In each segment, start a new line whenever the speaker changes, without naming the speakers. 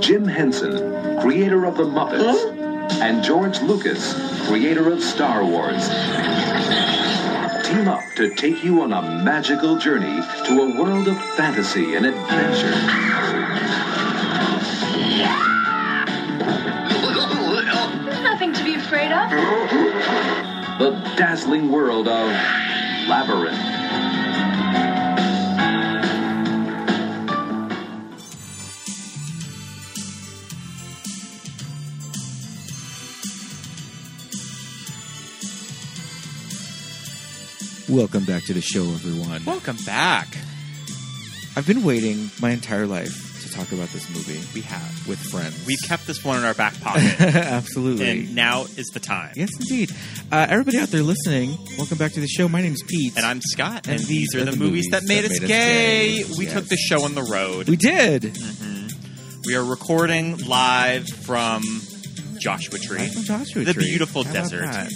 Jim Henson, creator of The Muppets, and George Lucas, creator of Star Wars, team up to take you on a magical journey to a world of fantasy and adventure.
Nothing to be afraid of.
The dazzling world of Labyrinth.
Welcome back to the show, everyone.
Welcome back.
I've been waiting my entire life to talk about this movie
We have.
with friends.
We've kept this one in our back pocket,
absolutely.
and now is the time.
yes, indeed. Uh, everybody out there listening, welcome back to the show. My name's Pete,
And I'm Scott,
And
and, these are the, movies, that made, us gay. We
Yes.
took the show on the road.
we did.
We are recording live from Joshua Tree.
I'm from Joshua
The
Tree.
beautiful
How about
desert.
that?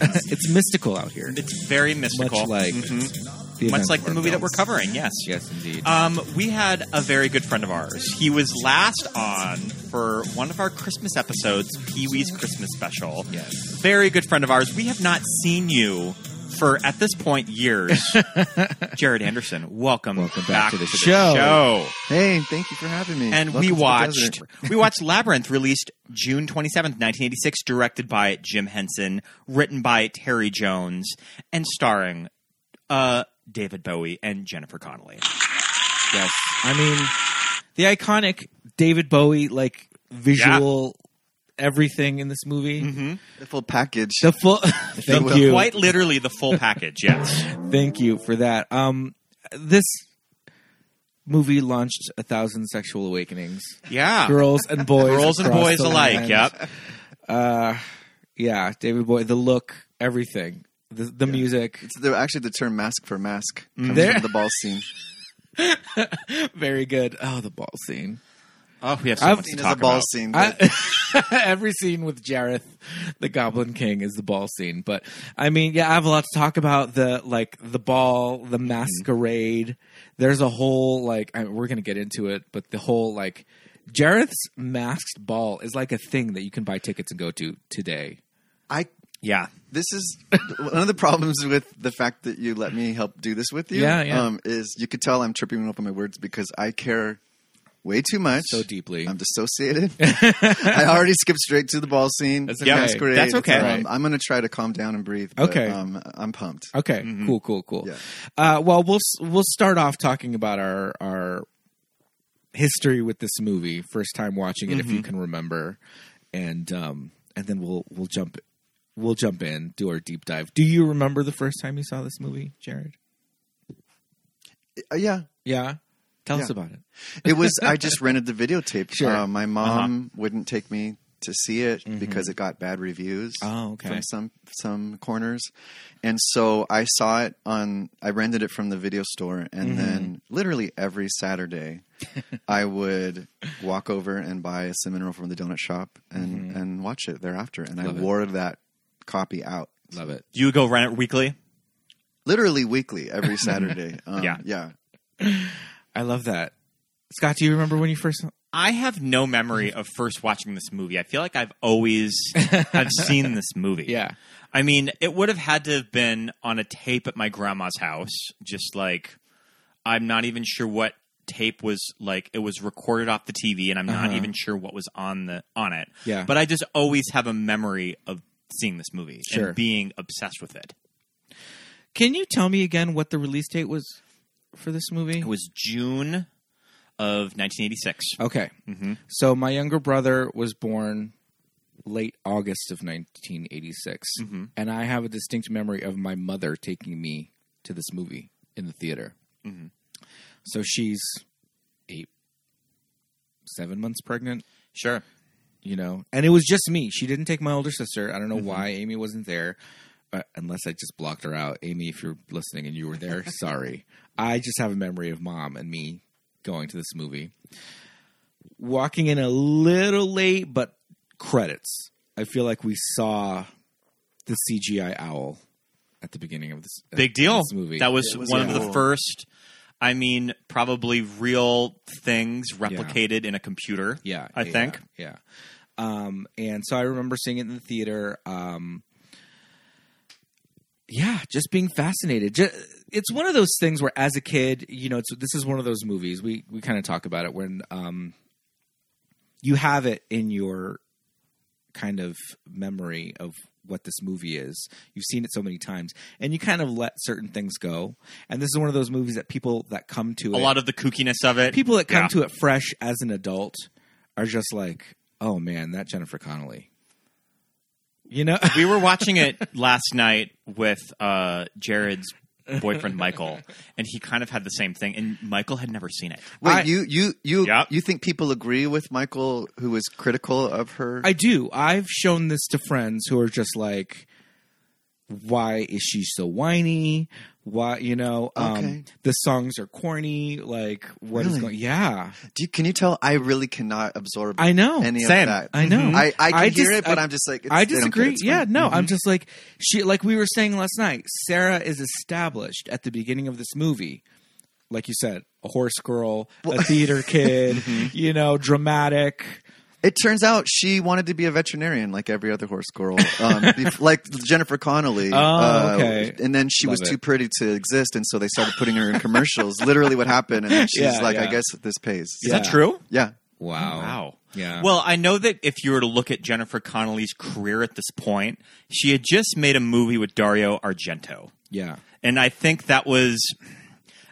it's mystical out here.
It's very mystical,
Much like
Mhm.
The
much
events
like
of
the
our
movie that we're
films.
covering. Yes.
Yes, indeed.
Um, we had a very good friend of ours. He was last on for one of our Christmas episodes, Pee Wee's Christmas Special.
yes.
Very good friend of ours. We have not seen you for at this point years. Jared Anderson, welcome,
Welcome back to the
to
show.
show.
Hey, thank you for having me.
And
Welcome
we
to the
watched
desert.
we watched Labyrinth, released June twenty seventh, nineteen eighty six, directed by Jim Henson, written by Terry Jones, and starring uh, David Bowie and Jennifer Connelly.
Yes. I mean, the iconic David Bowie like visual everything in this movie.
Mm-hmm.
the full package.
The full. thank you.
Quite literally the full package. Yes.
Thank you for that. Um, this movie launched a thousand sexual awakenings,
Yeah.
girls and boys,
Girls and
across
boys
the
alike.
land.
Yep.
Uh, yeah, David Bowie, the look, everything, the, the music,
it's the, actually the term mask for mask comes
There-
from the ball scene.
very good. Oh, the ball scene.
Oh, we have
I've
so much to
Scene is
talk
a ball
about.
scene.
I,
but
every scene with Jareth, the Goblin King, is the ball scene. But I mean, yeah, I have a lot to talk about. The like the ball, the masquerade. There's a whole like I we're gonna get into it, but the whole like Jareth's masked ball is like a thing that you can buy tickets and go to today.
I
Yeah.
this is one of the problems with the fact that you let me help do this with you.
Yeah, yeah.
Um, is you could tell I'm tripping up on my words because I care way too much.
So deeply.
I'm dissociated. I already skipped straight to the ball scene.
That's
the
okay.
masquerade.
That's okay.
Um,
Right.
I'm going to try to calm down and breathe. but,
Okay.
Um, I'm pumped.
Okay, cool, cool, cool.
Yeah.
Uh, well, we'll s- we'll start off talking about our our history with this movie, first time watching it, if you can remember, and um, and then we'll we'll jump we'll jump in, do our deep dive. Do you remember the first time you saw this movie, Jared?
Uh, yeah.
Yeah, tell us
Yeah.
about it.
It was I just rented the videotape.
Sure. Uh-huh. Mm-hmm.
Uh, my mom wouldn't take me to see it because it got bad reviews
Oh, okay.
from some some corners. And so I saw it on I rented it from the video store
Mm-hmm.
and then literally every Saturday I would walk over and buy a Seminole from the donut shop and and watch it thereafter and
Mm-hmm. Love
I
it.
wore that copy out
Love it.
You go rent it weekly.
literally weekly every Saturday. Um,
Yeah.
Yeah.
I love that. Scott, do you remember when you first? saw
I have no memory of first watching this movie. I feel like I've always I've seen this movie.
Yeah,
I mean, it would have had to have been on a tape at my grandma's house, just like I'm not even sure what tape was like it was recorded off the TV and I'm not
Uh-huh.
even sure what was on the on it.
yeah.
But I just always have a memory of seeing this movie
Sure.
and being obsessed with it.
can you tell me again what the release date was for this movie?
It was June of 1986.
Okay.
Mhm.
So my younger brother was born late August of 1986,
Mhm.
and I have a distinct memory of my mother taking me to this movie in the theater.
Mhm.
So she's eight, seven months pregnant,
Sure.
you know, and it was just me. She didn't take my older sister. I don't know why Amy wasn't there. Uh, unless I just blocked her out. Amy, if you're listening and you were there, sorry. I just have a memory of mom and me going to this movie. Walking in a little late, but credits. I feel like we saw the CGI owl at the beginning of this,
Big
of
deal.
this movie.
That was
It was
one of
cool.
the first I mean probably real things replicated in a computer.
Yeah,
I
yeah,
think.
Yeah. Um, and so I remember seeing it in the theater. Um, yeah, just being fascinated. Ju- it's one of those things where, as a kid, you know, it's, this is one of those movies we we kind of talk about it when um, you have it in your kind of memory of what this movie is. You've seen it so many times, and you kind of let certain things go. And this is one of those movies that people that come to
A
it,
lot of the kookiness of it.
people that come
Yeah.
to it fresh as an adult are just like, oh man, that Jennifer Connelly. You know,
we were watching it last night with uh, Jared's boyfriend Michael, and he kind of had the same thing. And Michael had never seen it.
Wait,
I-
you you you
Yep.
you think people agree with Michael, who was critical of her?
I do. I've shown this to friends who are just like, why is she so whiny? Why, you know, um,
Okay.
the songs are corny. Like, what is
Really?
going? Yeah,
Do you, can you tell? I really cannot absorb
I know.
any
Same.
of that. Mm-hmm.
I know.
Mhm.
I, I can
I
hear
dis-
it, but
I-
I, am just like it's-
I
they don't
disagree.
care, it's
Yeah,
fine.
no, I'm just like she. Like we were saying last night, Sarah is established at the beginning of this movie. Like you said, a horse girl, a theater kid, you know, dramatic.
It turns out she wanted to be a veterinarian, like every other horse girl, um, bef- like Jennifer Connolly.
Oh, okay.
And then she
Love
was
it.
too pretty to exist, and so they started putting her in commercials. Literally, what happened? And then she's
Yeah,
like,
yeah.
"I guess this pays."
Is that
Yeah.
true?
Yeah.
Wow.
Wow.
Yeah.
Well, I know that if you were to look at Jennifer Connelly's career at this point, she had just made a movie with Dario Argento.
yeah.
And I think that was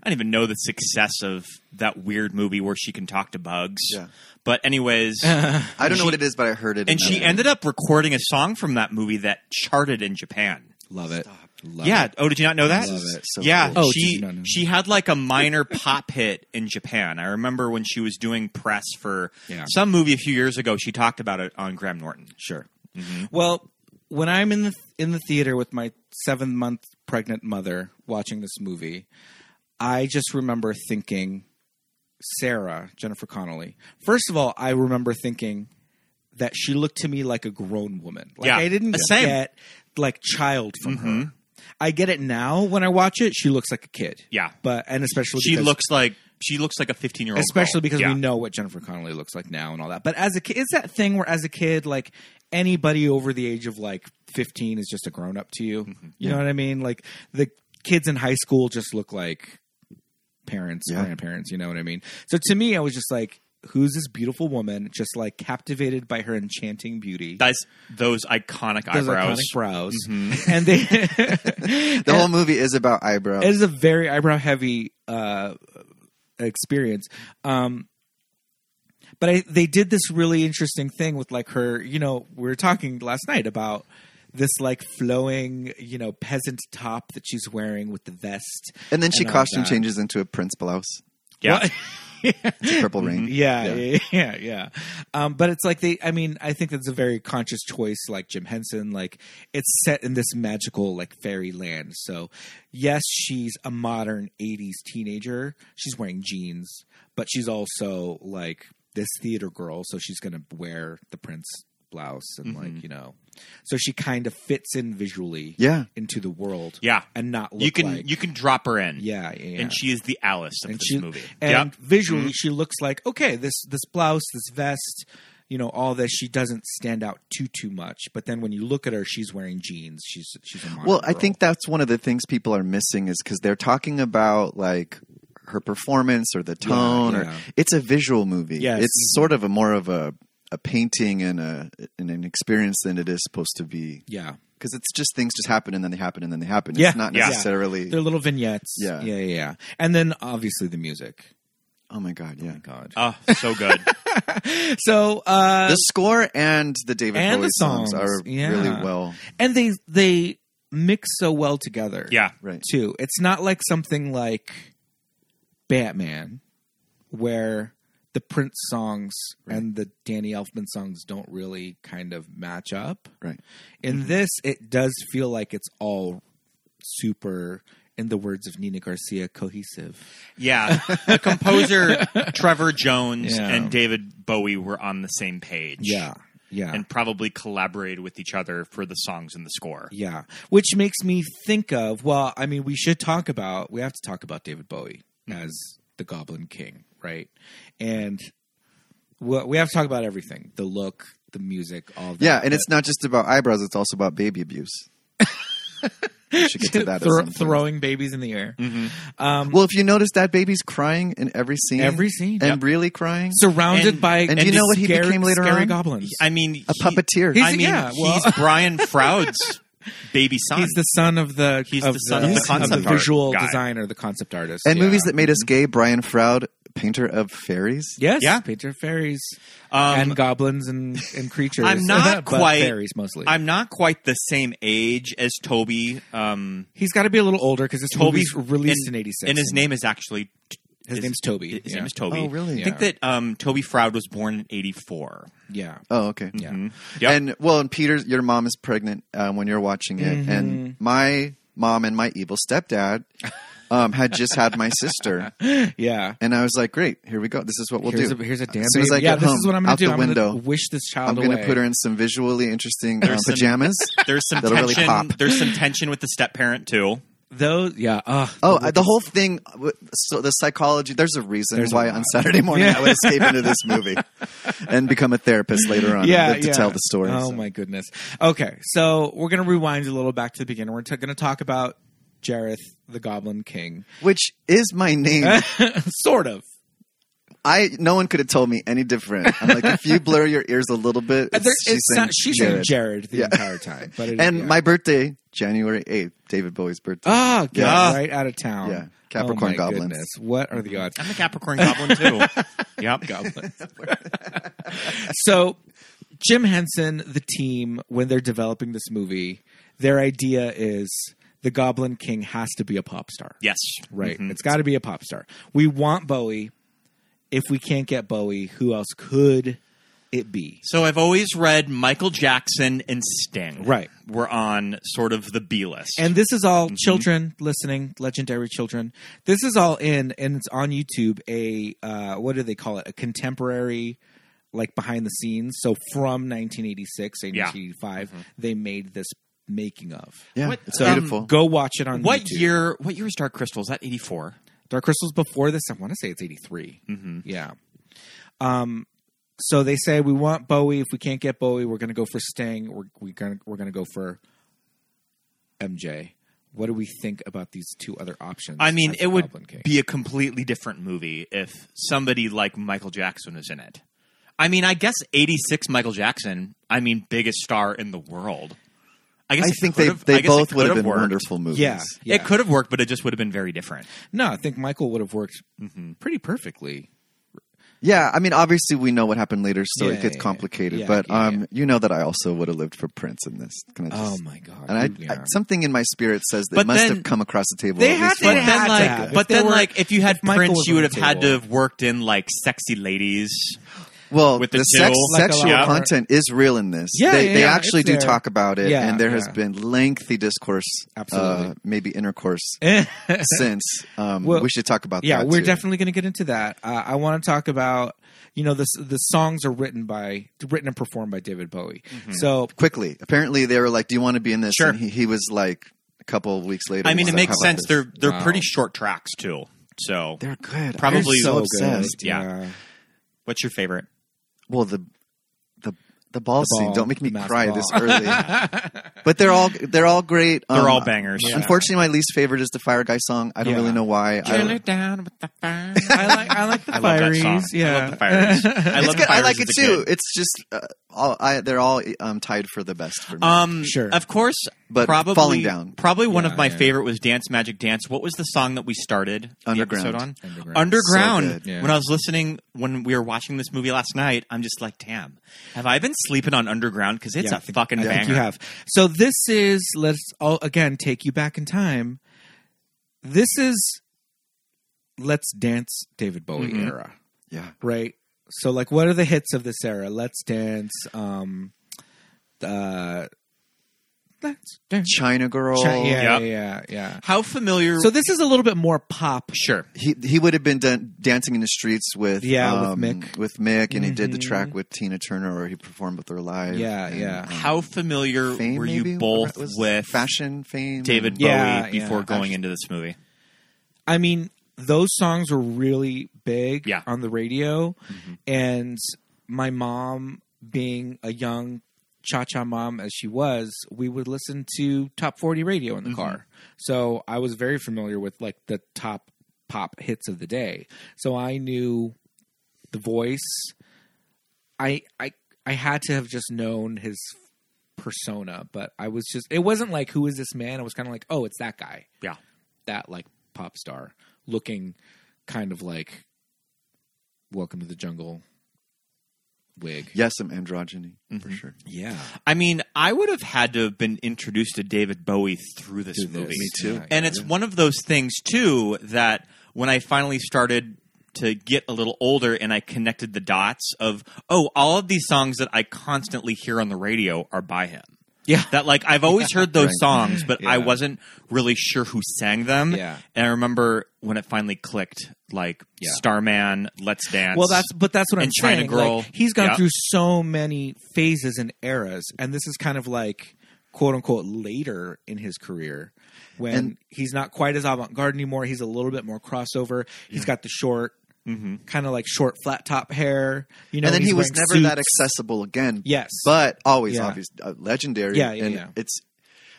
I don't even know the success of that weird movie where she can talk to bugs.
Yeah.
But anyways,
I don't
She-
know what it is, but I heard it.
and
in
she
that.
ended up recording a song from that movie that charted in Japan.
Love it. Love
yeah.
it.
Oh, did you not know that?
Love it.
So
yeah.
cool. Oh, did
she
you not know?
she had like a minor pop hit in Japan. I remember when she was doing press for
Yeah.
some movie a few years ago. She talked about it on Graham Norton.
Sure.
Mm-hmm.
Well, when I'm in the in the theater with my seven month pregnant mother watching this movie, I just remember thinking, Sarah Jennifer Connolly. First of all, I remember thinking that she looked to me like a grown woman. Like
Yeah.
I didn't
Uh, same. Mm-hmm.
get like child from her. I get it now when I watch it. She looks like a kid.
Yeah.
but and especially
She
because-
looks like she looks like a fifteen year old.
especially because we know what Jennifer Connelly looks like now and all that. But as a kid, it's that thing where as a kid, like anybody over the age of like fifteen is just a grown up to you.
Mm-hmm.
You know what I mean? Like the kids in high school just look like parents,
Yeah.
grandparents. You know what I mean? So to me, I was just like, "Who's this beautiful woman?" Just like captivated by her enchanting beauty.
That's those iconic
those
eyebrows.
iconic brows, and they
Mm-hmm. The whole movie is about eyebrows.
it is a very eyebrow heavy uh, experience. Um, but I, they did this really interesting thing with like her. You know, we were talking last night about this like flowing, you know, peasant top that she's wearing with the vest.
and then she
and all
costume
that.
changes into a prince blouse,
Yeah.
it's a purple
Mm-hmm.
Mm-hmm.
rain.
Yeah, yeah, yeah, yeah. Um, but it's like they. I mean, I think that's a very conscious choice, like Jim Henson. Like it's set in this magical, like fairy land. So yes, she's a modern '80s teenager. She's wearing jeans, but she's also like this theater girl. So she's gonna wear the prince blouse and
Mm-hmm.
like you know, so she kind of fits in visually
Yeah.
into the world.
Yeah.
and not look
You can
like,
you can drop her in.
yeah, yeah, yeah
And she is the Alice of
and
this
she,
movie. Mm-hmm.
And
Yep.
visually, she looks like okay. This this blouse, this vest, you know, all this. She doesn't stand out too too much. But then when you look at her, she's wearing jeans. She's she's a modern
Well, I
girl.
think that's one of the things people are missing is because they're talking about like her performance or the tone
yeah.
or it's a visual movie.
Yes. Mm-hmm.
It's sort of a more of a a painting and a and an experience than it is supposed to be
yeah,
because it's just things just happen and then they happen and then they happen.
Yeah.
It's not
Yeah.
necessarily.
they're little vignettes.
Yeah.
yeah, yeah, yeah. And then obviously the music.
Oh my god! Yeah,
Thank God.
Oh, so good.
So uh,
the score and the David
and the
Bowie songs,
songs,
are
yeah.
really well.
and they they mix so well together.
yeah.
Right.
too. It's not like something like Batman, where the Prince songs and the Danny Elfman songs don't really kind of match up.
Right.
In this, it does feel like it's all super, in the words of Nina Garcia, cohesive.
Yeah. The composer Trevor Jones
Yeah.
and David Bowie were on the same page.
Yeah.
And probably collaborated with each other for the songs and the score.
yeah. Which makes me think of, well, I mean, we should talk about, we have to talk about David Bowie. as the Goblin King, right? And we we have to talk about everything: the look, the music, all that. Mm-hmm.
Yeah, and it's not just about eyebrows; it's also about baby abuse. we should get to that. at
Thro-
some point.
throwing babies in the air.
Mm-hmm.
Um,
Well, if you notice that baby's crying in every scene,
every scene,
and really crying.
surrounded
And-
by
and do you know what he
scared-
became later
scary
on?
Goblins.
I mean,
a puppeteer.
He, I
He's-
mean,
yeah, well-
he's Brian Froud's baby son.
He's the son of the
He's
of
the son of the concept art
visual
guy.
designer, the concept artist,
and
yeah.
movies that made us gay. Brian Froud, painter of fairies.
yes,
Yeah.
Peter fairies
Um,
and goblins and, and creatures.
I'm not
but
quite-
fairies mostly.
I'm not quite the same age as Toby. Um,
He's got to be a little older because this
Toby's
movie's released in '86,
and his name is actually
his
is-
name's Toby.
His
yeah.
name is Toby.
Oh, really?
I think that um, Toby Froud was born in '84.
Yeah,
Oh, okay.
Yeah.
Mhm.
And well, and Peter's your mom is pregnant um, when you're watching it,
Mm-hmm.
and my mom and my evil stepdad um, had just had my sister,
yeah.
and I was like, "Great, here we go. This is what we'll
here's
do."
a here's a damn
soon as
baby. yeah,
I get
this
home,
is what I'm gonna
out
do.
the
I'm
window,
gonna wish this child
I'm going
away.
to put her in some visually interesting uh,
There's some-
pajamas.
There's some
That'll really
tension.
pop.
There's some tension with the step parent too.
those. Yeah. ugh,
Oh,
the
the whole thing. So the psychology. There's a reason
There's a
why
lot.
on Saturday morning
Yeah.
I would escape into this movie and become a therapist later on.
yeah,
to, to
yeah.
tell the story.
Oh
so.
my goodness. Okay, so we're gonna rewind a little back to the beginning. We're going to talk about Jareth the Goblin King,
Which is my name.
sort of.
I no one could have told me any different. I'm like, if you blur your ears a little bit,
There,
it's-
she's,
she's saying
she's saying
Jared.
Jared the
Yeah.
entire time, but it,
And
yeah.
my birthday, January eighth, David Bowie's birthday.
oh, get
Yeah.
right out of town.
Yeah. Capricorn
Oh, my
goblins.
goodness. What are the odds?
I'm a Capricorn Goblin too. yep.
goblins. so, Jim Henson, the team, when they're developing this movie, their idea is the Goblin King has to be a pop star.
Yes.
Right.
Mhm.
It's got to be a pop star. We want Bowie. If we can't get Bowie, who else could it be?
So I've always read Michael Jackson and Sting.
Right.
Were on sort of the B list.
And this is all
Mm-hmm.
children listening, legendary children. This is all in, and it's on YouTube. A uh, what do they call it? A contemporary, like behind the scenes. So from 1986, say
Yeah. Mm-hmm.
1985, they made this making of.
yeah,
what-
it's
um,
beautiful.
Go watch it on
what
YouTube.
year? What year was Dark Crystal? Is that '84?
Dark Crystal's before this. I want to say it's 83.
Mm-hmm.
Yeah. Um, so they say we want Bowie. If we can't get Bowie, we're going to go for Sting. We're we gonna we're going to go for MJ. What do we think about these two other options?
I mean,
as
it
the
would
Goblin King?
be a completely different movie if somebody like Michael Jackson was in it. I mean, I guess '86 Michael Jackson. I mean, biggest star in the world. I guess
I
it
think they
could've- I
they
guess it
both would have
could've
been
worked.
wonderful movies.
yeah, yeah.
It could have worked, but it just would have been very different.
No, I think Michael would have worked
Mm-hmm.
pretty perfectly.
Yeah, I mean, obviously we know what happened later, so
Yeah,
it gets
yeah,
complicated.
yeah,
but
yeah, yeah.
um, you know that I also would have lived for Prince in this. Can I just-
Oh my god!
and I,
yeah.
I- something in my spirit says that
But
it must
then-
have come across the table.
They
at
had
least
to
once.
But
have
then,
had
like,
to have. If
but
they
then,
were-
like, if you had
if Michael
Prince,
was
you
on
would
the
have had to
table.
have worked in like sexy ladies.
Well,
with the
the, sex,
till.
Like a
sexual
lot of-
content is real in this.
Yeah,
they,
yeah,
they
yeah,
actually
it's
do
there.
talk about it,
Yeah,
and there
yeah.
has been lengthy discourse,
Absolutely.
uh, maybe intercourse since. Um,
Well,
we should talk about
yeah,
that.
we're
too.
definitely going to get into that. Uh, I want to talk about you know the s- the songs are written by written and performed by David Bowie.
Mm-hmm.
So
quickly. Apparently, they were like, "Do you want to be in this?"
Sure.
And he, he was like, a couple of weeks later.
I mean,
was
it
like,
makes
"How about
sense.
this?
They're they're
Wow.
pretty short tracks too. So,
they're good.
Probably-
I'm so
good.
obsessed.
Yeah. what's your favorite?
Well, the the the ball,
The
scene.
ball,
Don't make me
the mouse
cry
ball.
this early. but they're all they're all great.
They're
Um,
all bangers.
yeah.
Unfortunately, my least favorite is the fire guy song. I don't
Yeah.
really know why. I don't-
down with the fire.
I like I like the
I love that song.
Fieries, Yeah,
I love the Fieries. I
It's
love the
good. I
Fieries
like
as
it
a
too.
kid.
It's just uh, all, I, they're all um, tied for the best for me.
Um,
Sure.
Of course,
But
probably,
Falling Down.
Probably one
Yeah,
of my
yeah.
favorite was Dance Magic Dance. What was the song that we started
Underground.
the episode on?
Underground.
Underground.
So good.
Yeah.
When I was listening, when we were watching this movie last night, I'm just like, damn, have I been sleeping on Underground? Because it's
Yeah,
a fucking
I
banger.
think you have. So this is let's all again take you back in time. This is let's dance David Bowie
Mhm.
era,
yeah,
right? So like, what are the hits of this era? Let's dance. Um, uh, let's dance.
China Girl.
Chi- yeah,
Yep.
yeah, yeah,
How familiar?
yeah. So this is a little bit more pop.
sure.
He he would have been dan- dancing in the streets with
Yeah, with
um,
Mick.
with Mick, and he did the
Mhm.
track with Tina Turner, or he performed with her live.
Yeah,
and,
yeah.
um,
How familiar
Fame,
were you
maybe?
both
It was
with
fashion fame?
David Bowie
Yeah, yeah.
before going
Actu-
into this movie?
I mean, those songs were really big
Yeah.
on the radio and my mom being a young cha-cha mom as she was we would listen to top 40 radio in the car so i was very familiar with like the top pop hits of the day so i knew the voice i i i had to have just known his persona but i was just it wasn't like who is this man it was kind of like oh it's that guy
Yeah.
that like pop star looking kind of like welcome to the jungle wig
Yes, some androgyny
Mm-hmm.
for sure.
yeah
I mean, I would have had to have been introduced to David Bowie through this
Do this.
movie.
Me too.
Yeah,
And
yeah.
it's one of those things too that when I finally started to get a little older and I connected the dots of oh, all of these songs that I constantly hear on the radio are by him.
Yeah.
That like I've always heard those
Right.
songs, but I
Yeah.
wasn't really sure who sang them.
Yeah.
And I remember when it finally clicked, like
Yeah.
Starman, Let's Dance.
well that's but that's what
And
i'm
China
saying
Girl.
like, he's gone
Yeah.
through so many phases and eras and this is kind of like quote unquote later in his career when
And-
he's not quite as avant-garde anymore he's a little bit more crossover He's got the short
Mm-hmm.
kind of like short flat top hair you know
and then
he's
he was
wearing
never that
suits.
accessible again.
Yes.
but always
Yeah.
obvious, uh, legendary.
Yeah, yeah,
and
yeah.
It's.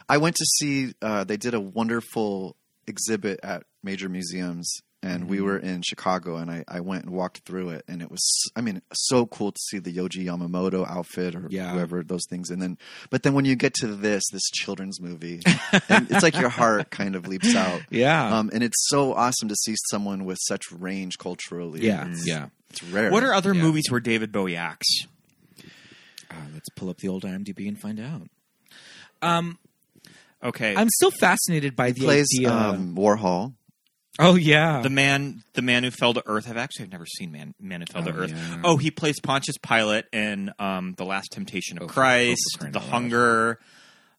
I went to see. Uh, they did a wonderful exhibit at major museums, and we
Mm-hmm.
were in Chicago, and I, I went and walked through it, and it was. I mean, so cool to see the Yoji Yamamoto outfit or
Yeah.
whoever those things, and then. But then when you get to this, this children's movie, and it's like your heart kind of leaps out.
yeah
Um, and it's so awesome to see someone with such range culturally.
yeah
It's-
yeah
it's rare.
what are other
Yeah.
movies where David Bowie acts?
Uh, let's pull up the old IMDb and find out. Um,
Okay.
I'm still fascinated by the uh,
plays
idea.
um, Warhol?
oh yeah,
The man, the man who fell to Earth. I've actually never seen Man, Man Who Fell to
Oh,
Earth.
yeah.
Oh, he plays Pontius Pilate in um, the Last Temptation of
Oh, for- oh, for
Christ,
crying
The
out loud.
Hunger,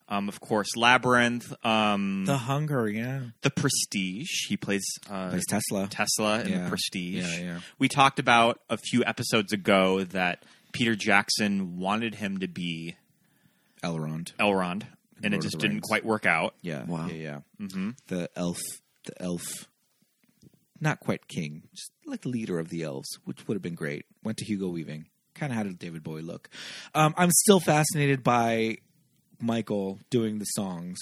um, of course, Labyrinth, um,
the
the,
hunger. Yeah,
Prestige. He plays, uh,
there's Tesla.
Tesla in
Yeah.
The Prestige.
Yeah, yeah.
We talked about a few episodes ago that Peter Jackson wanted him to be
Elrond.
Elrond, and
Lord of
it just
the
didn't
Rings.
quite work out.
Yeah,
Wow.
yeah, yeah.
hmm
The elf, the elf, not quite king, just like leader of the elves, which would have been great. Went to Hugo Weaving. Kind of had a David Bowie look. Um, I'm still fascinated by Michael doing the songs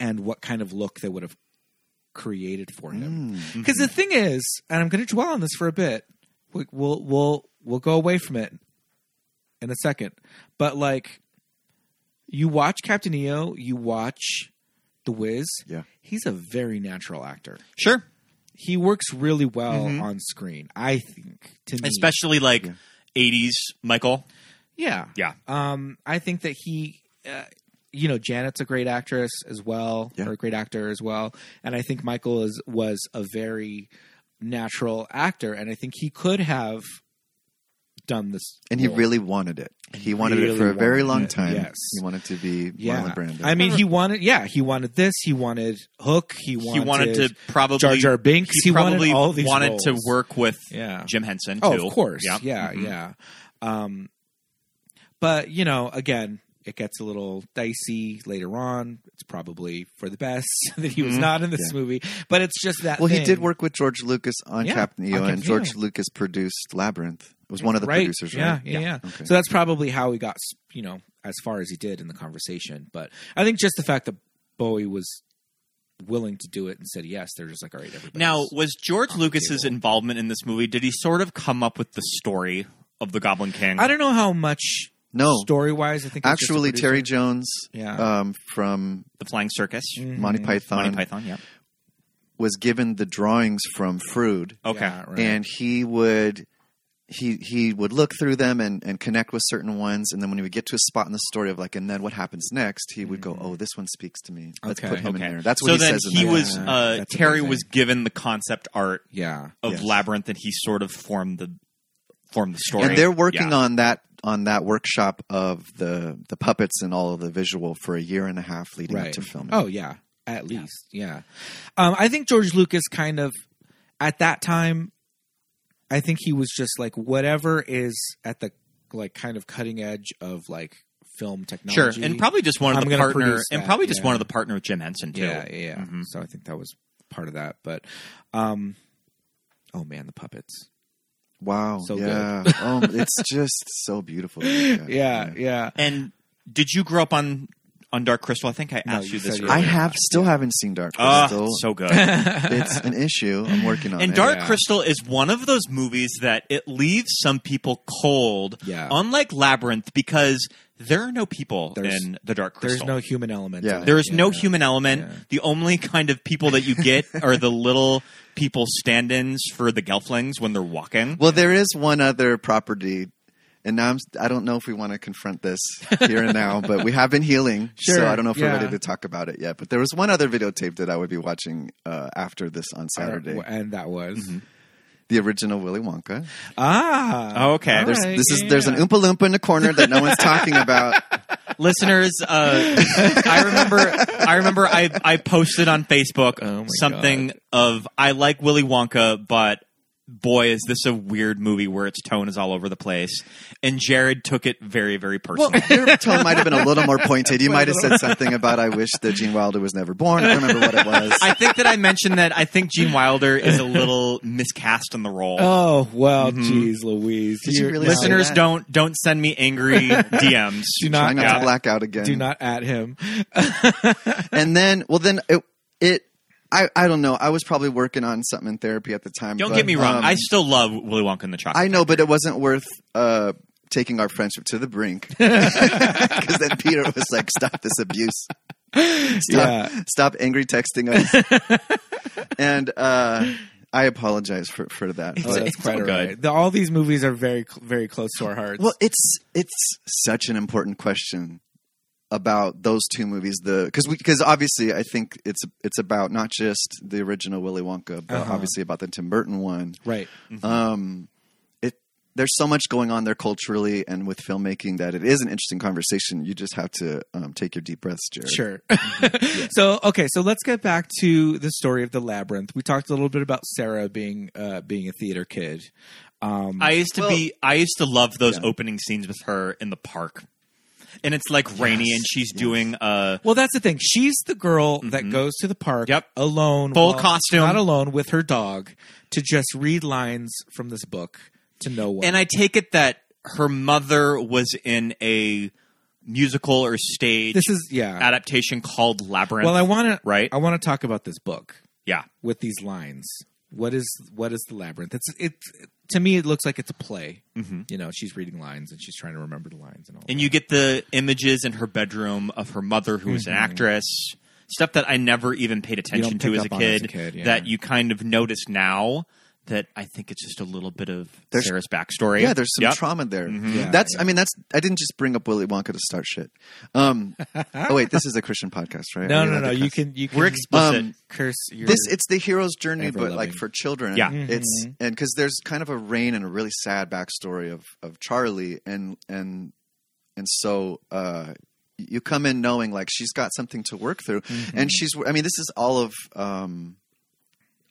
and what kind of look they would have created for him. Because the thing is, and I'm going to dwell on this for a bit. We, we'll we'll we'll go away from it in a second. But like, you watch Captain EO, you watch The Wiz.
Yeah.
he's a very natural actor.
Sure.
He works really well
Mm-hmm.
Mhm.
on screen. I think to me,
Especially like
Yeah.
80s Michael.
yeah,
Yeah.
Um, I think that he, uh, you know, Janet's a great actress as well,
Yeah.
or a great actor as well, and I think Michael is was a very natural actor, and I think he could have done this,
And he
role.
really wanted it. He wanted it
really
for a very
wanted
long
it,
time.
yes.
He wanted to be
yeah.
Marlon Brando.
I mean, he wanted, yeah, he wanted this. He wanted Hook. He wanted,
Mm-hmm. he wanted to probably
Jar Jar Binks. He,
He, probably
wanted all these
wanted to
roles.
work with
Yeah.
Jim Henson.
Oh,
too.
of course. Yeah, yeah.
Mm-hmm.
Mhm.
Um, but you know, again, it gets a little dicey later on. It's probably for the best that he was
Mhm.
not in this movie. But it's just that.
Mm-hmm. well, he
thing.
did work with George Lucas on
Yeah,
Captain EO,
on
and
Captain
George
EO.
Lucas produced Labyrinth. It was one of the
right?
producers, right?
Yeah, yeah, yeah.
Okay.
So that's probably how he got you know as far as he did in the conversation. But I think just the fact that Bowie was willing to do it and said yes, they're just like all right, everybody.
Now, was George
on the
Lucas's
table.
involvement in this movie? Did he sort of come up with the story of the Goblin King?
I don't know how much
No,
story wise. I think it Uh, was just a
actually,
producer.
Terry Jones
Yeah.
um, from
the Flying Circus,
Mhm.
Monty, Python
Monty Python. Yeah.
was given the drawings from Froude,
Okay.
Yeah, right.
and he would he he would look through them and, and connect with certain ones and then when he would get to a spot in the story of like and then what happens next he would go oh this one speaks to me let's
Mm-hmm. Okay.
put him
Okay.
in there that's what
so
he
then
says in
he
there.
was
Yeah,
uh,
that's
Terry
amazing.
was given the concept art
yeah,
of
Yes.
Labyrinth, and he sort of formed the formed the story.
and they're working
Yeah.
on that on that workshop of the the puppets and all of the visual for a year and a half leading up
right
to filming
Oh yeah, at least yeah. Um, I think George Lucas kind of at that time, I think he was just like whatever is at the like kind of cutting edge of like film
sure,
technology.
and probably just one of
I'm
the
gonna
partner,
produce
and
that,
probably just
yeah.
one of the partner with Jim Henson too.
yeah, yeah. yeah.
Mhm.
So I think that was part of that. But, um, oh man, the puppets.
Wow.
So
yeah. oh, it's just so beautiful.
Yeah, yeah.
And did you grow up on on Dark Crystal? I think I asked
No,
you,
you
this.
said you-
earlier.
I have still haven't seen Dark
Ah,
Crystal.
so good.
it's an issue. I'm working on
And
it.
Dark
Yeah.
Crystal is one of those movies that it leaves some people cold.
Yeah.
Unlike Labyrinth, because there are no people
There's-
in the Dark
There's
Crystal.
no human element.
Yeah.
in it.
There is no
Yeah.
human element.
Yeah.
The only kind of people that you get are the little people stand-ins for the Gelflings when they're walking.
Well, there is one other property, and now I'm, I don't know if we want to confront this here and now, but we have been healing,
Sure,
so I don't know if
yeah.
we're ready to talk about it yet. But there was one other videotape that I would be watching uh, after this on Saturday,
Uh, And that was.
the original Willy Wonka.
Ah.
okay.
All
There's
right,
this is
yeah.
there's an Oompa Loompa in the corner that no one's talking about.
listeners uh, i remember i remember i, I posted on facebook
Oh my
something
God.
of i like willy wonka but boy is this a weird movie where its tone is all over the place and jared took it very very
Well,
personally
your tone might have been a little more pointed. You might have said something about "I wish that Gene Wilder was never born." I don't remember what it was.
i think that i mentioned that i think gene wilder is a little miscast in the role
Oh well,
Mhm.
geez, Louise.
Did you
You're-
really say
listeners
that?
don't don't send me angry dms
do
Try
not,
not
Yeah.
to black out again.
do not at him.
and then well then it, it I, I don't know i was probably working on something in therapy at the time
don't
but,
get me wrong
um,
i still love willy wonka and the chocolate
I know but it wasn't worth uh, taking our friendship to the brink because then peter was like stop this abuse
Yeah.
stop, stop angry texting us and uh, i apologize for, for that
Oh,
but-
that's
it's
quite
all
all
good.
right. The- all these movies are very, cl- very close to our hearts.
well it's it's such an important question about those two movies the because because obviously i think it's it's about not just the original willy wonka but
Uh-huh.
obviously about the tim burton one
right.
um it there's so much going on there culturally and with filmmaking that it is an interesting conversation you just have to um, take your deep breaths jared
Sure. So okay, so let's get back to the story of the labyrinth. We talked a little bit about Sarah being uh, being a theater kid. Um,
I used to
Well-
be. I used to love those
Yeah.
opening scenes with her in the park, and it's like rainy, and she's doing uh
well, that's the thing. She's the girl that
Mhm.
goes to the park
Yep.
alone,
Full
well,
costume.
not alone with her dog, to just read lines from this book to no one.
And I take it that her mother was in a musical or stage
this is yeah.
adaptation called Labyrinth.
Well, I want to
right?
I want to talk about this book
yeah,
with these lines. What is what is the labyrinth? It's it to me. It looks like it's a play.
hmm
You know, she's reading lines and she's trying to remember the lines and all.
and
that.
you get the images in her bedroom of her mother, who is an
Mhm.
actress. Stuff that I never even paid attention to
pick
as a
up on as
kid,
a kid, yeah.
that you kind of notice now. That I think it's just a little bit of
There's-
Sarah's backstory.
yeah there's some
Yep.
trauma there
Mhm.
Yeah,
Mm-hmm. that's
yeah.
i mean that's i didn't just bring up willy wonka to start shit um oh wait this is a christian podcast right
No,
Are we
no,
allowed
no.
to
You
cuss?
can you can
We're explicit.
Um,
curse your
this it's the hero's journey but
Ever-loving.
like for children
Yeah.
it's
Mhm.
and because there's kind of a rain and a really sad backstory of of charlie and and and so uh you come in knowing like she's got something to work through
Mm-hmm.
and she's i mean this is all of um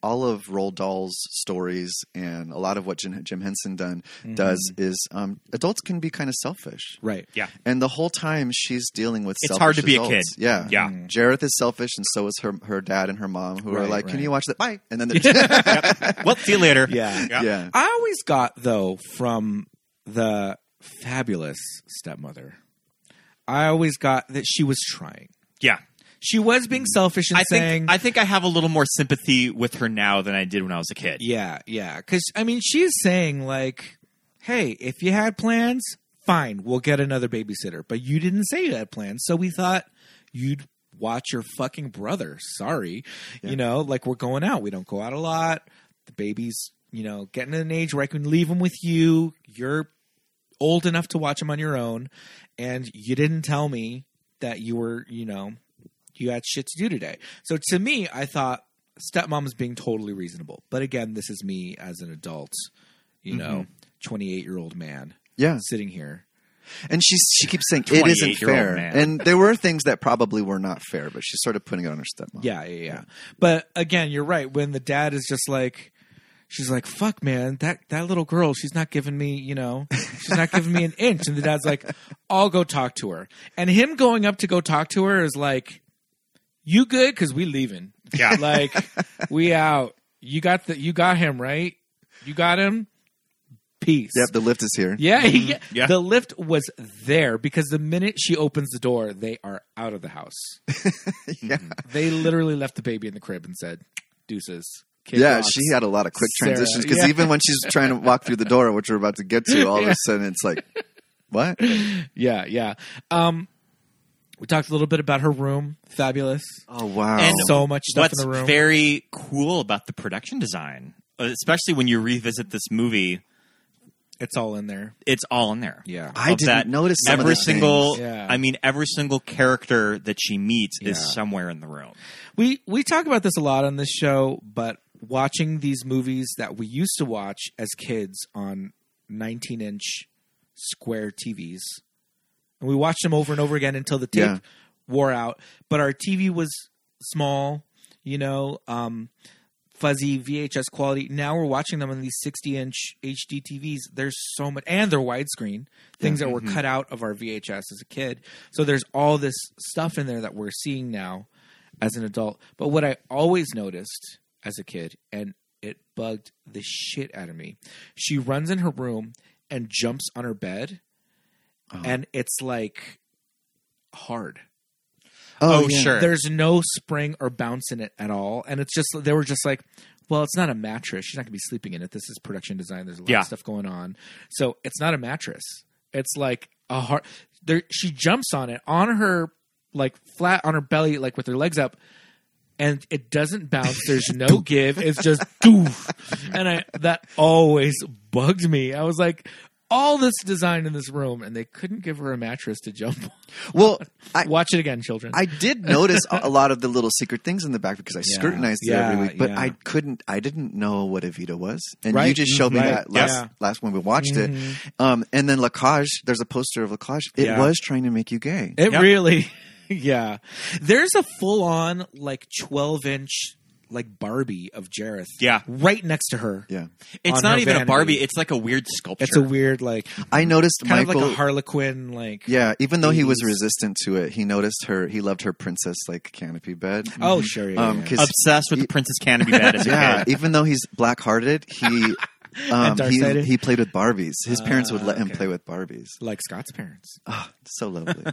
all of Roald Dahl's stories and a lot of what Jim, Jim Henson done
Mhm.
does
Mm-hmm.
is um, adults can be kind of selfish,
right.
and the whole time she's dealing with
It's
selfish
hard to be a
adults.
kid.
Yeah,
Yeah.
Mm.
Jareth is selfish, and so is her her dad and her mom, who are
Right,
like, "Can
right.
you watch that?" Bye, and then they're
well, see you later.
Yeah.
Yeah.
yeah.
I always got though from the fabulous stepmother. I always got that she was trying.
Yeah.
She was being selfish and
I
saying,
think I think I have a little more sympathy with her now than I did when I was a kid.
"Yeah, yeah." Because I mean, she's saying like, "Hey, if you had plans, fine, we'll get another babysitter." But you didn't say you had plans, so we thought you'd watch your fucking brother. Sorry, you know, like we're going out. We don't go out a lot. The baby's, you know, getting at an age where I can leave him with you. You're old enough to watch him on your own, and you didn't tell me that you were, you know, you had shit to do today. So to me, I thought stepmom is being totally reasonable. But again, this is me as an adult, you know, twenty eight year old man
Yeah,
sitting here.
and she she keeps saying it isn't
28-year-old
fair,
man.
and there were things that probably were not fair, but she's sort of putting it on her stepmom.
Yeah, yeah, yeah. But again, you're right. When the dad is just like, she's like, "Fuck, man, that that little girl, she's not giving me, you know, she's not giving me an inch." And the dad's like, "I'll go talk to her." And him going up to go talk to her is like, you good? Because we leaving.
Yeah.
like we out. You got the you got him right. You got him. Peace.
Yep, the lift is here.
Yeah, he-
Mm-hmm. Yeah.
The lift was there because the minute she opens the door, they are out of the house. Mm-hmm.
Yeah.
They literally left the baby in the crib and said, "Deuces." Kick
yeah,
rocks."
she had a lot of quick
Sarah,
transitions because
yeah.
even when she's trying to walk through the door, which we're about to get to, all of a sudden it's like, what?
Yeah, yeah. Um, we talked a little bit about her room. Fabulous.
Oh wow!
And
so much stuff
What's
in the room.
very cool about the production design, uh, especially when you revisit this movie,
it's all in there.
it's all in there.
Yeah.
I
of
didn't
that
notice some of
every
the
single.
things.
Yeah.
I mean, every single character that she meets
Yeah.
is somewhere in the room.
We we talk about this a lot on this show, but watching these movies that we used to watch as kids on 19 inch square TVs, and we watched them over and over again until the tape
Yeah.
wore out. But our TV was small, you know, um, fuzzy VHS quality. Now we're watching them on these 60 inch HD TVs. There's so much, and they're widescreen things that were cut out of our VHS as a kid. So there's all this stuff in there that we're seeing now as an adult. But what I always noticed as a kid, and it bugged the shit out of me, she runs in her room and jumps on her bed, and it's like hard.
Oh,
yeah.
sure.
There's no spring or bounce in it at all. And it's just, they were just like, well, it's not a mattress. She's not going to be sleeping in it. This is production design. There's a lot
Yeah.
of stuff going on. So it's not a mattress. It's like a hard, there, she jumps on it on her, like flat on her belly, like with her legs up. And it doesn't bounce. There's no give. It's just doof. And I, that always bugged me. I was like, all this design in this room, and they couldn't give her a mattress to jump on.
Well, I,
Watch it again, children.
I did notice a a lot of the little secret things in the back because I
Yeah.
scrutinized it
Yeah,
every week, but
yeah.
I couldn't. I didn't know what Evita was, and you
Right.
just showed me
Right.
that last
Yeah. Mm-hmm.
last when we watched it. Um, and then Lacage, there's a poster of Lacage. It
Yeah.
was trying to make you gay.
It
Yep.
really, yeah. There's a full on like 12 inch like Barbie of Jareth.
Yeah.
right next to her.
yeah,
It's
on
not
her
even a
vanity.
Barbie. It's like a weird sculpture.
It's a weird like kind
I noticed Michael.
of like a Harlequin like.
yeah, even though he was
80s.
resistant to it, he noticed her. He loved her princess like canopy bed.
Oh sure. Yeah,
Um,
yeah.
'cause
obsessed with the Princess Canopy bed as a
yeah, E
kid.
even though he's black hearted, he um, he,
dark-sided.
he played with Barbies. His parents would
Ah,
let him
okay.
play with Barbies.
like Scott's parents.
Oh, so lovely.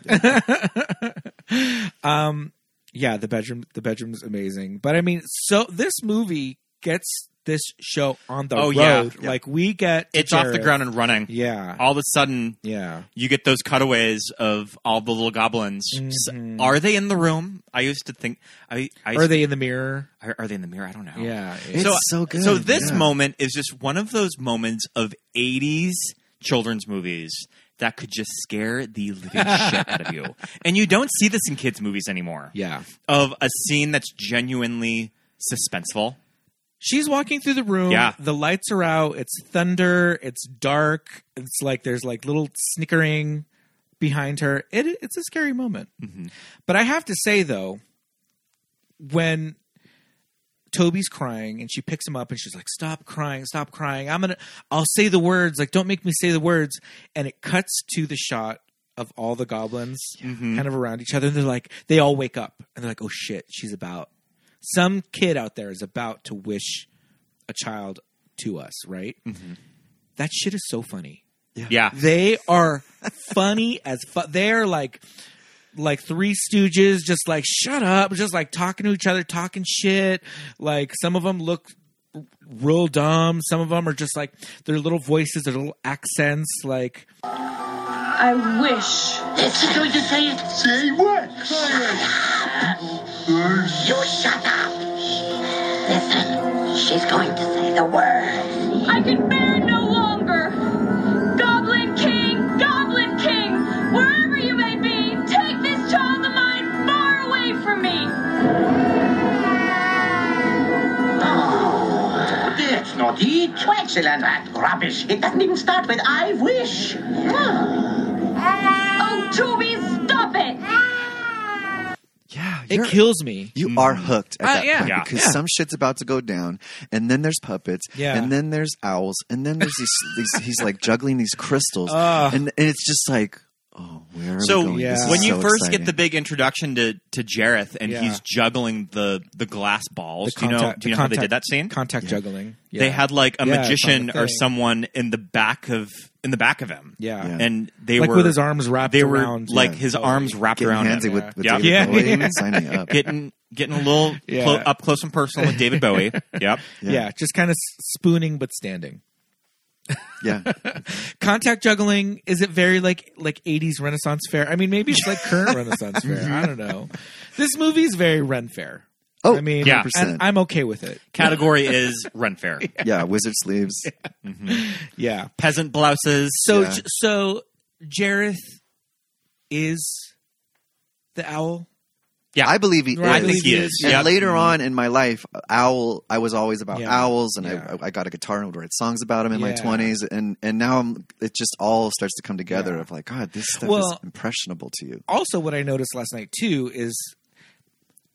um, yeah, the bedroom the bedroom's amazing, but I mean, so this movie gets this show on the
Oh,
road.
yeah.
Yeah.
Like we get to
It's off the
Jareth.
ground and running.
E Yeah,
All of a sudden,
yeah.
you get those cutaways of all the little goblins. S-
Mhm.
Are they in the room? I used to think. I, I
Are they in the mirror?
Are, are they in the mirror? I don't know.
Yeah.
It's so, good.
So this
yeah.
moment is just one of those moments of '80s children's movies that could just scare the living shit out of you. And you don't see this in kids' movies anymore.
yeah.
Of a scene that's genuinely suspenseful.
She's walking through the room.
Yeah.
The lights are out. It's thunder. It's dark. It's like there's like little snickering behind her. It it's a scary moment.
Mm-hmm.
But I have to say though, when Toby's crying and she picks him up and she's like, "Stop crying, stop crying. I'm gonna, I'll say the words. Like, don't make me say the words." And it cuts to the shot of all the goblins
Mhm.
kind of around each other. And they're like, they all wake up and they're like, "Oh shit, she's about." Some kid out there is about to wish a child to us, right? That shit is so funny.
Yeah.
They are funny as fu- they're like like three stooges just like shut up just like talking to each other talking shit like some of them look r- real dumb some of them are just like their little voices their little accents like
I wish.
It's going to say it.
Say what?
You shut up. Listen, she's going to say the word.
I can bear no longer. Goblin King, Goblin King, wherever you may be, take this child of mine far away from me.
That's not it. Quaxland, that rubbish. It doesn't even start with I wish.
Oh, Toby, stop it!
Yeah,
it
you're-
kills me
You are hooked at
Uh,
that
yeah.
point
Yeah.
because
Yeah.
some shit's about to go down, and then there's puppets,
Yeah.
and then there's owls, and then there's these, these he's like juggling these crystals,
Ah.
and and it's just like, oh, Where are
So
we going?
Yeah.
This is
when you
so
first
exciting.
get the big introduction to to Jareth and
Yeah.
he's juggling the the glass balls,
The
do you know
contact-
do you
the
know how they did
contact-
that scene?
Contact juggling. Yeah.
They had like a
Yeah, it's on
magician
the
or
thing.
someone in the back of in the back of him.
yeah.
Yeah.
And they
like
were
with his arms wrapped
they were
around.
like
yeah,
his
totally.
arms wrapped
getting
around
handsy
him.
with, with
Yeah.
David
Yeah.
Bowie, signing up.
getting getting a little
Yeah.
clo- up close and personal with David Bowie. yep.
yeah. just kind of spooning but standing.
yeah,
Contact juggling is it very like like 80s Renaissance fair? I mean, maybe it's like current Renaissance fair. I don't know. This movie is very Ren fair.
Oh,
I mean,
yeah.
and I'm okay with it.
Category is run fair. Mm-hmm.
yeah. Wizard sleeves.
Yeah.
Peasant blouses.
So
Yeah.
j so Jareth is the owl.
Yeah.
I believe he
Right, Mm-hmm.
is.
I think he is.
And
Yep.
later on in my life, owl. I was always about
Yeah.
owls, and
Yeah.
I, I got a guitar and would write songs about them in my
Yeah.
twenties. And and now I'm, it just all starts to come together.
Yeah.
Of like, God, this stuff is
Well-
impressionable to you.
also what I noticed last night too is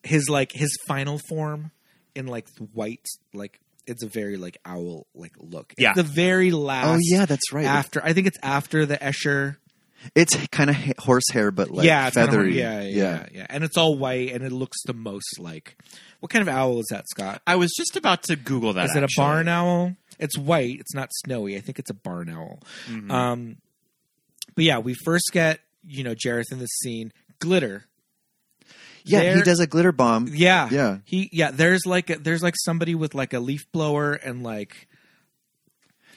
his like his final form in like white like it's a very like owl like look. It's
Yeah.
the very last.
Oh yeah, that's right.
After I think it's after the Escher.
it's kind of horsehair, but like
yeah, it's kinda
feathery.
hard- yeah, yeah, yeah, yeah. And it's all white, and it looks the most like what kind of owl is that, Scott?
I was just about to Google that.
Is it a
actually.
barn owl? It's white. It's not snowy. I think it's a barn owl.
Mhm.
Um, but yeah, we first get you know Jareth in this scene. Glitter.
Yeah, he
There-
does a glitter bomb.
Yeah.
Yeah.
He yeah, there's like a, there's like somebody with like a leaf blower and like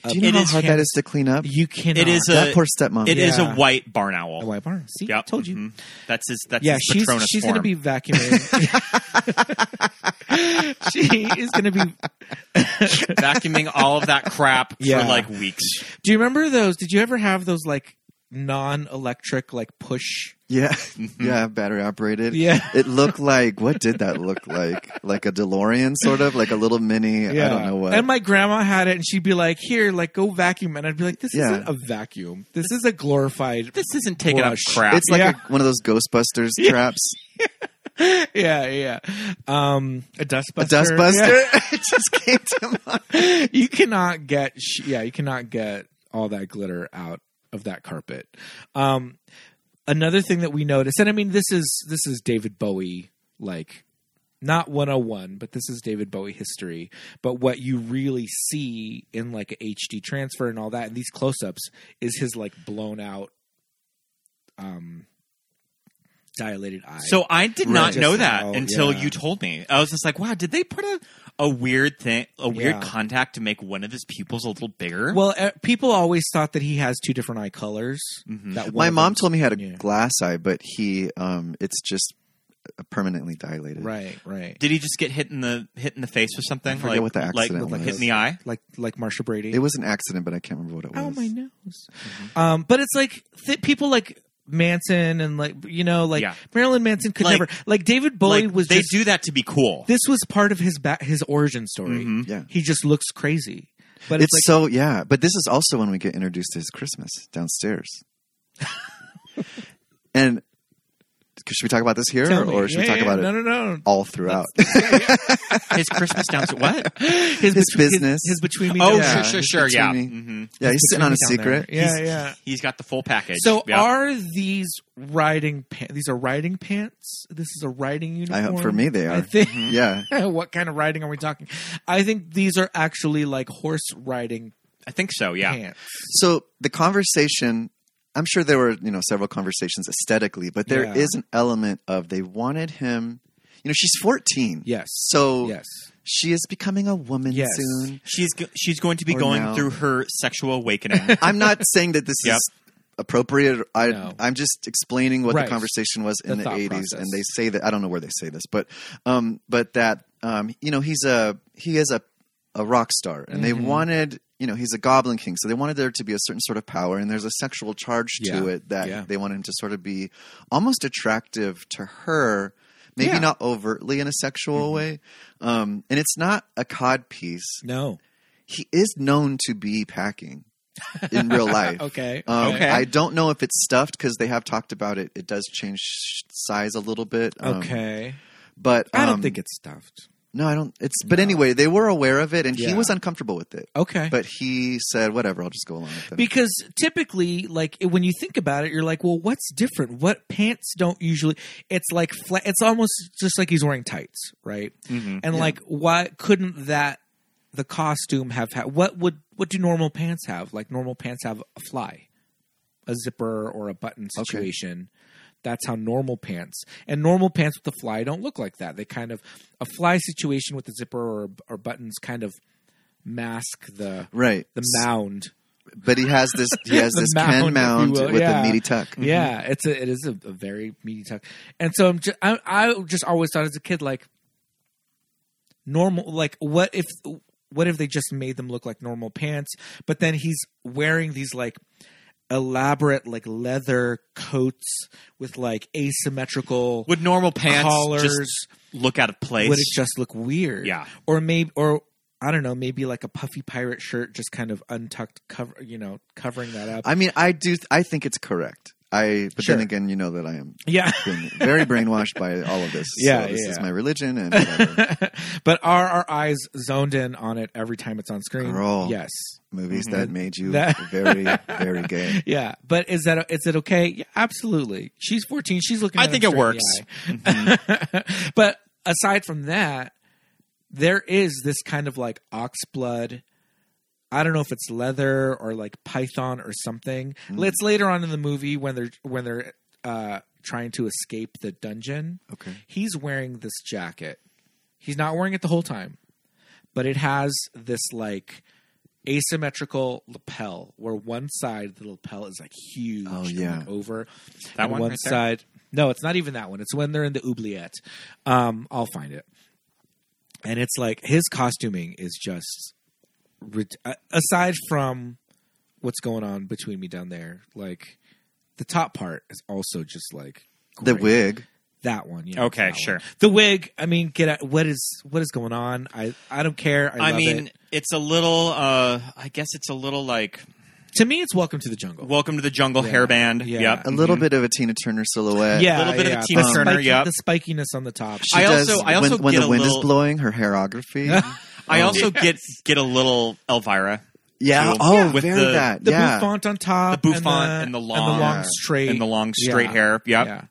Do you know
It
how
is
hard
hand-
that is to clean up?
you cannot.
It is
that
a-
poor stepmom.
It is
Yeah.
a white barn owl.
a white barn. See,
Yep.
told you.
Mhm. That's his. That's
Yeah,
his
she's
Patronus
she's
form.
gonna be vacuuming. she is gonna be.
vacuuming all of that crap
Yeah.
for like weeks.
Do you remember those? Did you ever have those like non-electric like push?
Yeah, yeah, battery operated.
Mm-hmm. Yeah.
it looked like what did that look like? Like a DeLorean, sort of like a little mini. I don't know what.
And my grandma had it, and she'd be like, "Here, like go vacuum," and I'd be like, "This
Yeah.
isn't a vacuum. This is a glorified."
This isn't taking
Brush.
up crap.
it's like
Yeah.
a, one of those Ghostbusters traps,
yeah, yeah. Um, a dustbuster.
a dustbuster. it just came to mind.
you cannot get sh- yeah you cannot get all that glitter out of that carpet um another thing that we noticed and i mean this is this is david bowie like not 101 but this is david bowie history but what you really see in like a hd transfer and all that and these close-ups is his like blown out um dilated eye
So I did
Right.
not
Just
know that
how-
until
yeah.
you told me. I was just like, wow, did they put a, a weird thing, a weird
Yeah.
contact to make one of his pupils a little bigger?
well uh, people always thought that he has two different eye colors
Mhm.
that one
Mm-hmm. My
of
mom
them's-
told me he had a
Yeah.
glass eye, but he, um, it's just permanently dilated.
right right
did he just get hit in the hit in the face with something?
forget
like
what the
like,
accident
like
was.
hit in the eye.
like like Marsha Brady.
It was an accident, but I can't remember what it was.
oh my nose. Um, but it's like th- people like Manson and like you know like
Yeah.
Marilyn Manson could
Like-
never like David Bowie
like
was
they
just
do that to be cool.
this was part of his ba- his origin story.
Mhm.
Yeah.
He just looks crazy, but
Mm-hmm. It's,
it's, like
so yeah, but this is also when we get introduced to his Christmas downstairs. and should we talk about this here,
tell
or,
me.
should we
Yeah,
talk
yeah,
about
no,
it
No, no, no.
all throughout?
His Christmas dance. What?
His,
His
between-
business.
his, between me.
Oh,
down-
Yeah.
sure, sure, sure.
It's
Yeah.
me.
hmm
yeah, he's sitting on a
between me down
secret.
there. Yeah,
He's-
yeah.
He's got the full package.
So
Yeah.
are these riding pants? These are riding pants. This is a riding
I
uniform.
hope for me they
I
are. Mm-hmm.
think.
Yeah,
what kind of riding are we talking? I think these are actually like horse riding
I think so. Yeah.
pants.
So the conversation, I'm sure there were you know several conversations aesthetically, but there is
Yeah.
an element of they wanted him. You know, she's 14.
Yes.
So
Yes.
she is becoming a woman
Yes.
soon.
She's go- she's going to be
Oh,
Or
going
now.
through her sexual awakening.
I'm not saying that this
Yep.
is appropriate. I,
No.
I'm just explaining what
Right.
the conversation was in
The
the,
thought
80s,
process.
and they say that I don't know where they say this, but um, but that um, you know he's a he is a a rock star, and they
Mhm.
wanted you know he's a Goblin King, so they wanted there to be a certain sort of power, and there's a sexual charge
Yeah.
to it that
Yeah.
they wanted him to sort of be almost attractive to her. Maybe
Yeah. Mm-hmm.
not overtly in a sexual way, um, and it's not a cod piece.
No.
He is known to be packing in real life.
Okay.
Um,
Okay.
I don't know if it's stuffed because they have talked about it. It does change size a little bit. um,
okay.
But
I don't
um,
think it's stuffed.
No, I don't. It's but anyway, they were aware of it, and he
Yeah.
was uncomfortable with it.
Okay.
But he said, "Whatever, I'll just go along with it."
because typically like it- when you think about it you're like well what's different what pants don't usually it's like flat it's almost just like he's wearing tights right
Mhm.
and like why couldn't that the costume have had what would what do normal pants have like normal pants have a fly a zipper or a button
Okay.
situation that's how normal pants and normal pants with the fly don't look like that they kind of a fly situation with a zipper or, or buttons kind of mask the
right.
the mound
But he has this. He has
The
this
mound, if you
Ken mound
will,
with
yeah.
a meaty tuck.
Mm-hmm.
Yeah, it's a, it is a, a very meaty tuck. And so I'm just, I, I just always thought as a kid, like normal, like what if, what if they just made them look like normal pants? But then he's wearing these like elaborate like leather coats with like asymmetrical
Would normal pants
collars.
just look out of place?
would it just look weird?
Yeah.
Or maybe, or I don't know, maybe like a puffy pirate shirt, just kind of untucked, cover, you know, covering that up.
Mm-hmm. I mean, I do. I think it's correct. I. But
Sure.
then again, you know that I am
yeah.
being very brainwashed by all of this.
Yeah,
So this
yeah,
is
yeah.
my religion, and whatever.
but are our eyes zoned in on it every time it's on screen?
Girl.
Yes.
movies
Mhm.
that made you
That-
very, very gay.
Yeah, but is that is it okay? Yeah, absolutely. She's 14. She's looking.
I
at him
think it
straight in the eye. but aside from that, there is this kind of like ox blood. I don't know if it's leather or like python or something. It's later on in the movie when they're when they're uh, trying to escape the dungeon.
Okay.
He's wearing this jacket. He's not wearing it the whole time, but it has this like asymmetrical lapel where one side the lapel is like huge
Oh,
and,
yeah.
like, over
That
and
one
one
right there?
side no it's not even that one it's when they're in the oubliette um i'll find it and it's like his costuming is just rid- a- aside from what's going on between me down there like the top part is also just like
The
great.
wig.
that one yeah
Okay,
that one.
sure.
the wig i mean get out what is what is going on i i don't care i,
I
love
mean,
it.
it's a little. uh I guess it's a little like
to me it's welcome to the jungle
Welcome to the Jungle
Yeah.
Hairband.
Yeah.
Yep. Mhm.
A little bit of a Tina Turner silhouette.
yeah,
little bit of a
yeah.
Tina
the
Turner,
spiky-
yep.
the spikiness on the top.
She
I
does,
also- I also
when, when
get
the
a
wind
little-
is blowing, her hairography.
I
Oh.
also get get a little Elvira
yeah.
too.
Oh,
With
very
the-
that.
the
yeah.
bouffant on top,
The bouffant and the long-
Yeah.
straight,
and the long straight
Yeah.
hair. Yep.
Yeah.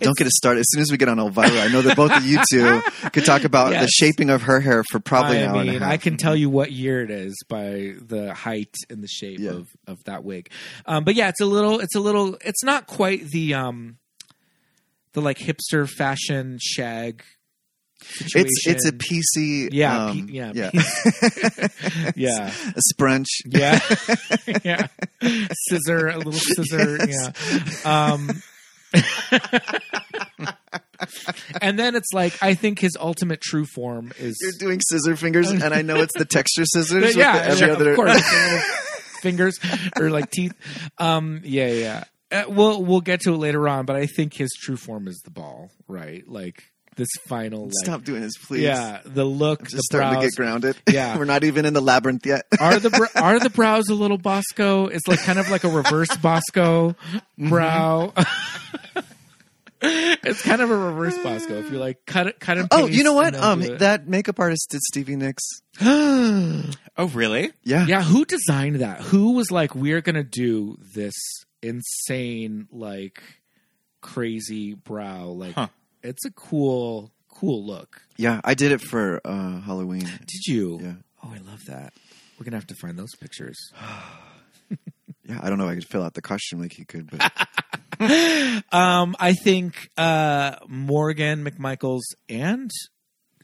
Don't get us started. As soon as we get on Elvira, I know that both of you two could talk about the
Yes.
shaping of her hair for probably an
I
hour
mean,
and a half.
I can tell you what year it is by the height and the shape
Yeah.
of of that wig. Um, but yeah, it's a little, it's a little, it's not quite the um, the like hipster fashion shag. Situation.
It's it's a PC.
Yeah,
um,
P- yeah,
yeah.
yeah,
a sprunch.
yeah, yeah. Scissor, a little scissor, yeah. Um, and then it's like I think his ultimate true form is
You're doing scissor fingers, and I know it's the texture scissors.
yeah,
with the, every
yeah,
other.
of course, with the little fingers or like teeth. Um, yeah, yeah. Uh, we'll we'll get to it later on, but I think his true form is the ball, right? Like this final, like,
Stop doing this, please.
Yeah, the look,
I'm
the
just starting
brows.
to get grounded.
Yeah.
we're not even in the labyrinth yet.
are the br- are the brows a little Bosco? It's like kind of like a reverse Bosco
Mm-hmm.
brow. it's kind of a reverse Bosco. If you like cut it, cut and
Oh,
paste
you know what?
and then
Um,
do it.
that makeup artist did Stevie Nicks.
Oh, really?
Yeah,
yeah, who designed that? Who was like, we're gonna do this insane, like crazy brow? Like,
Huh.
it's a cool, cool look.
Yeah, I did it for uh, Halloween.
Did you?
Yeah.
Oh, I love that. We're gonna have to find those pictures.
Yeah, I don't know. if I could fill out the costume like he could, but
Um, I think uh, Morgan McMichaels and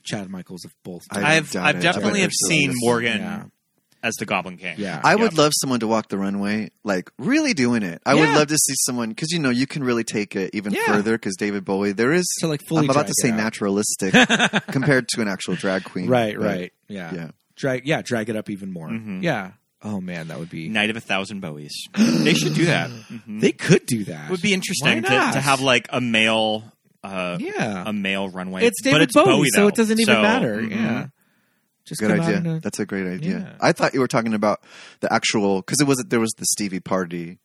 Chad Michaels have both.
I
done-
I've
doubt
I've
it,
definitely
but
have
they're
seen
still-
Morgan
Yeah.
as the Goblin King.
yeah,
I would
Yep.
love someone to walk the runway, like really doing it. I would
Yeah.
love to see someone because you know you can really take it even
Yeah.
further because David Bowie. There is.
to like fully.
I'm
drag
about to
it
say
out.
naturalistic compared to an actual drag queen.
Right,
but
right, yeah,
Yeah. Mm-hmm.
drag, yeah, drag it up even more.
Mhm.
Yeah. Oh man, that would be.
Night of a Thousand Bowies. they should do that. Mhm.
They could do that.
It would be interesting to,
Why not?
to have like a male uh
Yeah.
a male runway.
it's David
but it's
Bowie, so
though.
it doesn't even
So,
matter.
mhm.
Yeah. Just
Good
come out uh, in
idea.
a-
That's a great idea.
Yeah.
I thought you were talking about the actual because it was there was the Stevie party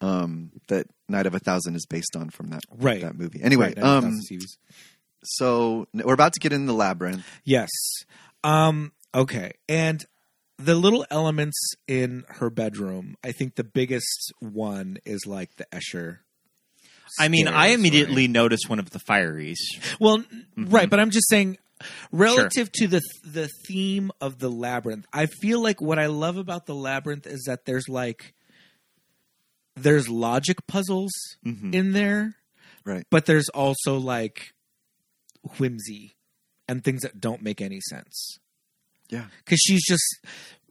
um, that Night of a Thousand is based on from that
Right.
that movie. Anyway,
Right, that's-
um,
that's Steve's.
so n- we're about to get in the labyrinth.
Yes. Um, okay. And the little elements in her bedroom, I think the biggest one is like the Escher.
I mean, I
Stairs,
immediately Mm-hmm. noticed one of the fireys.
Well, n- right, but I'm just saying relative to the the theme of the labyrinth. I feel like what I love about the labyrinth is that there's like there's logic puzzles
Mhm.
in there,
Right.
but there's also like whimsy and things that don't make any sense.
Yeah.
because she's just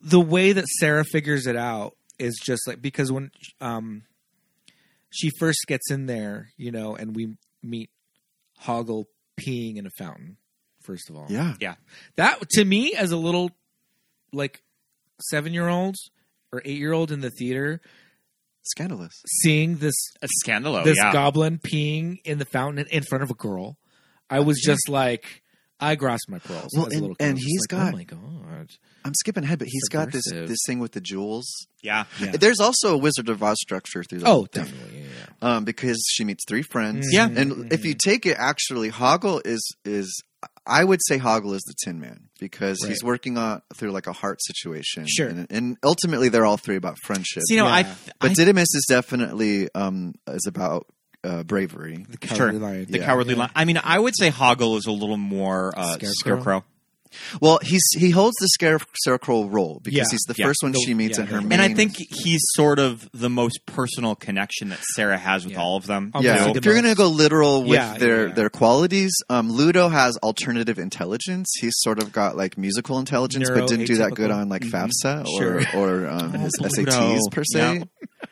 the way that Sarah figures it out is just like because when um she first gets in there, you know, and we meet Hoggle peeing in a fountain. First of all,
Yeah.
that to me as a little like seven year old or eight year old in the theater
Scandalous.
seeing this
A scandalo,
this
Oh, yeah.
goblin peeing in the fountain in front of a girl, I was just like. I grasped my pearls
Well,
as a
and-
little kid. I
and
was just
he's
like,
got-
oh my god,
I'm skipping ahead, but he's got this
Subversive.
this thing with the jewels.
yeah.
Yeah.
There's also a Wizard of Oz structure through the
oh
whole thing.
definitely, yeah, yeah.
Um, because she meets three friends.
Yeah.
And if you take it actually, Hoggle is is I would say Hoggle is the Tin Man because he's
Right.
working on through like a heart situation.
Sure.
And, and ultimately they're all three about friendship.
So, you know, I,
Yeah.
but
I-
Didymus is definitely um is about uh, bravery.
The
Sure.
Cowardly Lion.
the
Yeah.
cowardly lion. I mean, I would say Hoggle is a little more uh,
Scarecrow?
scarecrow.
Well, he's he holds the scare- scarecrow role because
Yeah.
he's the
Yeah.
first one
The-
she meets
yeah,
in her.
the-
main,
And I think he's sort of the most personal connection that Sarah has with
Yeah.
all of them.
Almost
yeah,
like
if you're gonna go literal with
Yeah,
their
yeah.
their qualities, um, Ludo has alternative intelligence. He's sort of got like musical intelligence, but didn't do that good
Neuroatypical. Mm-hmm.
on like FAFSA
Sure.
or or um,
Oh,
his
Ludo.
SATs per se.
Yeah.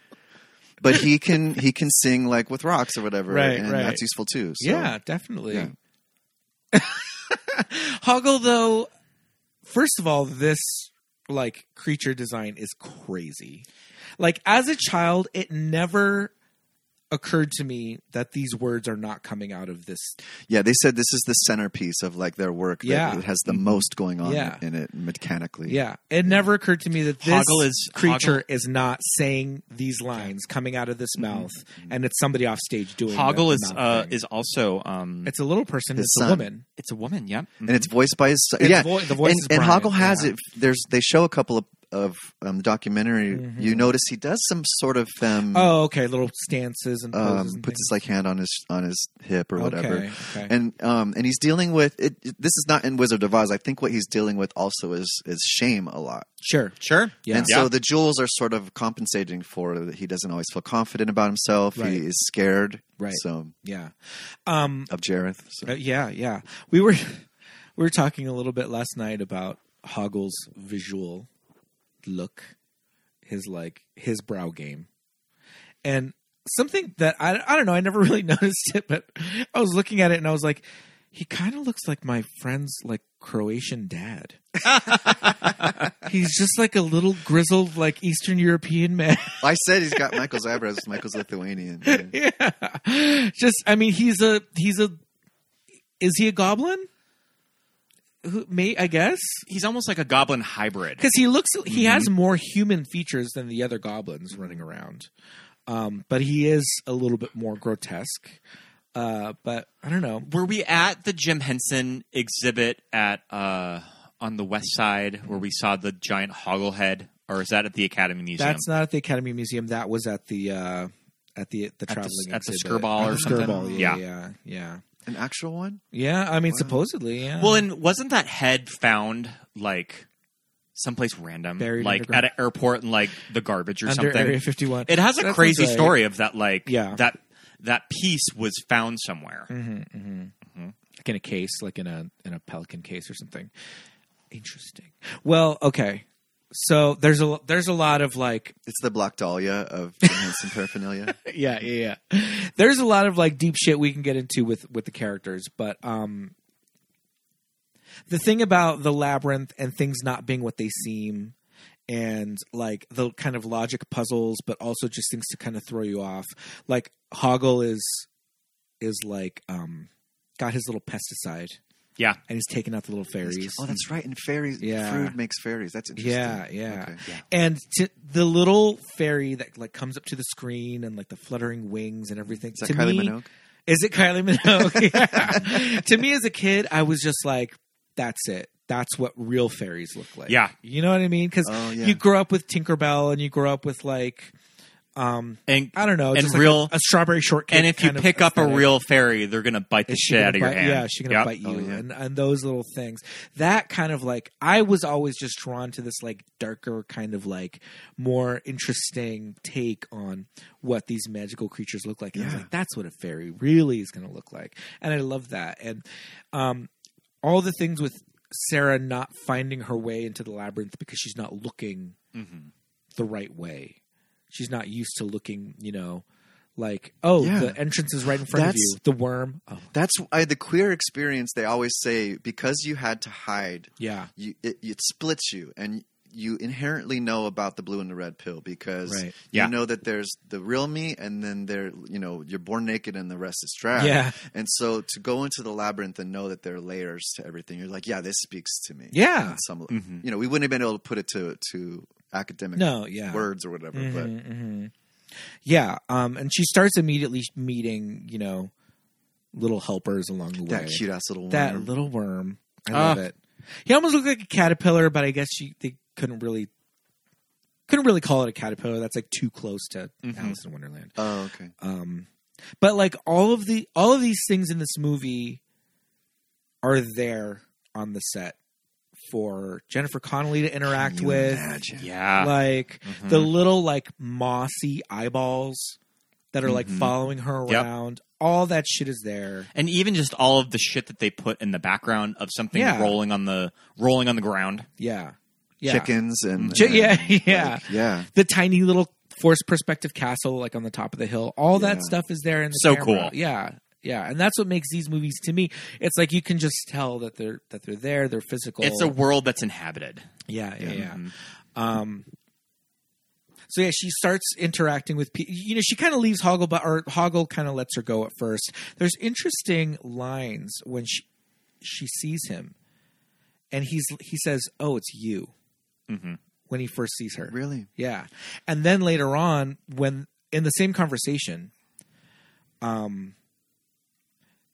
but he can he can sing like with rocks or whatever,
Right,
and
right.
that's useful too. So.
yeah, definitely.
Yeah.
Hoggle, though, first of all, this like creature design is crazy. Like as a child, it never occurred to me that these words are not coming out of this.
yeah, they said this is the centerpiece of like their work. that
Yeah. Mm-hmm.
it has the most going on
Yeah.
in it mechanically.
Yeah, it never occurred to me that this
Hoggle is-
creature is not saying these lines coming out of this
Mm-hmm.
mouth, and it's somebody off stage doing. the-
Hoggle
the
is
mouth
uh,
thing.
is also um, it's,
it's a little person.
His
It's a
son.
woman.
a woman. Yeah,
and it's voiced by his son.
It's
yeah,
vo- the voice
and,
is
and
Brian,
Hoggle has
yeah.
it. There's they show a couple of of um, documentary. You notice he does some sort of um,
Mm-hmm. Oh, okay. Little stances and poses
um
and things.
puts his like hand on his on his hip or whatever.
Okay, okay.
And um and he's dealing with it. it- This is not in Wizard of Oz. I think what he's dealing with also is is shame a lot.
sure.
sure.
Yeah.
And so the jewels are sort of compensating for that. He doesn't always feel confident about himself.
Right.
He is scared.
Right.
So
Yeah. Um
of Jareth. So.
uh, yeah, yeah. We were we were talking a little bit last night about Hoggle's visual look, his like his brow game. And something that I I don't know, I never really noticed it, but I was looking at it and I was like he kind of looks like my friend's like Croatian dad. He's just like a little grizzled like Eastern European man.
I said he's got Michael's eyebrows. Michael's Lithuanian.
yeah. Just I mean he's a he's a is he a goblin? Who may I guess?
He's almost like a goblin hybrid.
Cuz he looks he has
Mm-hmm.
more human features than the other goblins running around. Um but he is a little bit more grotesque. Uh but I don't know.
Were we at the Jim Henson exhibit at uh, on the West Side where we saw the giant Hoggle head, or is that at the Academy Museum?
That's uh, not at the Academy Museum. That was at the uh at the
the-
the traveling
at the
exhibit.
Skirball
At
or
the
something?
Skirball,
Yeah.
yeah, yeah, yeah.
An actual one?
Yeah, I mean
Wow.
supposedly, yeah.
Well, and wasn't that head found like someplace random,
Buried
like
underground.
at an airport in like the garbage or
under
something?
Area 51.
It has a
That
crazy
sounds right.
story of that, like
Yeah. Mm.
that that piece was found somewhere.
Mm-hmm. like in a case, like in a in a pelican case or something. Interesting. Well, okay. So there's a there's a lot of like
It's the Black Dahlia of Hanson paraphernalia.
yeah yeah yeah. There's a lot of like deep shit we can get into with with the characters, but um, the thing about the labyrinth and things not being what they seem. And like the kind of logic puzzles, but also just things to kind of throw you off. Like Hoggle is is like um got his little pesticide
Yeah,
and he's taking out the little fairies.
Oh, that's right. And fairies,
Yeah.
food makes fairies. That's interesting.
Yeah, yeah.
Okay.
And to, the little fairy that like comes up to the screen and like the fluttering wings and everything.
Is that
to
Kylie
me,
Minogue?
Is it Kylie Minogue? to me, as a kid, I was just like, that's it. That's what real fairies look like.
Yeah.
You know what I mean? Because
Oh, yeah.
you grow up with Tinkerbell and you grow up with like, um,
And
I don't know,
And
just like
real-
a, a strawberry shortcake.
and if you
kind of
pick up a
aesthetic.
real fairy, they're gonna bite the
Is
shit
gonna
out of your
bite-
hand.
Yeah, she's gonna
Yep.
bite you,
Oh, yeah.
and and those little things. That kind of like I was always just drawn to this like darker kind of like more interesting take on what these magical creatures look like. And I was
Yeah.
like, that's what a fairy really is gonna look like, and I love that. And um, all the things with Sarah not finding her way into the labyrinth because she's not looking
Mm-hmm.
the right way. She's not used to looking, you know, like oh,
Yeah.
the entrance is right in front of
That's-
you. The worm. Oh,
That's I, the queer experience. They always say because you had to hide,
yeah.
you, it, it splits you, and you inherently know about the blue and the red pill because
Right.
you
Yeah.
know that there's the real me, and then there, you know, you're born naked, and the rest is trash.
Yeah.
And so to go into the labyrinth and know that there are layers to everything, you're like, yeah, this speaks to me.
Yeah.
On Some,
Mhm.
you know, we wouldn't have been able to put it to to academic
No, yeah.
words or whatever, but
Mhm, mhm. Yeah. Um, and she starts immediately meeting, you know, little helpers along the
that
way.
cute ass little
that
worm.
little worm. I
Ah.
love it. He almost looked like a caterpillar, but I guess she, they couldn't really couldn't really call it a caterpillar. That's like too close to
Mm-hmm.
Mhm.
Alice in Wonderland.
Oh, okay.
Um, but like all of the all of these things in this movie are there on the set for Jennifer Connelly to interact
Can you
with.
imagine?
Yeah.
Like
Mhm.
the little like mossy eyeballs that are like
Mhm.
following her
Yep.
around. All that shit is there.
and even just all of the shit that they put in the background of something
Yeah.
rolling on the rolling on the ground.
Yeah. Yeah.
Chickens and,
Chi- yeah,
and, like,
yeah.
yeah.
The tiny little forced perspective castle like on the top of the hill. All
Yeah.
that stuff is there in the
So
camera.
cool.
Yeah. Yeah. And that's what makes these movies to me. It's like you can just tell that they're that they're there, they're physical.
It's a world that's inhabited.
yeah, yeah, yeah.
Mhm.
Um, so yeah, she starts interacting with people. You know, she kind of leaves Hoggle, but or Hoggle kind of lets her go at first. There's interesting lines when she she sees him, and he's he says, "Oh, it's you."
Mhm.
When he first sees her,
Really?
yeah, and then later on, when in the same conversation, um,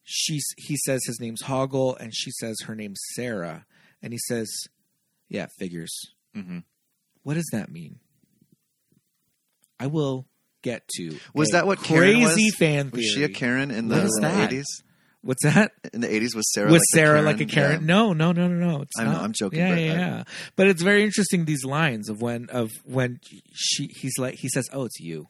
she's he says his name's Hoggle, and she says her name's Sarah, and he says, "Yeah, figures."
Mhm.
what does that mean? I will get to.
Was
a
that what
crazy
Karen was?
fan theory?
Was she a Karen in
What
the
is that?
eighties?
What's that?
In the eighties, was Sarah
was
like
Sarah
a Karen?
like a Karen?
Yeah.
No, no, no, no, no. It's
I know,
not.
I'm joking,
Yeah,
but
yeah,
I-
yeah. But it's very interesting these lines of when of when she he's like he says, "Oh, it's you,"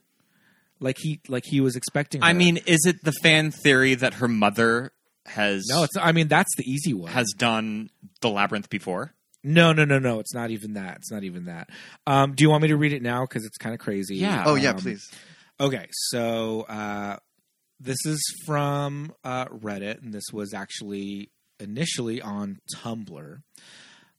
like he like he was expecting.
I
her.
mean, is it the fan theory that her mother has
no, it's. Not, I mean, that's the easy one.
has done the labyrinth before?
no, no, no, no. It's not even that. It's not even that. Um, do you want me to read it now? Because it's kind of crazy.
Yeah.
Oh yeah,
Um,
please.
Okay, so uh, this is from uh, Reddit, and this was actually initially on Tumblr.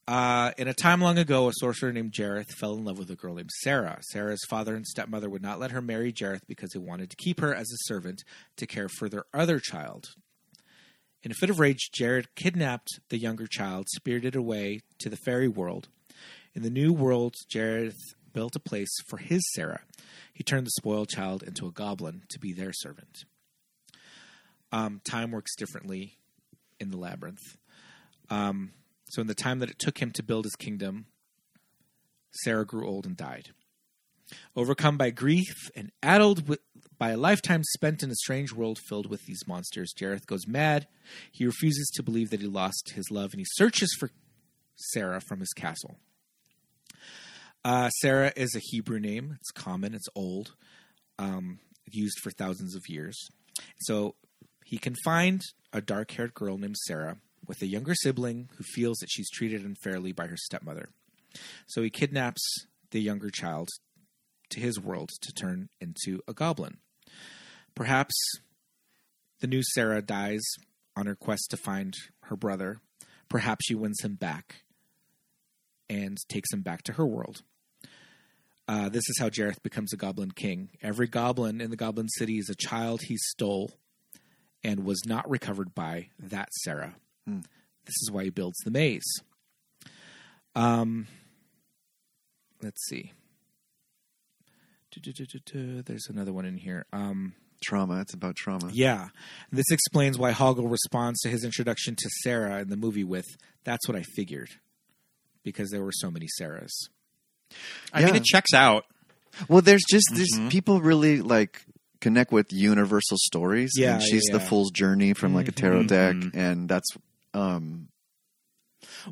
Uh, in a time long ago, a sorcerer named Jareth fell in love with a girl named Sarah. Sarah's father and stepmother would not let her marry Jareth because they wanted to keep her as a servant to care for their other child. In a fit of rage, Jared kidnapped the younger child, spirited away to the fairy world. In the new world, Jareth built a place for his Sarah. He turned the spoiled child into a goblin to be their servant. Um, time works differently in the labyrinth. Um, so, in the time that it took him to build his kingdom, Sarah grew old and died. Overcome by grief and addled with, by a lifetime spent in a strange world filled with these monsters, Jareth goes mad. He refuses to believe that he lost his love and he searches for Sarah from his castle. Uh, Sarah is a Hebrew name. It's common. It's old, um, used for thousands of years. So he can find a dark-haired girl named Sarah with a younger sibling who feels that she's treated unfairly by her stepmother. So he kidnaps the younger child to his world to turn into a goblin. Perhaps the new Sarah dies on her quest to find her brother. Perhaps she wins him back and takes him back to her world. Uh, this is how Jareth becomes a goblin king. Every goblin in the goblin city is a child he stole and was not recovered by that Sarah.
Hmm.
This is why he builds the maze. Um, let's see. Du-du-du-du-du. There's another one in here. Um,
Trauma. It's about trauma.
Yeah. This explains why Hoggle responds to his introduction to Sarah in the movie with, That's what I figured. Because there were so many Sarahs.
I
Yeah.
mean, it checks out.
Well, there's just this
Mm-hmm.
people really like connect with universal stories.
Yeah,
and she's
yeah, Mm-hmm.
the
yeah.
fool's journey from like a tarot deck,
Mhm.
and that's um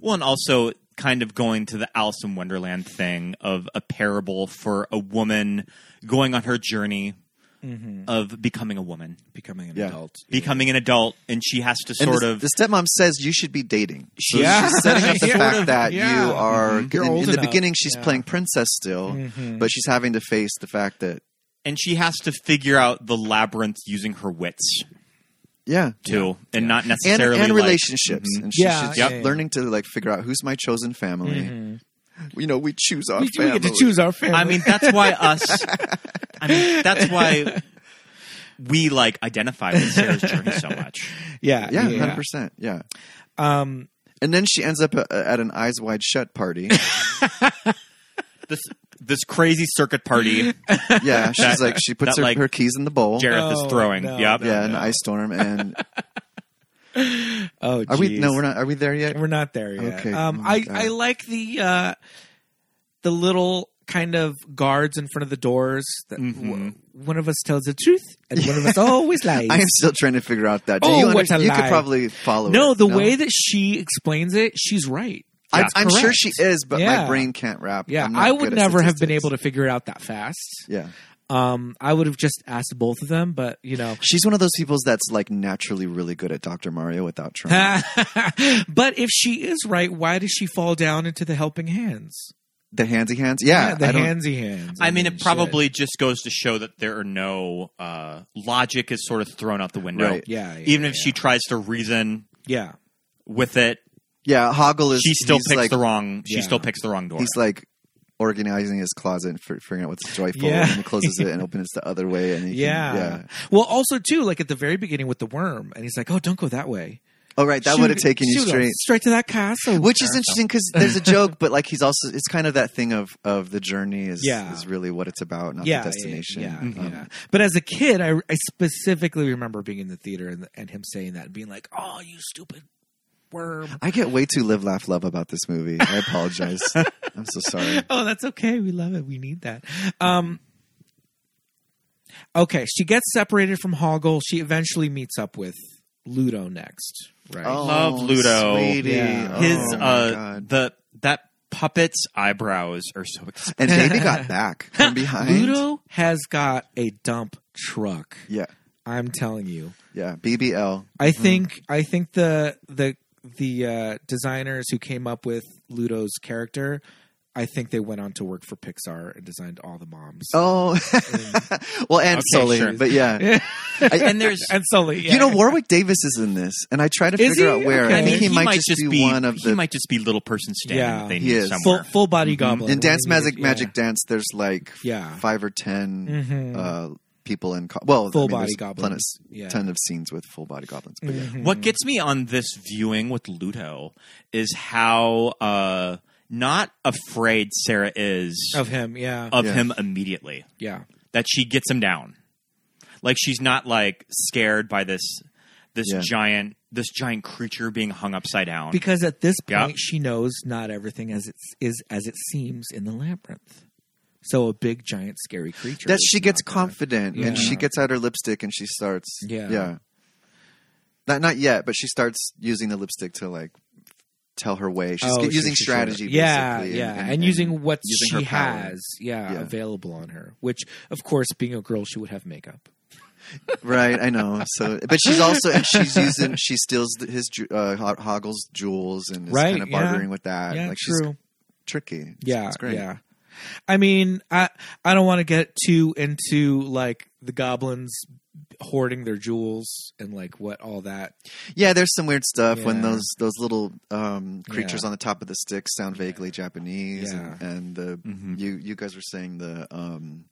Well, and also kind of going to the Alice in Wonderland thing of a parable for a woman going on her journey of becoming a woman,
Becoming an
Mm-hmm. Yeah.
adult.
becoming an adult, and she has to
and
sort
the,
of.
the stepmom says you should be dating. So
Yeah.
she's setting up the
Yeah.
fact that
Yeah. Mm-hmm.
you are
You're
in,
old
in the
enough.
beginning she's
Yeah.
playing princess still,
Mhm.
but she's having to face the fact that
and she has to figure out the labyrinth using her wits
yeah.
too, and not
And,
necessarily
and
like-
relationships,
Mhm.
and she's
mm-hmm. Yeah,
just
yeah, yeah.
learning to like figure out who's my chosen family.
Mhm.
You know, Mm-hmm. we choose our
We, we
family.
get to choose our family.
I mean, that's why us. I mean, that's why we like identify with Sarah's journey so much.
yeah.
yeah, hundred percent. Yeah,
Um,
and then she ends up a, at an eyes wide shut party.
This this crazy circuit party
Yeah, she's
That-
like she puts
that,
her,
like,
her keys in the bowl.
Jareth
No,
is throwing.
no,
yep.
yeah, an ice storm, and
oh,
are we?
geez.
No, we're not. Are we there yet?
We're not there yet.
Okay.
Um,
Oh,
I,
God.
I like the uh, the little kind of guards in front of the doors. That
Mhm.
w- one of us tells the truth, and one of us always lies.
Mm-hmm. I am still trying to figure out that. Do
Oh,
you,
what a
you could
lie.
probably follow.
no,
it,
the way that she explains it, she's right.
I,
that's
I'm sure
correct.
she is, but my
Yeah.
brain can't wrap.
Yeah,
I'm not
I
good
would
at
never have been
statistics.
able to figure it out that fast.
Yeah,
Um, I would have just asked both of them, but you know.
she's one of those people that's like naturally really good at Doctor Mario without trying.
but if she is right, why does she fall down into the helping hands?
the handsy hands. Yeah,
the
I don't-
handsy hands.
I mean, it
shit.
probably just goes to show that there are no uh, logic is sort of thrown out the window.
Right.
Yeah, yeah,
Even if
yeah.
she tries to reason
yeah,
with it,
Yeah, Hoggle is.
she still
he's
picks
like,
the wrong. She
Yeah.
still picks the wrong door.
He's like organizing his closet and fi- figuring out what's joyful,
Yeah.
and he closes it and opens it the other way, and he can-
yeah.
yeah.
Well, also too, like at the very beginning with the worm, and he's like, "Oh, don't go that way."
Oh, right, that
Shoot-
would have taken you
shoot him
straight.
straight to that castle,
which is interesting because there's a joke, but like he's also it's kind of that thing of of the journey is
Yeah.
is really what it's about, not
yeah,
the destination.
Yeah, Mm-hmm.
Um,
yeah. But as a kid, I, I specifically remember being in the theater and, and him saying that, and being like, "Oh, you stupid worm."
I get way too live, laugh, love about this movie. I apologize. I'm so sorry.
oh, that's okay. We love it. We need that. Um, okay, she gets separated from Hoggle. She eventually meets up with Ludo next, right?
love Ludo.
Oh, sweetie.
Yeah.
his
Oh, my
uh
God.
the that puppet's eyebrows are so expensive.
and baby got back from behind.
Ludo has got a dump truck.
Yeah,
I'm telling you.
yeah. BBL.
I think I think the the the uh, designers who came up with Ludo's character, I think they went on to work for Pixar and designed all the moms.
Oh, well, and
Okay,
Sully,
sure.
but yeah. I-
and there's
and Sully. yeah.
You know Warwick Davis is in this, and I try to
Is
figure
he?
out where.
Okay.
I think he, might, just be, one of
he
the
might just be little person standing
Yeah.
that they
He
need
is.
somewhere.
full full body goblin
in Mm-hmm. Dance
What do you
Magic
need?
Magic Dance. There's like
Yeah.
five or 10
Mhm.
uh, people in co- well,
Full
I mean,
body
there's
goblins.
plenty-
Yeah.
ton of scenes with full body goblins. But
Yeah.
yeah.
Mhm.
What gets me on this viewing with Ludo is how uh not afraid Sarah is of,
of him? Yeah,
Yeah.
him immediately.
yeah.
That she gets him down. Like she's not like scared by this this
Yeah.
giant this giant creature being hung upside down.
Because at this
Yeah.
point, she knows not everything as it is as it seems in the labyrinth. So a big, giant, scary creature.
That
is
she gets
Mm-hmm. not gonna-
confident and
Yeah.
she gets out her lipstick and she starts.
Yeah.
yeah. Not not yet, but she starts using the lipstick to like tell her way. She's
Oh,
get-
she-
using
she- she-
strategy.
Yeah,
basically,
yeah, and, using what
using her
she
power.
has, yeah,
Yeah.
available on her. Which, of course, being a girl, she would have makeup.
right. I know. So, but she's also and she's using she steals th- his ju- uh, Ho- Hoggle's jewels and is
Right,
kind of
yeah.
bartering with that.
yeah,
like she's
true.
tricky. It's-
Yeah,
it's great.
yeah. I mean, I I don't want to get too into like the goblins hoarding their jewels and like what all that.
Yeah, there's some weird stuff when
Yeah.
those those little um, creatures
Yeah.
on the top of the sticks sound vaguely Japanese,
Yeah.
and, and the
Mhm.
you you guys were saying the um,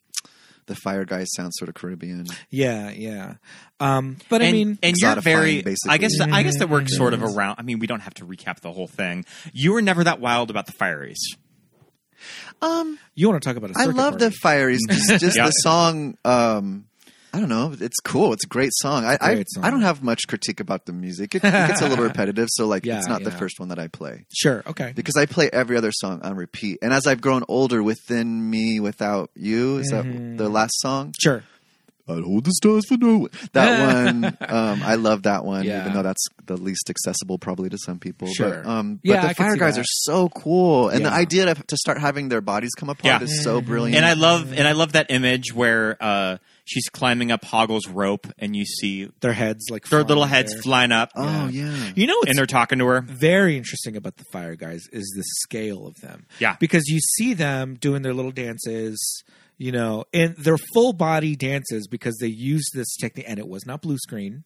the fire guy sounds sort of Caribbean.
Yeah, yeah. Um, but I
and,
mean,
and you're
Exotifying,
very. I
basically.
guess I guess that works
Mhm.
sort of around. I mean, we don't have to recap the whole thing. You were never that wild about the fieries.
Um,
you want to talk about? A
I
circuit
love the
party.
fieries. Just, just
Yeah.
the song. Um, I don't know. It's cool. It's a great song. I I,
Great song.
I don't have much critique about the music. It, it gets a little repetitive, so like
Yeah,
it's not the
yeah.
first one that I play
Sure. Okay.
because I play every other song on repeat. And as I've grown older, within me, without you, is that the last song?
Sure.
I'd hold the stars for no. That one, um, I love that one,
Yeah.
even though that's the least accessible probably to some people.
Sure.
But, um,
Yeah,
but
I
the
could
Fire
see
Guys
that.
are so cool, and the
Yeah.
idea to, to start having their bodies come apart
Yeah.
is so brilliant.
And I love and I love that image where uh, she's climbing up Hoggle's rope, and you see
Their heads like
their little
flying
heads
there.
flying up,
oh yeah,
You know,
and
it's
they're talking to her.
very interesting about the fire guys is the scale of them.
Yeah.
Because you see them doing their little dances, you know, and their full body dances because they use this technique and it was not blue screen.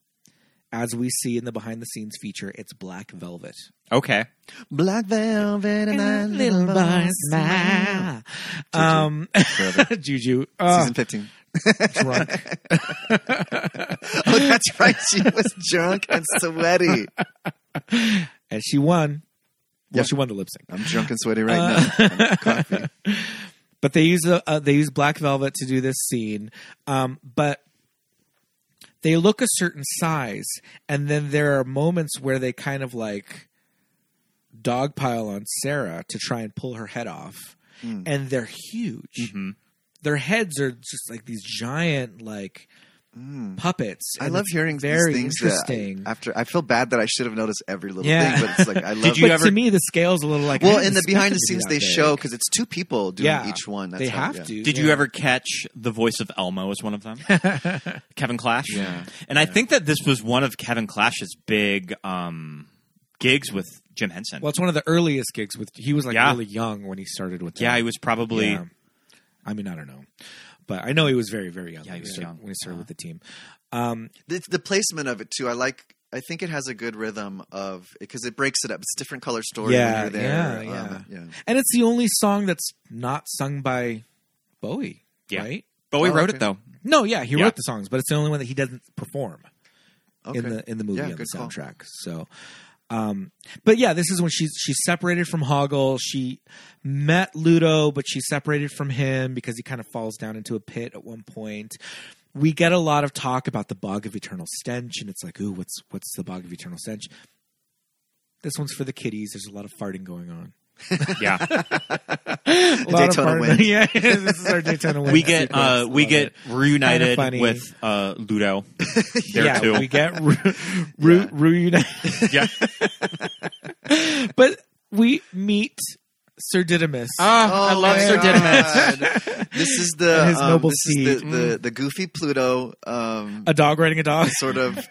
As we see in the behind the scenes feature, it's black velvet.
Okay,
Black Velvet and that little boy smile.
Um
Forever.
Juju.
Season
Uh,
fifteen.
drunk.
Oh, that's right. She was drunk and sweaty.
And she won. Well,
Yeah.
she won the lip sync.
I'm drunk and sweaty right now. Coffee.
but they use a, uh, they use black velvet to do this scene um, but they look a certain size and then there are moments where they kind of like dogpile on sarah to try and pull her head off
Hmm.
and they're huge
Mm-hmm.
Mhm.
their heads are just like these giant like puppets
Hmm. I
and
love
it's
hearing
very
these things.
interesting
That I- after I feel bad that I should have noticed every little
Yeah.
thing, but it's like I love.
Did you
but
ever-
to me the scale's a little like
well,
I
in the
didn't
behind
expect
the
it
scenes,
to be
they
that
show
big.
because it's two people doing
Yeah.
each one. That's
they
how-
have
yeah.
to
Did you
yeah.
ever catch the voice of Elmo as one of them? Kevin Clash.
Yeah.
And I think that this was one of Kevin Clash's big um, gigs with Jim Henson.
well it's one of the earliest gigs with he was like
Yeah.
really young when he started with them.
yeah, he was probably
Yeah. I mean, I don't know, but I know he was very, very young.
Yeah,
when
he was
started-
young.
when he started
Uh-huh.
with the team. Um,
The, the placement of it too. I like. I think it has a good rhythm of because it breaks it up. It's a different color story
Yeah,
when you're there.
yeah,
Um,
and it's the only song that's not sung by Bowie,
Yeah.
right?
Bowie
Oh,
wrote
okay.
it though.
No, yeah, he
Yeah.
wrote the songs, but it's the only one that he doesn't perform
Okay.
in the in the movie
Yeah,
on the
good call.
soundtrack. So, um, but yeah, this is when she's she's separated from Hoggle. She met Ludo, but she's separated from him because he kind of falls down into a pit at one point. We get a lot of talk about the bog of eternal stench, and it's like, ooh, what's what's the bog of eternal stench? This one's for the kiddies. There's a lot of farting going on.
Yeah.
A lot of
Daytona
farting.
wind.
yeah, this is our Daytona win.
we get uh, we get reunited
funny.
with uh, Ludo there
yeah,
too.
we get re- re- reunited.
yeah.
but we meet Sir Didymus.
Oh,
Ah, I love
my
Sir Didymus.
God. this is the
And his
um,
noble
this is the,
steed.
the, the goofy Pluto um,
a dog riding a dog,
sort of.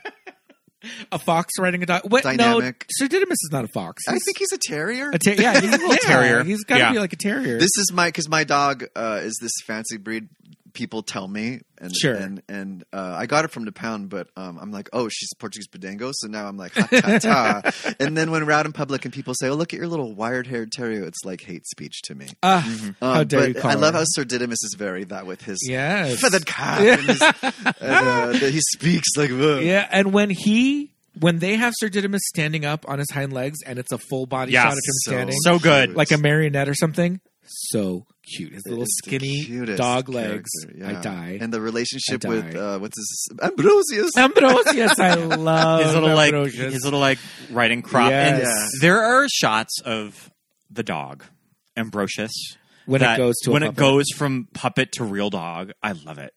a fox riding a dog. What? No,
Dynamic.
Sir Didymus is not a fox.
I
He's
think he's a terrier.
a ter- yeah, he's a little terrier.
terrier.
He's got to
Yeah.
be like a terrier.
This is my because my dog uh, is this fancy breed. People tell me, and
Sure.
and, and uh, I got it from the pound, but um, I'm like, oh, she's Portuguese Podango, so now I'm like, ha ta ta. and then when we're out in public and people say, oh, look at your little wired-haired terrier, it's like hate speech to me.
Ah,
Um,
how dare
but
you call
I love
her.
how Sir Didymus is very that with his
Yes.
feathered cap,
Yeah.
and, his, and uh, that he speaks like, "Ugh."
Yeah, and when he when they have Sir Didymus standing up on his hind legs, and it's a full body
Yeah,
shot of him standing,
so good.
like a marionette or something. So cute. His little
It's the
skinny
cutest
dog legs.
character,
I
yeah.
died.
And the relationship with
died.
uh, what's his Ambrosius.
Ambrosius, I love
his little like
Ambrosius.
his little like riding crop. And
Uh, Yes.
there are shots of the dog, Ambrosius.
When it
that-
goes to a
when it
puppet.
goes from puppet to real dog. I love it.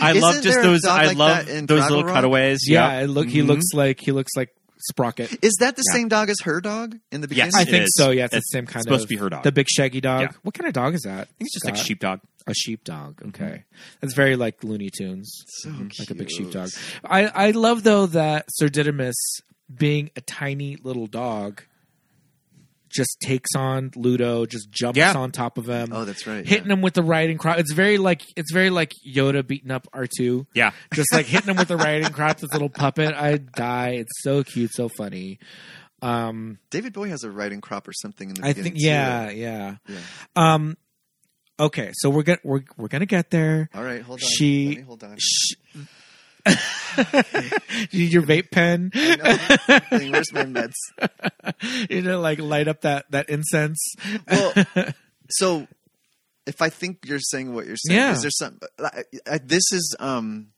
I love
Isn't
just
there a
those.
dog
I
like
love
that in
those little
Fraggle Rock?
cutaways.
yeah,
Yep.
it look he
Mhm.
looks like he looks like Sprocket.
Is that the
Yeah.
same dog as her dog in the beginning?
Yes.
I
It
think
is.
so. Yeah, it's,
It's
the same kind
supposed
of
to be her dog.
the big shaggy dog.
Yeah.
What kind of dog is that?
I think it's just Mm-hmm. like
Scott?
sheepdog.
A sheepdog. Okay, that's very like Looney Tunes,
So
like a big
cute.
sheepdog. I I love though that Sir Didymus, being a tiny little dog, just takes on Ludo, just jumps
Yeah.
on top of him,
Oh, that's right.
hitting him with the riding crop. It's very like it's very like Yoda beating up R two.
Yeah.
just like hitting him with the riding crop, this little puppet. I die. It's so cute, so funny. Um,
David Bowie has a riding crop or something in the
I
beginning.
think,
too.
yeah, yeah,
Yeah.
Um, okay, so we're gonna we're we're gonna get there.
All right, hold on.
She-
Let me hold on.
Shh. you need your vape pen.
I know. Where's my meds?
You know, like light up that that incense.
Well, so if I think you're saying what you're saying,
Yeah.
is there some? I, I, this is um.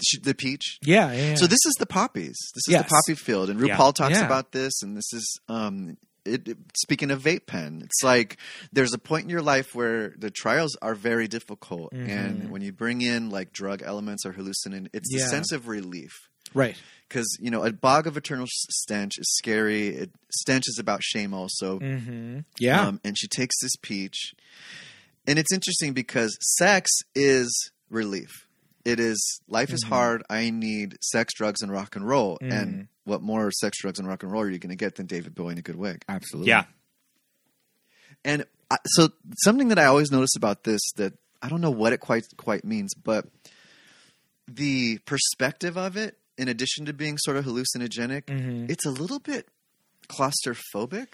sh- the peach.
Yeah, yeah, yeah.
So this is the poppies. This is
Yes.
the poppy field, and RuPaul
Yeah.
talks
Yeah.
about this. And this is um, it, it- speaking of vape pen. It's like there's a point in your life where the trials are very difficult, and when you bring in like drug elements or hallucinogen, it's
Mm-hmm. Yeah.
the sense of relief
right.
because you know a bog of eternal s- stench is scary. It, stench is about shame also.
Mm-hmm. Yeah.
Um, and she takes this peach. And it's interesting because sex is relief. It is life is
Mm-hmm.
hard. I need sex, drugs, and rock and roll.
Mm.
And what more sex, drugs, and rock and roll are you going to get than David Bowie in a good wig?
Absolutely.
Yeah.
And I, so something that I always notice about this that I don't know what it quite quite means, but the perspective of it, in addition to being sort of hallucinogenic,
Mhm.
it's a little bit claustrophobic.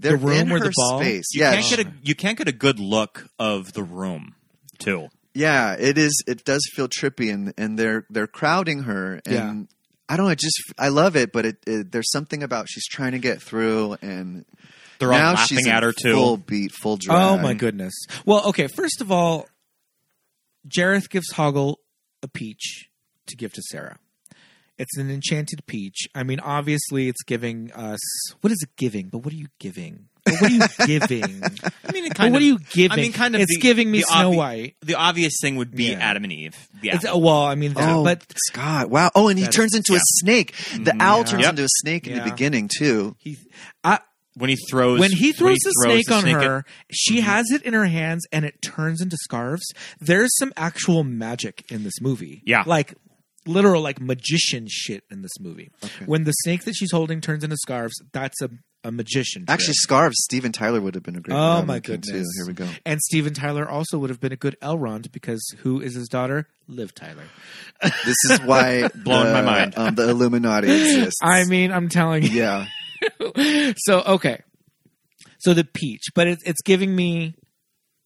The
They're
room
in
or the
her
ball?
space.
You
yeah,
can't get a you can't get a good look of the room too.
Yeah, it is. It does feel trippy, and and they're they're crowding her. And
Yeah.
I don't know. It just I love it, but it, it there's something about she's trying to get through, and
They're all
now
laughing
she's
at
in
her too.
Full beat, full drag.
Oh my goodness. Well, okay. First of all, Jareth gives Hoggle a peach to give to Sarah. It's an enchanted peach. I mean, obviously, it's giving us what is it giving? But what are you giving? But what are you giving?
I mean, it
But
kind
what
of,
are you giving?
I mean, kind of
It's
the-
giving me
the
Snow
obvi-
White.
the obvious thing would be
Yeah.
Adam and Eve. Yeah.
It's, well, I mean, that,
Oh,
but
Scott! Wow. Oh, and he
That's-
turns into a
yeah. Mm-hmm.
snake. The owl turns
Yep.
into a snake in
Yeah.
the beginning too.
he, I,
when he throws
when he throws the snake
the
on
at-
her, she has it in her hands and it turns into scarves. There's some actual magic in this movie.
Yeah.
Like literal like magician shit in this movie. When the snake that she's holding turns into scarves, that's a, a magician. trick.
Actually, scarves. Steven Tyler would have been a great.
Oh
Robin
my
King,
goodness.
Too. Here we go.
and Steven Tyler also would have been a good Elrond because who is his daughter? Liv Tyler.
This is why
Blowing
the,
my mind.
Um, the Illuminati exists.
I mean, I'm telling you.
yeah.
so okay, so the peach, but it's it's giving me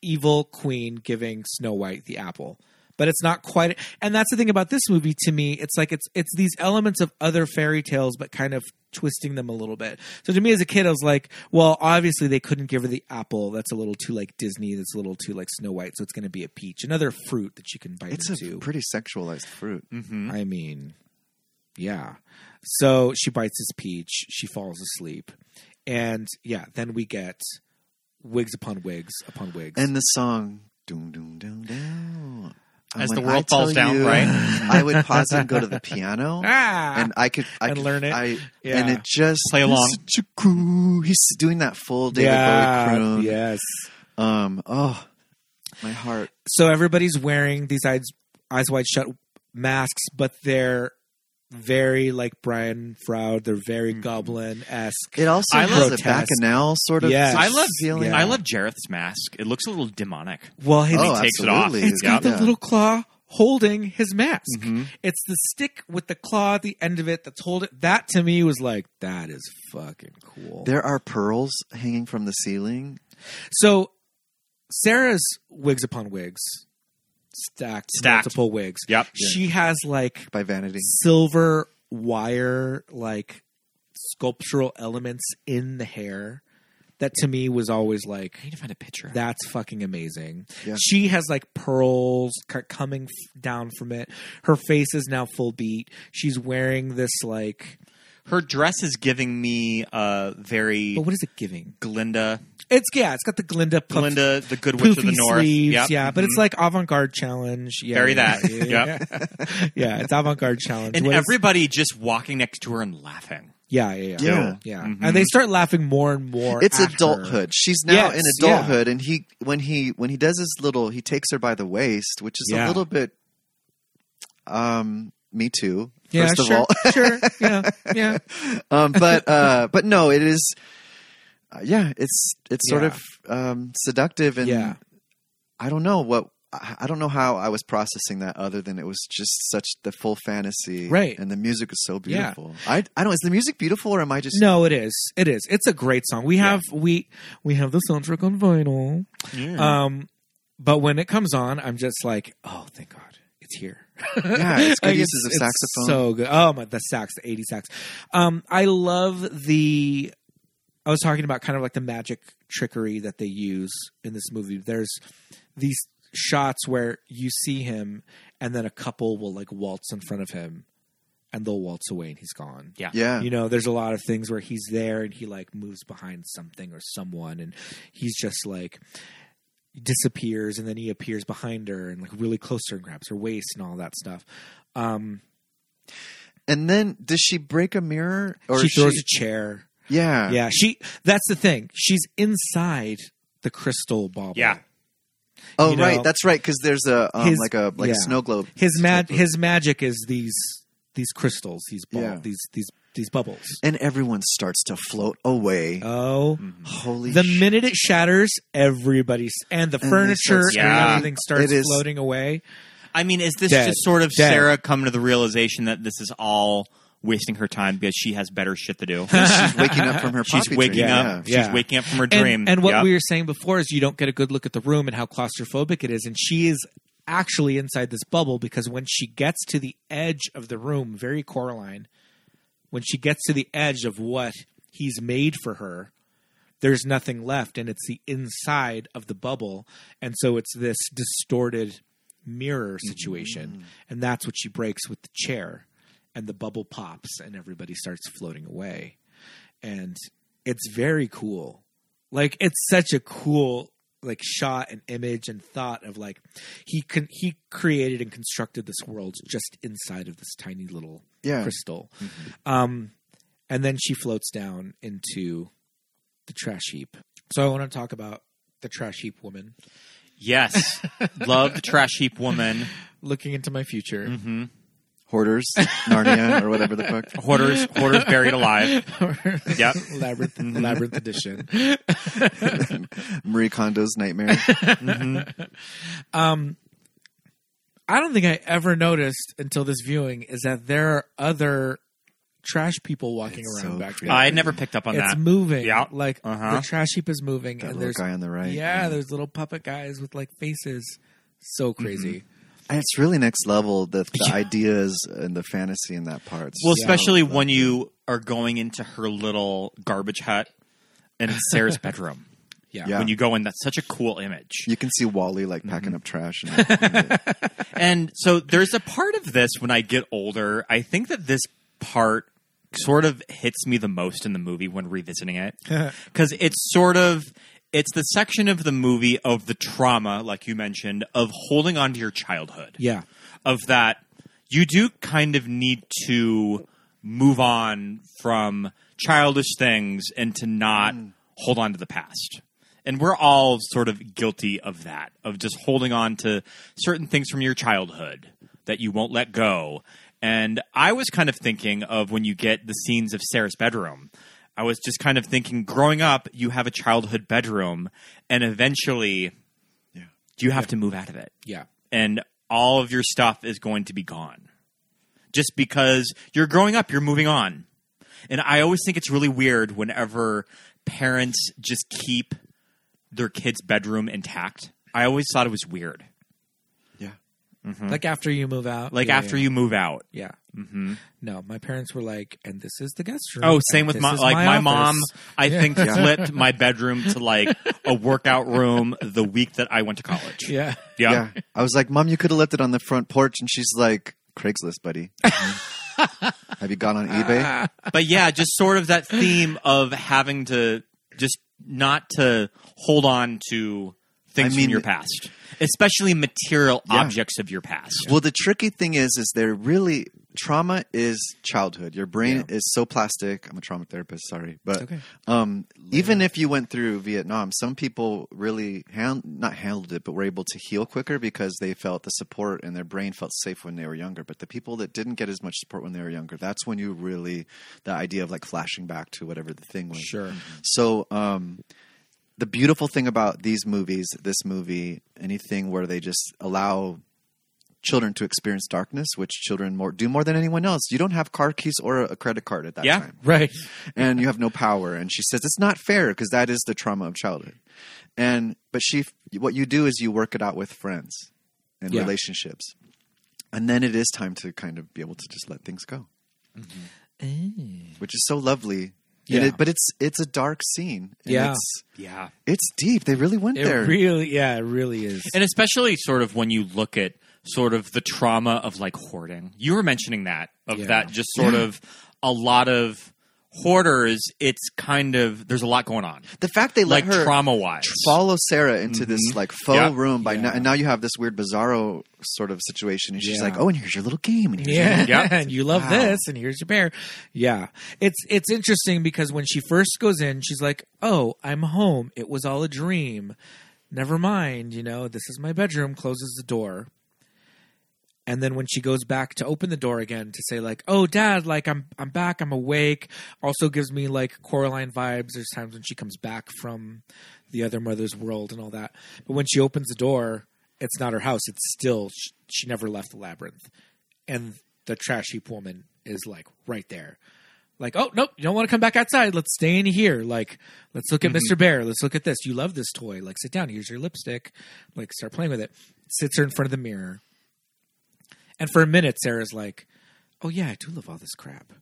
evil queen giving Snow White the apple, but it's not quite. And that's the thing about this movie to me. It's like it's it's these elements of other fairy tales, but kind of twisting them a little bit. So to me as a kid, I was like, well, obviously they couldn't give her the apple. That's a little too like Disney. That's a little too like Snow White. So it's going to be a peach, another fruit that she can bite
It's
into.
a pretty sexualized fruit.
Mhm.
I mean, yeah. So she bites his peach. She falls asleep, and yeah, then we get wigs upon wigs upon wigs.
and the song doom doom doom doom I'm
As the
like,
world
I tell
falls down,
you,
right?
I would pause and go to the piano,
ah,
and I could I
And
could,
learn it.
I,
Yeah.
And it just
Play along.
Such a cool- He's doing that full David
yeah,
Bowie croon.
yes.
Um. Oh, my heart.
So everybody's wearing these eyes eyes wide shut masks, but they're very like Brian Froud. They're very goblin esque.
Mm-hmm. It also
I
has
love-
a bacchanal sort of.
Yes.
I love
feeling.
yeah.
I love Jareth's mask. It looks a little demonic.
Well, his,
Oh,
he takes it off.
absolutely.
It's got
yeah.
the little claw holding his mask.
Mhm.
It's the stick with the claw at the end of it that's holding. That to me was like, that is fucking cool.
There are pearls hanging from the ceiling.
so Sarah's wigs upon wigs, stacked,
Stacked.
multiple wigs.
Yep.
She has like
By Vanity.
silver wire, like sculptural elements in the hair. That to me was always like
I need to find a picture.
That's fucking amazing.
Yeah.
She has like pearls c- coming f- down from it. Her face is now full beat. She's wearing this like,
her dress is giving me uh very
but what is it giving?
Glinda
It's yeah, it's got the Glinda puff,
Glinda the Good Witch
poofy
of the North.
sleeves.
Yep.
Yeah, but it's
Mhm.
like avant garde challenge. Yeah,
Very
yeah,
that.
Yeah, yeah. Yeah, it's avant garde challenge.
and
What is-
everybody just walking next to her and laughing.
yeah, yeah, yeah,
Yeah.
yeah.
Mhm.
And they start laughing more and more.
it's
at her.
adulthood. She's now
Yes,
in adulthood, and he when he when he does his little, he takes her by the waist, which is
Yeah.
a little bit. Um, me too.
Yeah,
first of
sure,
all,
sure. Yeah, yeah.
um, but uh, but no, it is. Uh, yeah, it's it's sort
Yeah.
of um, seductive, and
Yeah.
I don't know what I I don't know how I was processing that other than it was just such the full fantasy,
Right.
And the music is so
Yeah.
beautiful. I I don't. Is the music beautiful, or am I just
No, it is. It is. It's a great song. We have we we have the soundtrack on vinyl. Um, but when it comes on, I'm just like, oh, thank God, it's here.
Yeah, it's good
Like,
uses of
it's
saxophone.
So good. Oh my, the sax, the 80 sax. Um, I love the. I was talking about kind of like the magic trickery that they use in this movie. There's these shots where you see him and then a couple will like waltz in front of him, and they'll waltz away, and he's gone.
Yeah.
Yeah.
You know, there's a lot of things where he's there and he like moves behind something or someone and he's just like disappears and then he appears behind her and like really close to her and grabs her waist and all that stuff. Um
and then does she break a mirror or
she
is
throws a chair.
yeah.
Yeah, she that's the thing. She's inside the crystal bubble.
Yeah.
Oh
you
right,
know,
that's right because there's a um,
his-
like a like a
yeah.
snow globe.
His mag
Snow globe.
his magic is these these crystals, these ball,
Yeah.
these these these bubbles.
and everyone starts to float away.
Oh,
Holy
the
sh-
minute it shatters, everybody's and the
And they
furniture
start
and
Yeah.
everything starts
It is-
floating away.
I mean, is this
Dead.
just sort of
Dead.
Sarah coming to the realization that this is all wasting her time because she has better shit to do?
she's waking up from her
She's
poppy
waking
dream.
up.
Yeah.
Yeah.
She's waking up from her
And-
dream.
And, what
Yep.
we were saying before is you don't get a good look at the room and how claustrophobic it is. And she is actually inside this bubble because when she gets to the edge of the room, very Coraline, when she gets to the edge of what he's made for her, there's nothing left, and it's the inside of the bubble, and so it's this distorted mirror situation,
Mm-hmm.
and that's what she breaks with the chair, and the bubble pops, and everybody starts floating away, and it's very cool. Like it's such a cool like shot and image and thought of like he con- he created and constructed this world just inside of this tiny little
Yeah. Mm-hmm.
crystal. Um, and then she floats down into the trash heap. So I want to talk about the trash heap woman
yes, love the trash heap woman. Mm-hmm.
looking into my future.
Hoarders, Narnia, or whatever the fuck.
Hoarders, hoarders buried alive.
Mm-hmm.
Yep.
labyrinth, labyrinth edition.
Marie Kondo's nightmare.
Um, I don't think I ever noticed until this viewing is that there are other trash people walking
It's
around
so
back there.
creepy.
I never picked up on
it's
that.
moving.
Yeah.
like
Uh-huh. Mm-hmm.
the trash heap is moving,
That
and
little
there's
guy on the right.
yeah, there's little puppet guys with like faces. So crazy.
And it's really next level. The, the ideas and the fantasy in that part.
Well,
So
especially
lovely.
when you are going into her little garbage hut and it's Sarah's bedroom.
Yeah.
Yeah.
When you go in, that's such a cool image.
you can see Wally like packing up trash. And,
And so there's a part of this when I get older. I think that this part sort of hits me the most in the movie when revisiting it because it's sort of it's the section of the movie of the trauma, like you mentioned, of holding on to your childhood.
Yeah.
of that you do kind of need to move on from childish things and to not hold on to the past. And we're all sort of guilty of that, of just holding on to certain things from your childhood that you won't let go. And I was kind of thinking of when you get the scenes of Sarah's bedroom. I was just kind of thinking growing up, you have a childhood bedroom, and eventually you have to move out of it
Yeah.
and all of your stuff is going to be gone. Just because you're growing up, you're moving on. And I always think it's really weird whenever parents just keep their kid's bedroom intact. I always thought it was weird.
Like after you move out,
Mm-hmm. Like
yeah,
after
yeah.
you move out. Mm-hmm.
Yeah. No, my parents were like, and this is the guest room.
Oh, same
and
with
this
my
is
like my,
office."
mom. I think
Yeah.
flipped my bedroom to like a workout room the week that I went to college.
Yeah.
Yeah.
yeah, I was like, Mom, you could have left it on the front porch, and she's like, Craigslist, buddy. have you gone on eBay?
but yeah, just sort of that theme of having to just not to hold on to things
I mean-
from your past, especially material
Yeah.
objects of your past.
Well, the tricky thing is, is there really trauma is childhood. Your brain is so plastic. I'm a trauma therapist, sorry, but um, even if you went through Vietnam, some people really hand, not handled it, but were able to heal quicker because they felt the support and their brain felt safe when they were younger. But the people that didn't get as much support when they were younger, that's when you really the idea of like flashing back to whatever the thing was. Mm-hmm.
Sure.
So, um, the beautiful thing about these movies, this movie, anything where they just allow children to experience darkness, which children more do more than anyone else. You don't have car keys or a credit card at that
Yeah.
time,
Right.
and you have no power. And she says it's not fair because that is the trauma of childhood. And but she, what you do is you work it out with friends and
Yeah.
relationships, and then it is time to kind of be able to just let things go which is so lovely. And
Yeah.
it- but it's it's a dark scene. and
Yeah.
it's,
yeah.
it's deep. They really went
It
there.
really, yeah, it really is.
And especially sort of when you look at sort of the trauma of like hoarding. You were mentioning that of
Yeah.
that just sort of a lot of hoarders. It's kind of there's a lot going on,
The fact they
like
let her
trauma wise.
follow Sarah into this like faux
Mm-hmm. Yeah.
room by no- and now you have this weird bizarro sort of situation, and she's
Yeah.
like, "Oh, and here's your little game." And here's
Yeah,
Yeah.
and you love
Wow.
this, and here's your bear. Yeah, it's it's interesting because when she first goes in, she's like, "Oh, I'm home. It was all a dream. Never mind. You know, this is my bedroom." Closes the door, and then when she goes back to open the door again to say like, "Oh, Dad, like I'm I'm back. I'm awake." Also gives me like Coraline vibes. There's times when she comes back from the other mother's world and all that, but when she opens the door. It's not her house. It's still she, she never left the labyrinth and the trash heap woman is like right there. Like, oh nope, you don't want to come back outside. Let's stay in here. Like, let's look at Mr. Bear. Let's look at this. You love this toy. Like, sit down. Here's your lipstick. Like, start playing with it. Sits her in front of the mirror. And for a minute, Sarah's like, Oh yeah, I do love all this crap.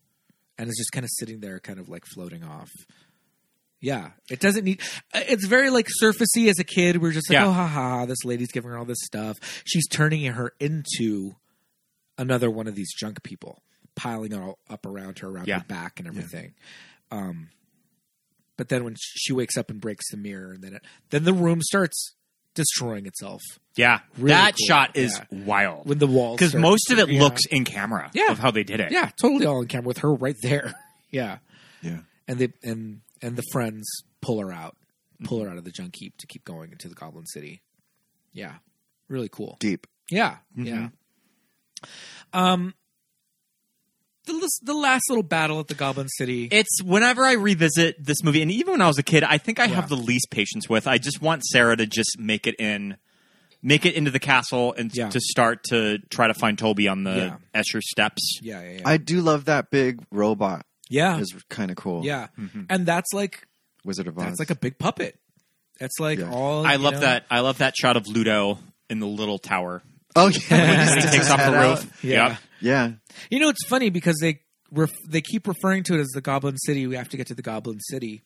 And is just kind of sitting there, kind of like floating off. Yeah. It doesn't need uh, it's very like surfacey as a kid. We're just like,
Yeah.
oh ha ha, ha, this lady's giving her all this stuff. She's turning her into another one of these junk people piling it all up around her around
Yeah.
her back and everything um but then when sh- she wakes up and breaks the mirror and then it, then the room starts destroying itself
Yeah,
Really
that
cool.
shot is
Yeah.
wild
when the walls
because
start-
most of it
yeah.
looks in camera
Yeah.
of how they did it.
yeah totally all in camera with her right there yeah
Yeah.
and they and and the friends pull her out pull
Mm-hmm.
her out of the junk heap to keep going into the goblin city yeah really cool
deep.
Yeah, yeah.
Mm-hmm.
Um, the lis- the last little battle at the Goblin City.
It's whenever I revisit this movie, and even when I was a kid, I think I have the
Yeah.
least patience with. I just want Sarah to just make it in, make it into the castle, and
Yeah.
to start to try to find Toby on the
Yeah.
Escher steps.
yeah, yeah, yeah,
I do love that big robot.
Oh.
yeah,
Is kind of cool.
yeah.
Mm-hmm.
And that's like
Wizard of Oz.
that's like a big puppet. That's like
Yeah.
all.
I
Oh, you
love
know-
that. I love that shot of Ludo in the little tower.
oh yeah,
He takes off the roof.
Yeah.
Yep.
yeah.
You know, it's funny because they ref- they keep referring to it as the Goblin City. We have to get to the Goblin City,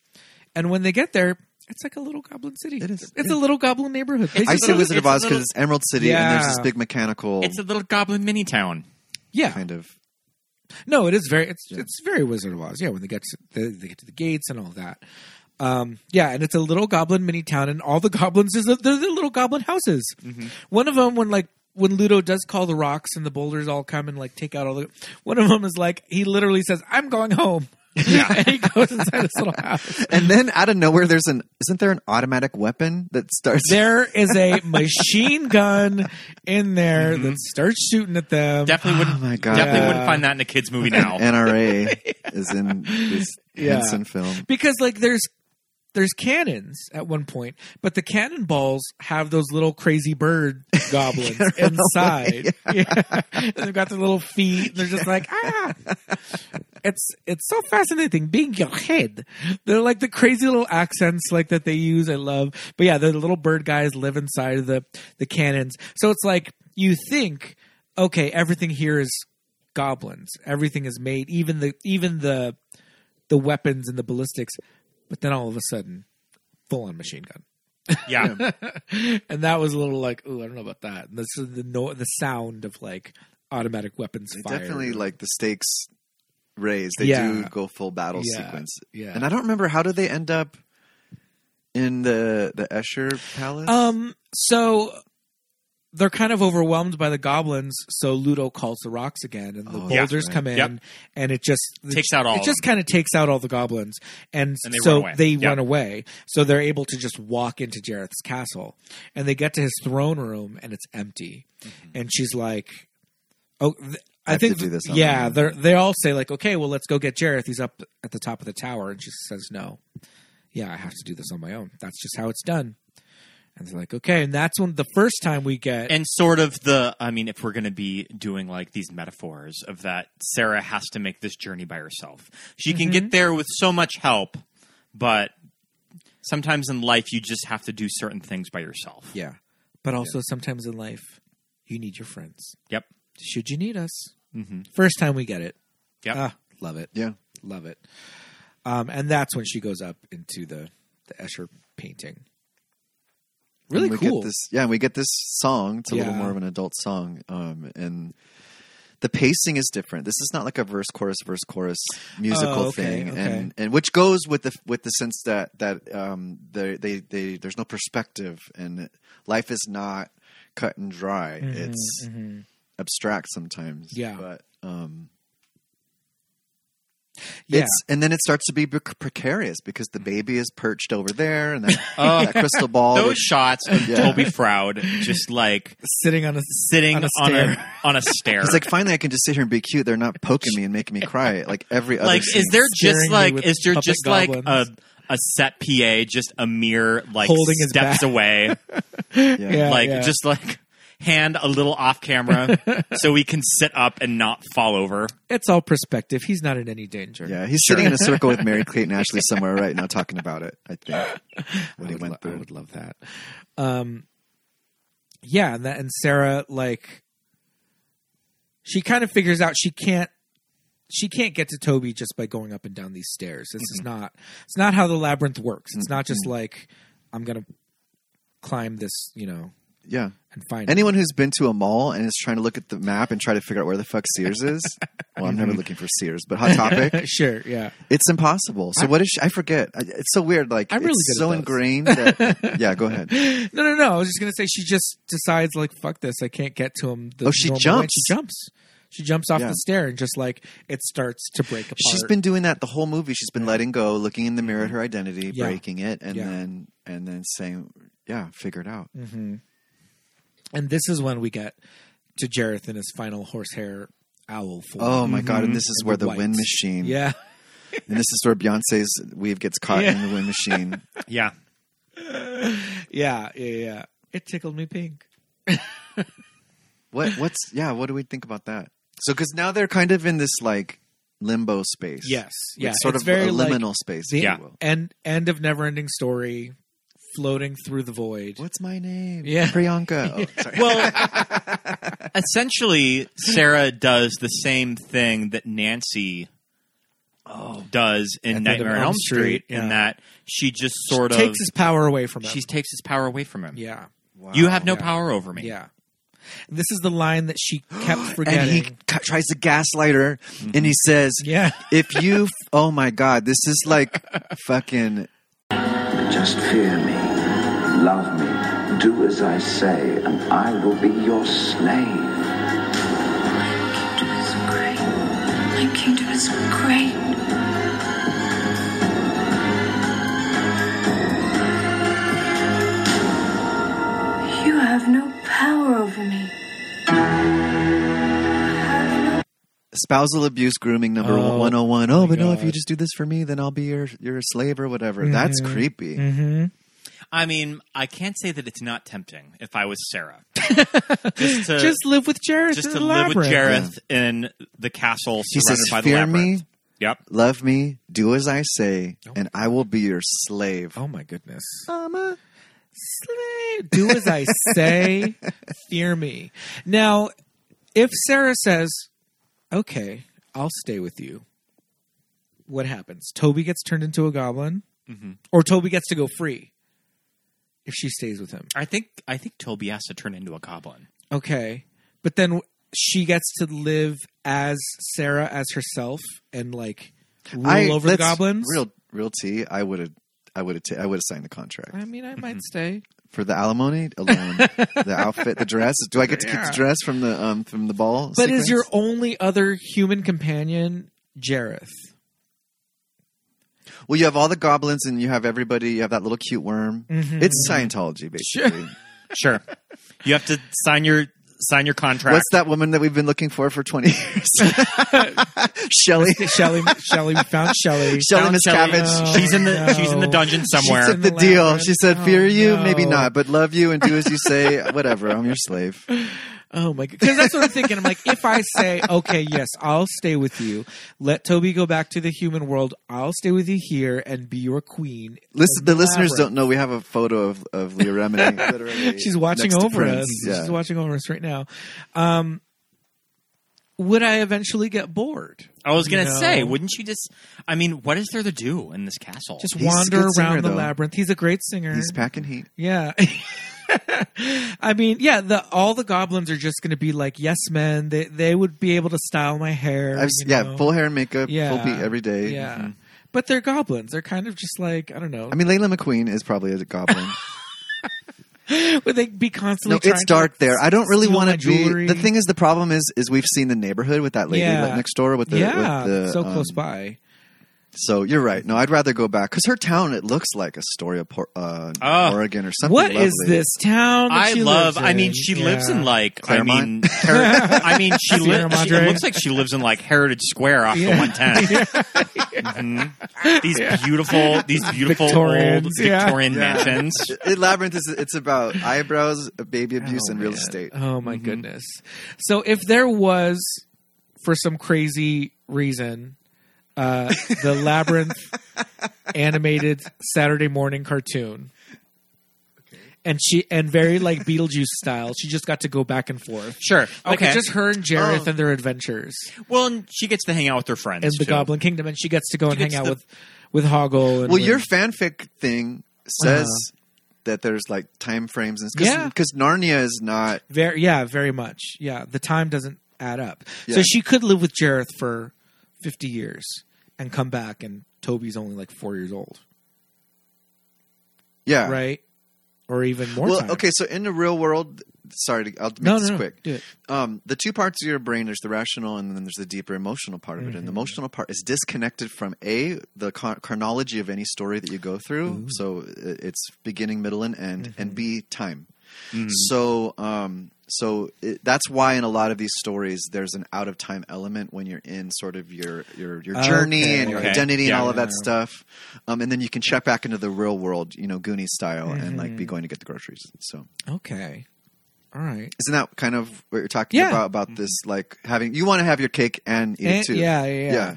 and when they get there, it's like a little Goblin City.
It is.
It's a little Goblin neighborhood. They
I
just-
say Wizard of
it's a
Oz because
little-
it's Emerald City, and there's this
Yeah.
big mechanical
It's a little goblin mini town.
yeah,
kind of.
No, it is very it's it's very Wizard of Oz. Yeah, when they get to the, they get to the gates and all that. Um, yeah, and it's a little goblin mini town, and all the goblins is they're the little goblin houses. One of them, when like when Ludo does call the rocks and the boulders all come and like take out all the, one of them is like he literally says, "I'm going home." Yeah, and he goes inside this little house.
And then out of nowhere, there's an isn't there an automatic weapon that starts?
There is a machine gun in there that starts shooting at them.
Definitely wouldn't.
Oh my God.
Definitely
Yeah.
wouldn't find that in a kids movie now.
NRA is in this
Yeah.
Henson film.
because like there's there's cannons at one point, but the cannonballs have those little crazy bird goblins inside. Yeah. And they've got their little feet. And they're just like ah. It's it's so fascinating being your head. They're like the crazy little accents like that they use. I love. But yeah, the little bird guys live inside of the the cannons. So it's like you think, okay, everything here is goblins. Everything is made. Even the even the the weapons and the ballistics, but then all of a sudden, full on machine gun.
Yeah.
And that was a little like, oh, I don't know about that. And this is the no- the sound of like automatic weapons
They
fire.
definitely like the stakes raise. They
Yeah.
do go full battle
Yeah.
sequence.
Yeah.
And I don't remember how do they end up in the the Escher Palace?
Um, so they're kind of overwhelmed by the goblins. So Ludo calls the rocks again, and the
Oh,
yeah.
boulders come in,
Yep.
and it just
Takes out all
It
of
just kind of takes out all the goblins, and,
And they
so
run away.
they
Yep.
run away. So they're able to just walk into Jareth's castle, and they get to his throne room, and it's empty.
Mm-hmm.
And she's like, "Oh." Th- I,
have
think,
to do this on my
yeah,
own.
they they all say like, okay, well, let's go get Jareth. He's up at the top of the tower, and she says, no, yeah, I have to do this on my own. That's just how it's done. And they're like, okay, and that's when the first time we get
and sort of the i mean if we're going to be doing like these metaphors of that sarah has to make this journey by herself she can
Mm-hmm.
get there with so much help but sometimes in life you just have to do certain things by yourself
yeah, but also sometimes in life you need your friends.
yep
Should you need us? First time we get it,
yep
ah, love it,
yeah.
love it. Um, and that's when she goes up into the the Escher painting. Really
and we
cool.
Get this, yeah, and we get this song. It's a little
Yeah.
more of an adult song, um, and the pacing is different. This is not like a verse chorus verse chorus musical
Oh, okay,
thing,
okay.
and and which goes with the with the sense that that um, they, they they there's no perspective, and life is not cut and dry. it's
Mhm.
abstract sometimes.
Yeah.
but. Um,
Yeah.
It's, and then it starts to be prec- precarious because the baby is perched over there, and that,
Oh.
that crystal ball
Those
with
shots of
Yeah.
Toby Froud just like
Sitting on a
sitting
On
on
a
a on a, stair.
It's like finally I can just sit here and be cute. They're not poking me and making me cry like every other.
like
scene.
is there
Scaring
just
me
like
with
is there
puppet
just like a
goblins.
a set PA just a mere like
Holding his
steps
back.
away
Yeah.
yeah,
like
yeah.
just like hand a little off camera so we can sit up and not fall over.
it's all perspective. He's not in any danger.
Yeah, he's sitting in a circle with Mary Kate and Ashley somewhere right now, talking about it. I think what he
would
went
lo-
through.
I would love that. Um, yeah, and that and Sarah like she kind of figures out she can't she can't get to Toby just by going up and down these stairs. This is
Mm-hmm.
not it's not how the labyrinth works. It's not just like I'm gonna climb this, you know,
yeah,
and find
anyone who's been to a mall and is trying to look at the map and try to figure out where the fuck Sears is. Well, I'm never
Mm-hmm.
looking for Sears, but Hot Topic,
it. Sure, yeah.
it's impossible. So what is she? I forget. I- It's so weird. Like
I'm really
it's
good at
so
those.
ingrained. That, yeah, go ahead.
No, no, no. I was just gonna say she just decides like fuck this. I can't get to him. The
Oh, she
normal way.
jumps.
She jumps. She jumps off
Yeah.
the stair and just like it starts to break apart.
She's been doing that the whole movie. She's been letting go, looking in the mirror at her identity,
Yeah.
breaking it, and
Yeah.
then and then saying, "Yeah, figure it out."
Mm-hmm. And this is when we get to Jareth in his final horsehair owl form.
Oh my god! And this is
Mm-hmm. And
where
the
the wind
whites.
machine.
Yeah.
And this is where Beyonce's weave gets caught in the wind machine.
Yeah.
Yeah. Yeah. Yeah. It tickled me pink.
What? What's? Yeah. What do we think about that? So, because now they're kind of in this like limbo space.
Yes.
It's
Yeah.
sort
it's
of
very
a
like
liminal space.
the
if
Yeah.
You will.
end end of never ending story floating through the void.
What's my name?
Yeah.
Priyanka. Oh, sorry.
Well, essentially, Sarah does the same thing that Nancy does in
Oh. At the end of
Nightmare on Elm Street,
yeah.
in that she just sort of
takes his power away from him.
she takes his power away from him.
yeah.
Wow.
You have no
Yeah.
power over me.
Yeah. This is the line that she kept forgetting. Mm-hmm.
And he c- tries to gaslight her, and he says,
yeah.
"If you, f- oh my god, this is like fucking."
Just fear me, love me, do as I say, and I will be your slave.
My kingdom is great. My kingdom is great. You have no power over me.
spousal abuse grooming number
Oh,
101 oh but no if
God.
you just do this for me then i'll be your your slave or whatever that's
Mm-hmm.
creepy
I mean, I can't say that it's not tempting if I was Sarah. just to,
Just live with Jareth.
Uh, just
in
to
the
live with
labyrinth.
Jareth in the castle
he
surrounded
says
by the
fear
labyrinth.
me
Yep.
love me do as i say and i will be your slave
Oh my goodness. Slay- Do as I say, fear me. Now, if Sarah says, okay, I'll stay with you, what happens? Toby gets turned into a goblin,
Mm-hmm.
or Toby gets to go free if she stays with him.
I think I think Toby has to turn into a goblin.
Okay. But then she gets to live as Sarah, as herself, and like rule
I,
over the
let's-
goblins.
real real tea i would have i would have ta- i would have signed the contract
I mean, I
Mm-hmm.
might stay.
for the alimony alone the outfit the dress do i get to keep the dress from the um from the ball
But is
sequence?
your only other human companion Jareth?
well you have all the goblins and you have everybody you have that little cute worm
Mm-hmm.
it's scientology basically
Sure. you have to sign your sign your contract.
What's that woman that we've been looking for for 20 years? Shelly.
Shelly, Shelly, we found Shelly.
Shelly Miscavige.
Shelly.
She's in the
Oh, No.
she's in the dungeon somewhere.
She
in
took the
the
deal.
labyrinth.
She said,
Oh,
fear you,
no.
maybe not, but love you and do as you say. Whatever. I'm your slave.
Oh my god! Because that's what I'm thinking. I'm like, if I say, okay, yes, I'll stay with you. Let Toby go back to the human world. I'll stay with you here and be your queen.
Listen,
of
the listeners
labyrinth.
don't know. We have a photo of, of Leah Remini. literally
She's watching
next to
over
Prince.
us.
Yeah.
She's watching over us right now. Um, would I eventually get bored?
I was gonna
No.
say, wouldn't you just? I mean, what is there to do in this castle?
Just
He's a
wander
good
around
singer,
the
though.
labyrinth. He's a great singer.
He's packing heat.
yeah. I mean, yeah, the all the goblins are just going to be like yes men. They they would be able to style my hair.
I've,
you
yeah,
know?
full hair and makeup, full
Yeah.
beat every day. Mm-hmm.
Yeah, but they're goblins. They're kind of just like I don't know.
I mean, Layla McQueen is probably a goblin.
would they be constantly?
no, it's
trying to,
dark
like,
there. I don't really
steal
want
my
to be.
jewelry?
The thing is, the problem is, is we've seen the neighborhood with that lady
Yeah.
next door with the
yeah,
with the,
so
um,
close by.
So you're right. No, I'd rather go back because her town it looks like Astoria, Por- uh,
Ah.
Oregon, or something.
What is
lovely.
this town? that
I
she
love.
lives
I mean,
in?
she
Yeah.
lives in like. I mean,
Claremont?
Her- I mean, she
Sierra
lives. It
Madre.
looks like she lives in like Heritage Square off
Yeah.
the one ten. Mm-hmm. These beautiful, these beautiful old
Victorians, yeah.
Victorian
Yeah.
mansions.
It- Labyrinth is it's about eyebrows, baby abuse,
Oh,
and real
man.
estate.
Oh my goodness. So if there was for some crazy reason uh the labyrinth animated Saturday morning cartoon and she and very like Beetlejuice style, she just got to go back and forth.
Sure.
Like
okay.
it's just her and Jareth
Oh.
and their adventures
well, and she gets to hang out with her friends
in the
too.
Goblin Kingdom and she gets to go and
gets
hang out
the-
with with Hoggle and
Well, your
with-
fanfic thing says that there's like time frames and
Uh-huh. Yeah.
because Narnia is not.
Very, yeah, very much. Yeah, the time doesn't add up.
Yeah.
So she could live with Jareth for fifty years and come back, and Toby's only like four years old,
Yeah.
right? Or even more.
Well,
time.
okay. So in the real world, sorry, to- I'll make
No, no,
this
no,
quick.
do it.
Um, the two parts of your brain there's the rational and then there's the deeper emotional part of it.
Mm-hmm.
And the emotional part is disconnected from a the chron- chronology of any story that you go through. So i- it's beginning, middle, and end,
Mm-hmm.
and b time.
Mm.
So, um, so it, that's why in a lot of these stories there's an out of time element when you're in sort of your your, your journey
Okay.
and your
Okay.
identity and
Yeah.
all of that stuff, um, and then you can check back into the real world, you know, Goonie style, and like be
Mm-hmm.
going to get the groceries. So,
Okay, all right.
isn't that kind of what you're talking
Yeah.
about? About this, like having you want to have your cake and eat
And-
it too.
yeah, yeah, yeah.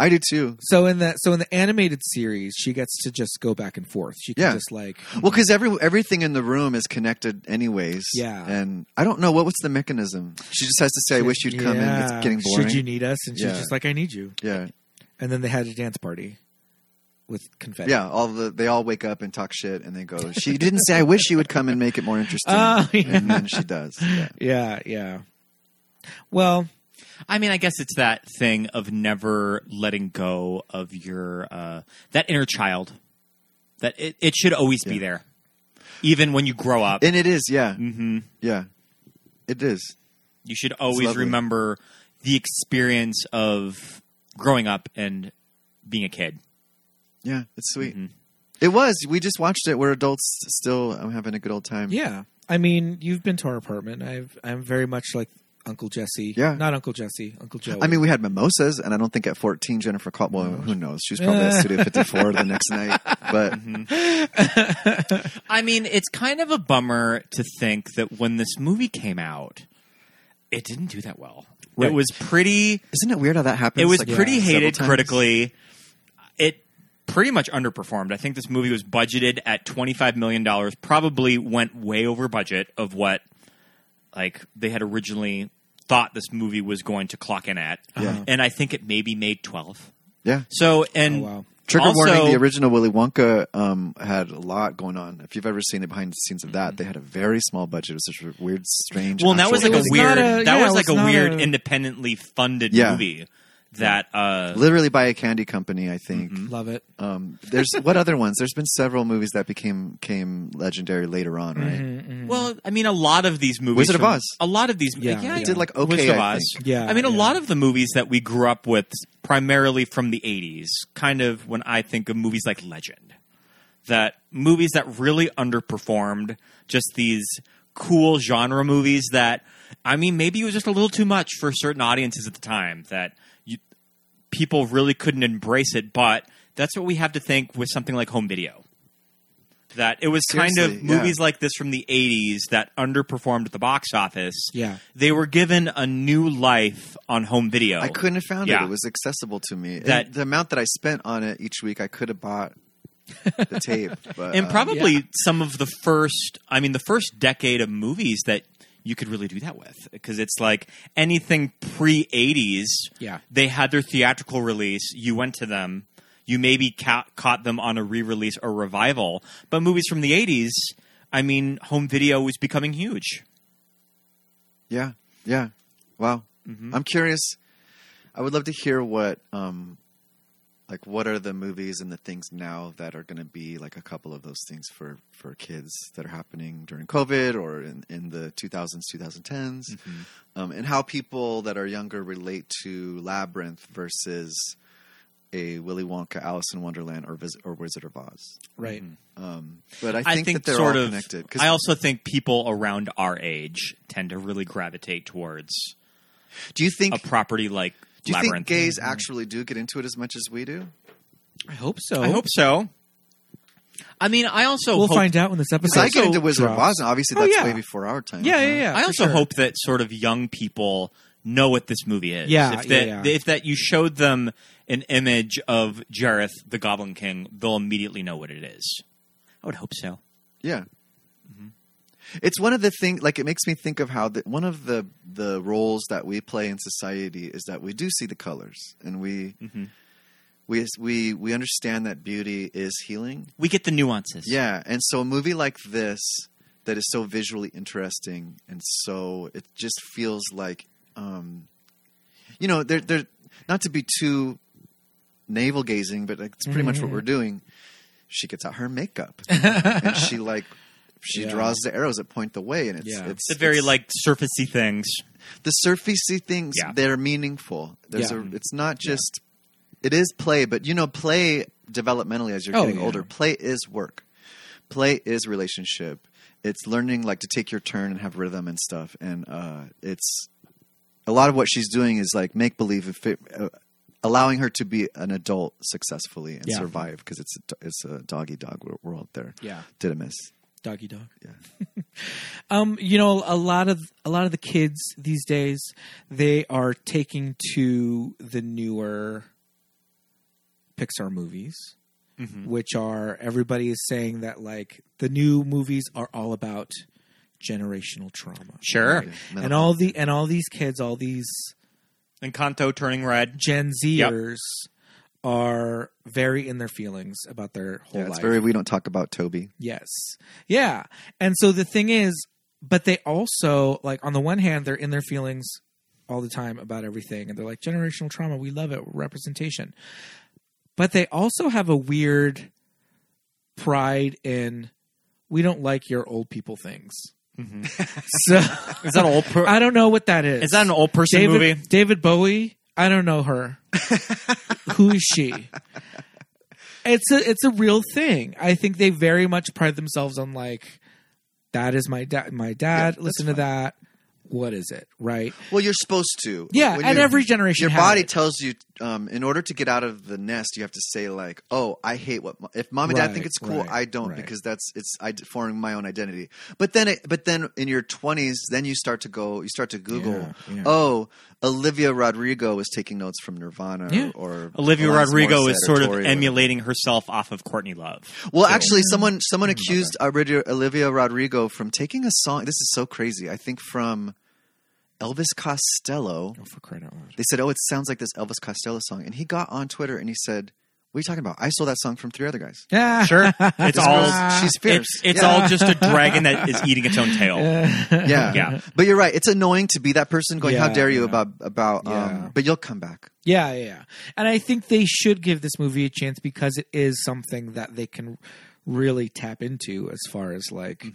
I do too.
So in that, so in the animated series, she gets to just go back and forth. She can
Yeah.
just like
Well, because every everything in the room is connected, anyways.
Yeah.
and I don't know what what's the mechanism. She just has to say, "I wish you'd come in."
Yeah.
It's getting boring.
Should you need us? And she's
Yeah.
just like, I need you.
yeah,
And then they had a dance party with confetti.
yeah. All the they all wake up and talk shit, and they go, "She didn't say I wish she would come and make it more interesting."
Oh, yeah.
And then she does. Yeah.
yeah, yeah. Well,
I mean, I guess it's that thing of never letting go of your uh, that inner child. That it, it should always be
Yeah.
there, even when you grow up.
And it is, yeah,
hmm
yeah, it is.
You should always
lovely.
remember the experience of growing up and being a kid.
Yeah, it's sweet.
Mhm.
Mm-hmm.
It was. We just watched it. We're adults still. I'm having a good old time.
Yeah, I mean, you've been to our apartment. I've, I'm very much like Uncle Jesse.
Yeah.
not Uncle Jesse, Uncle
Oh.
Joe.
I mean, we had mimosas, and I don't think at 14 Jennifer Col- well, who knows? She was probably at Studio 54 the next night. But
Mm-hmm. I mean, it's kind of a bummer to think that when this movie came out, it didn't do that well.
Right.
It was pretty.
isn't it weird how that happens?
It was
like,
pretty
several
hated
times?
critically. It pretty much underperformed. I think this movie was budgeted at twenty five million dollars. Probably went way over budget of what like they had originally thought this movie was going to clock in at.
Uh-huh.
Yeah.
And I think it maybe made twelve.
Yeah.
So and
Oh, wow.
Trigger
also-
warning: the original Willy Wonka um, had a lot going on. If you've ever seen the behind the scenes of that, they had a very small budget. It was such a weird, strange.
Mm-hmm. Well, and that
actual
was like
It
a
was
weird.
not
that
a- yeah,
was
it
like
was
a
not
weird
a-
independently funded
Yeah.
movie. That uh,
literally by a candy company, I think.
Mm-hmm.
love it.
Um, there's what other ones? There's been several movies that became came legendary later on, right?
well, I mean, a lot of these movies.
Wizard of
from-
Oz.
A lot of these. Mm-hmm. Yeah,
Yeah.
yeah
It
did, like, okay,
Wizard of
I
Oz.
think.
Yeah,
I mean, a
yeah.
lot of the movies that we grew up with, primarily from the '80s, kind of when I think of movies like Legend, that movies that really underperformed, just these cool genre movies that, I mean, maybe it was just a little too much for certain audiences at the time that you, people really couldn't embrace it. But that's what we have to think with something like home video. That it was kind of
Seriously, yeah.
movies like this from the 80s that underperformed at the box office.
Yeah.
They were given a new life on home video.
I couldn't have found
Yeah.
it. It was accessible to me. And
That-
the amount that I spent on it each week, I could have bought the tape. But,
and
uh,
probably
yeah.
some of the first i mean the first decade of movies that you could really do that with because it's like anything pre 80s
Yeah.
they had their theatrical release you went to them you maybe ca- caught them on a re-release or revival but movies from the 80s I mean, home video was becoming huge.
Yeah. Yeah. Wow.
Mm-hmm.
I'm curious. I would love to hear what, um, like, what are the movies and the things now that are going to be like a couple of those things for for kids that are happening during COVID or in, in the 2000s, 2010s,
Mm-hmm.
um, and how people that are younger relate to Labyrinth versus a Willy Wonka, Alice in Wonderland, or Visit, or Wizard of Oz.
Right.
Um, but I think, that they're
sort
all
of.
connected.
I also think people around our age tend to really gravitate towards
do you think
a property like
do you think
Labyrinth.
gays actually do get into it as much as we do?
I hope so.
I hope so. I mean, I also
we'll
hope,
find out when this
Because
episode.
I get into Wizard of
drops.
Oz, and obviously
Oh,
that's
yeah.
way before our time.
Yeah,
huh?
yeah, yeah.
I
for
also
sure.
hope that sort of young people know what this movie is.
Yeah,
if that
yeah, yeah.
if that you showed them an image of Jareth the Goblin King, they'll immediately know what it is. I would hope so.
Yeah.
Mm-hmm.
It's one of the things, like, it makes me think of how the, one of the, the roles that we play in society is that we do see the colors and we,
Mm-hmm.
we, we, we understand that beauty is healing.
We get the nuances.
Yeah. And so a movie like this that is so visually interesting and so it just feels like, um, you know, they're, they're not to be too navel gazing, but like, it's pretty much what we're doing. She gets out her makeup and she like she
Yeah.
draws the arrows that point the way, and it's
Yeah.
it's
the very
it's-
like surfacey things.
the surfacey things.
Yeah.
They're meaningful. There's
Yeah.
a, it's not just it is play, but you know, play developmentally as you're
Oh,
getting
yeah.
older, play is work. Play is relationship. It's learning like to take your turn and have rhythm and stuff. And uh, it's a lot of what she's doing is like make believe, if it, uh, allowing her to be an adult successfully and
Yeah.
survive because it's a, do- it's a doggy dog wor- world there.
Yeah.
did I miss?
Doggy dog.
Yeah.
um, you know, a lot of a lot of the kids these days, they are taking to the newer Pixar movies.
Mm-hmm.
which are everybody is saying that like the new movies are all about generational trauma
Sure.
and all the and all these kids all these
And Kanto turning red.
gen zers are very in their feelings about their whole
yeah, it's
life
very we don't talk about Toby.
yes yeah and so the thing is but they also like on the one hand they're in their feelings all the time about everything and they're like generational trauma we love it representation but they also have a weird pride in we don't like your old people things
Mm-hmm.
so
Is that an old? Per-
i don't know what that is
is that an old person
david,
movie?
david bowie i don't know her who is she it's a it's a real thing i think they very much pride themselves on like that is my dad my dad
that's
listen to that what is it right
Well, you're supposed to.
Yeah,
When
and
you-
every generation
Your
had
body
it.
tells you, um, in order to get out of the nest, you have to say like, "Oh, I hate what." mo- If mom and dad think
Right,
it's cool,
right,
I don't
right.
because that's it's I d- forming my own identity. But then, it, but then in your twenties, then you start to go, you start to Google,
Yeah, yeah.
"Oh, Olivia Rodrigo is taking notes from Nirvana,"
Yeah.
or
Olivia
Alanis
Rodrigo is
Morissette or
sort of
Tori or-
emulating herself off of Courtney Love.
Well, actually, someone someone accused Olivia Olivia Rodrigo from taking a song. This is so crazy. I think from Elvis Costello.
oh for crying out loud
they said, "Oh, it sounds like this Elvis Costello song," and he got on Twitter and he said, "What are you talking about? I stole that song from three other guys."
yeah
Sure, it's
This
all
girl's- she's fierce.
it's, it's
yeah.
all just a dragon that is eating its own tail.
yeah.
yeah.
But you're right. It's annoying to be that person going, "How
Yeah,
dare you?"
yeah.
About about.
Yeah.
Um, but you'll come back.
Yeah, yeah, yeah. And I think they should give this movie a chance because it is something that they can really tap into as far as like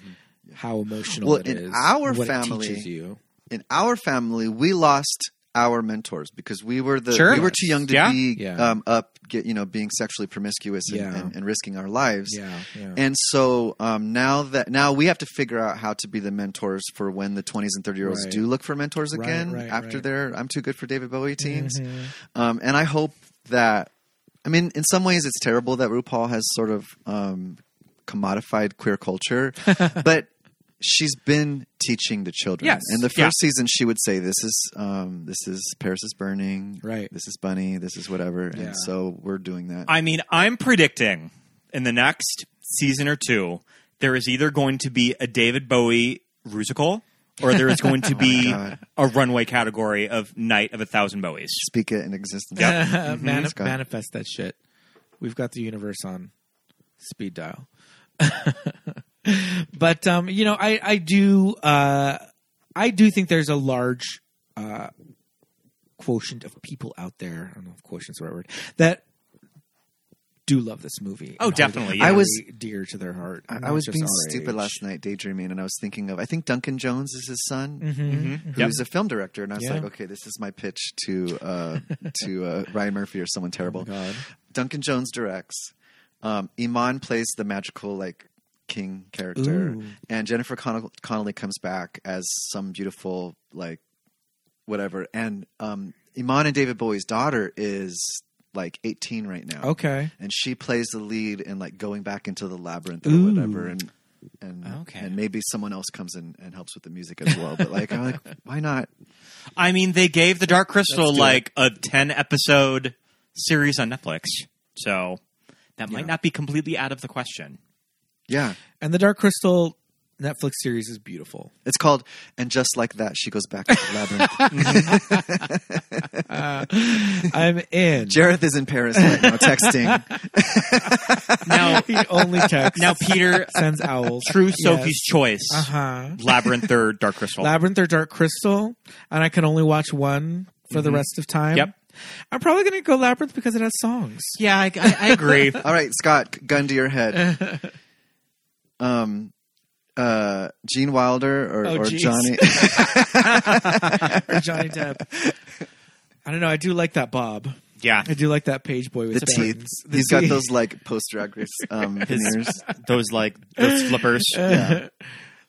how emotional it
Mm-hmm. Well, in
is,
our
what
family-
it teaches you.
In our family, we lost our mentors because we were the
Sure.
we were too young to
Yeah.
be
Yeah.
Um, up, get, you know, being sexually promiscuous and,
Yeah.
and, and risking our lives.
Yeah, yeah.
And so um, now that now we have to figure out how to be the mentors for when the 20s and 30 year olds
Right.
do look for mentors
Right,
again
right, right.
after
Mm-hmm.
their I'm too good for David Bowie teens. Um, and I hope that I mean in some ways it's terrible that RuPaul has sort of um, commodified queer culture, but she's been teaching the children.
Yes,
In the first season, she would say, "This is um, this is Paris is burning.
Right.
This is Bunny. This is whatever."
Yeah.
And so we're doing that.
I mean, I'm predicting in the next season or two, there is either going to be a David Bowie musical or there is going to be
Oh God.
a runway category of Night of a Thousand Bowies.
Speak it in existence.
Uh, Mani-
Scott.
manifest that shit. We've got the universe on speed dial. but um, you know, I I do uh, I do think there's a large uh, quotient of people out there. I don't know if quotient's the right word that do love this movie.
Oh,
and hold it
definitely,
yeah. I was-
very dear to their heart.
I, I
not
was
just
being
our
stupid
age.
last night, daydreaming, and I was thinking of I think Duncan Jones is his son,
Mhm.
Mhm.
who's a film director, and I was
Yeah.
like, okay, this is my pitch to uh, to uh, Ryan Murphy or someone terrible.
Oh God.
Duncan Jones directs. Um, Iman plays the magical like king character,
Ooh.
and Jennifer Conno- Connolly comes back as some beautiful like whatever. And um, Iman and David Bowie's daughter is like 18 right now,
Okay.
and she plays the lead in like going back into the labyrinth or
Ooh.
whatever, and. And,
Okay.
and maybe someone else comes in and helps with the music as well. But like, I'm like, why not?
I mean, they gave the Dark Crystal
Let's do
like a ten episode series on Netflix, so that might not be completely out of the question.
Yeah,
And the Dark Crystal Netflix series is beautiful.
it's called. And just like that, she goes back to the labyrinth.
Uh, I'm in.
Jareth is in Paris right now, texting.
Now,
he only texts.
now, Peter,
sends owls.
true Sophie's choice,
Uh huh.
Labyrinth or Dark Crystal.
Labyrinth or Dark Crystal, and I can only watch one for the rest of time.
Yep.
I'm probably going to go Labyrinth because it has songs.
yeah, I, I, I agree.
All right, Scott, gun to your head. Um, uh, Gene Wilder or,
Oh,
or
jeez.
Johnny?
or Johnny Depp. I don't know. I do like that Bob.
yeah,
I do like that page boy with
the teeth.
bangs. The
He's got
teeth.
those like post drag race um, veneers.
those like those flippers.
the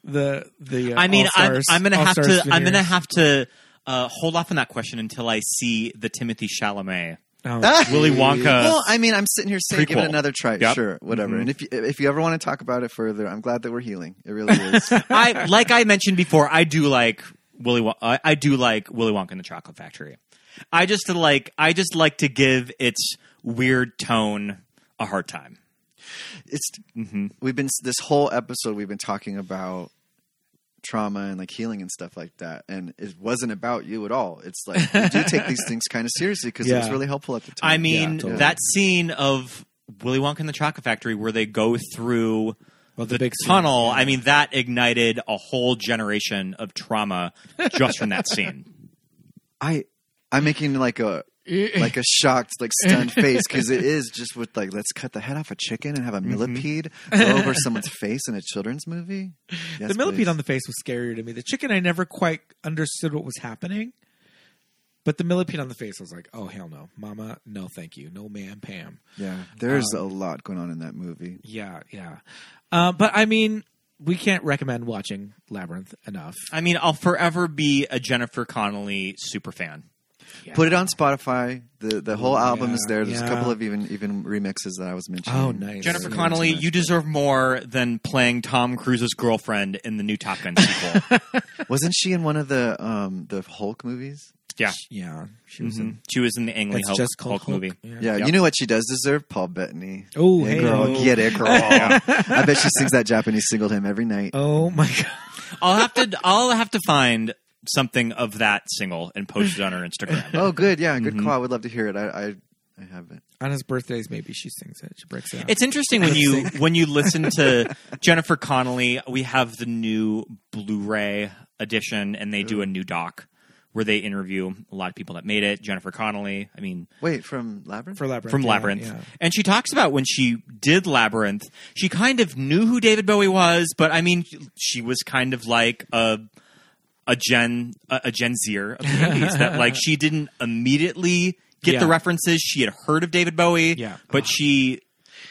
the. Uh,
I mean, I'm,
All-Stars-
I'm gonna have to.
All-Stars
I'm gonna
veneers.
have to uh, hold off on that question until I see the Timothy Chalamet
Oh,
Willy Wonka.
well, I mean, I'm sitting here saying, give
Prequel.
it another try.
Yep.
Sure, whatever. And if you, if you ever want to talk about it further, I'm glad that we're healing. It really is.
I like I mentioned before. I do like Willy. Won- I, I do like Willy Wonka and the Chocolate Factory. I just like. I just like to give its weird tone a hard time.
it's
Mm-hmm.
we've been this whole episode we've been talking about trauma and like healing and stuff like that and it wasn't about you at all it's like we do take these things kind of seriously because it was
Yeah.
really helpful at the time
I mean,
Yeah, totally.
that scene of Willy Wonka and the Chocolate Factory where they go through
well,
the,
the, big
tunnel. I mean, that ignited a whole generation of trauma just from that scene.
i i'm making like a like a shocked like stunned face because it is just with like let's cut the head off a chicken and have a millipede go over someone's face in a children's movie Yes,
the millipede
please.
on the face was scarier to me. The chicken, I never quite understood what was happening. But the millipede on the face, I was like, oh, hell no. Mama, no, thank you. No, ma'am, Pam.
yeah
Um,
there's a lot going on in that movie
Yeah, yeah. Uh, but I mean, we can't recommend watching Labyrinth enough.
I mean, I'll forever be a Jennifer Connelly super fan.
Put it on Spotify. The the whole album is
Yeah,
there. There's
yeah.
a couple of even even remixes that I was mentioning.
Oh, nice.
Jennifer
Yeah.
Connelly, you deserve more than playing Tom Cruise's girlfriend in the new Top Gun sequel.
Wasn't she in one of the um the Hulk movies?
yeah.
Yeah, she was
Mhm.
in.
She was in the Ang Lee
That's
Hulk,
just called
Hulk, movie.
Yeah,
Yep.
you know what she does deserve? Paul Bettany.
Oh,
Hey,
hey.
girl,
oh.
get it, girl. I bet she sings that Japanese single to him every night.
Oh, my God.
I'll have to I'll have to find something of that single and post it on her Instagram.
Oh, good. Yeah, good
Mm-hmm.
call. I would love to hear it. I I, I haven't.
On his birthdays, maybe she sings it. She breaks it out.
It's interesting when you when you listen to Jennifer Connelly. We have the new Blu-ray edition, and they do a new doc where they interview a lot of people that made it. Jennifer Connelly, I mean,
Wait, from Labyrinth?
for Labyrinth.
from
yeah,
Labyrinth,
yeah.
and she talks about when she did Labyrinth. She kind of knew who David Bowie was, but I mean, she was kind of like a a Gen a, a Gen Zer of the '80s that like she didn't immediately get
Yeah.
the references. She had heard of David Bowie,
Yeah.
but she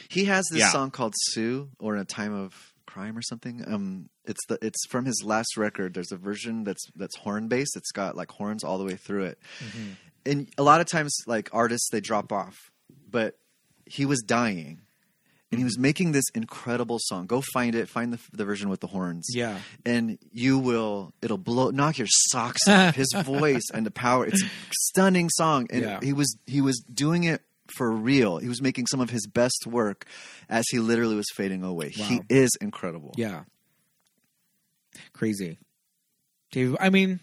He has this
Yeah.
song called Sue or a time of crime or something. Um it's the it's from his last record. There's a version that's that's horn based. It's got like horns all the way through it. And a lot of times like artists they drop off, but he was dying. And he was making this incredible song. Go find it. Find the, the version with the horns.
Yeah.
And you will, it'll blow, knock your socks off. His voice and the power. It's a stunning song. And
Yeah.
he he was he was doing it for real. He was making some of his best work as he literally was fading away. He
Wow.
is incredible.
Yeah. Crazy. David, I mean,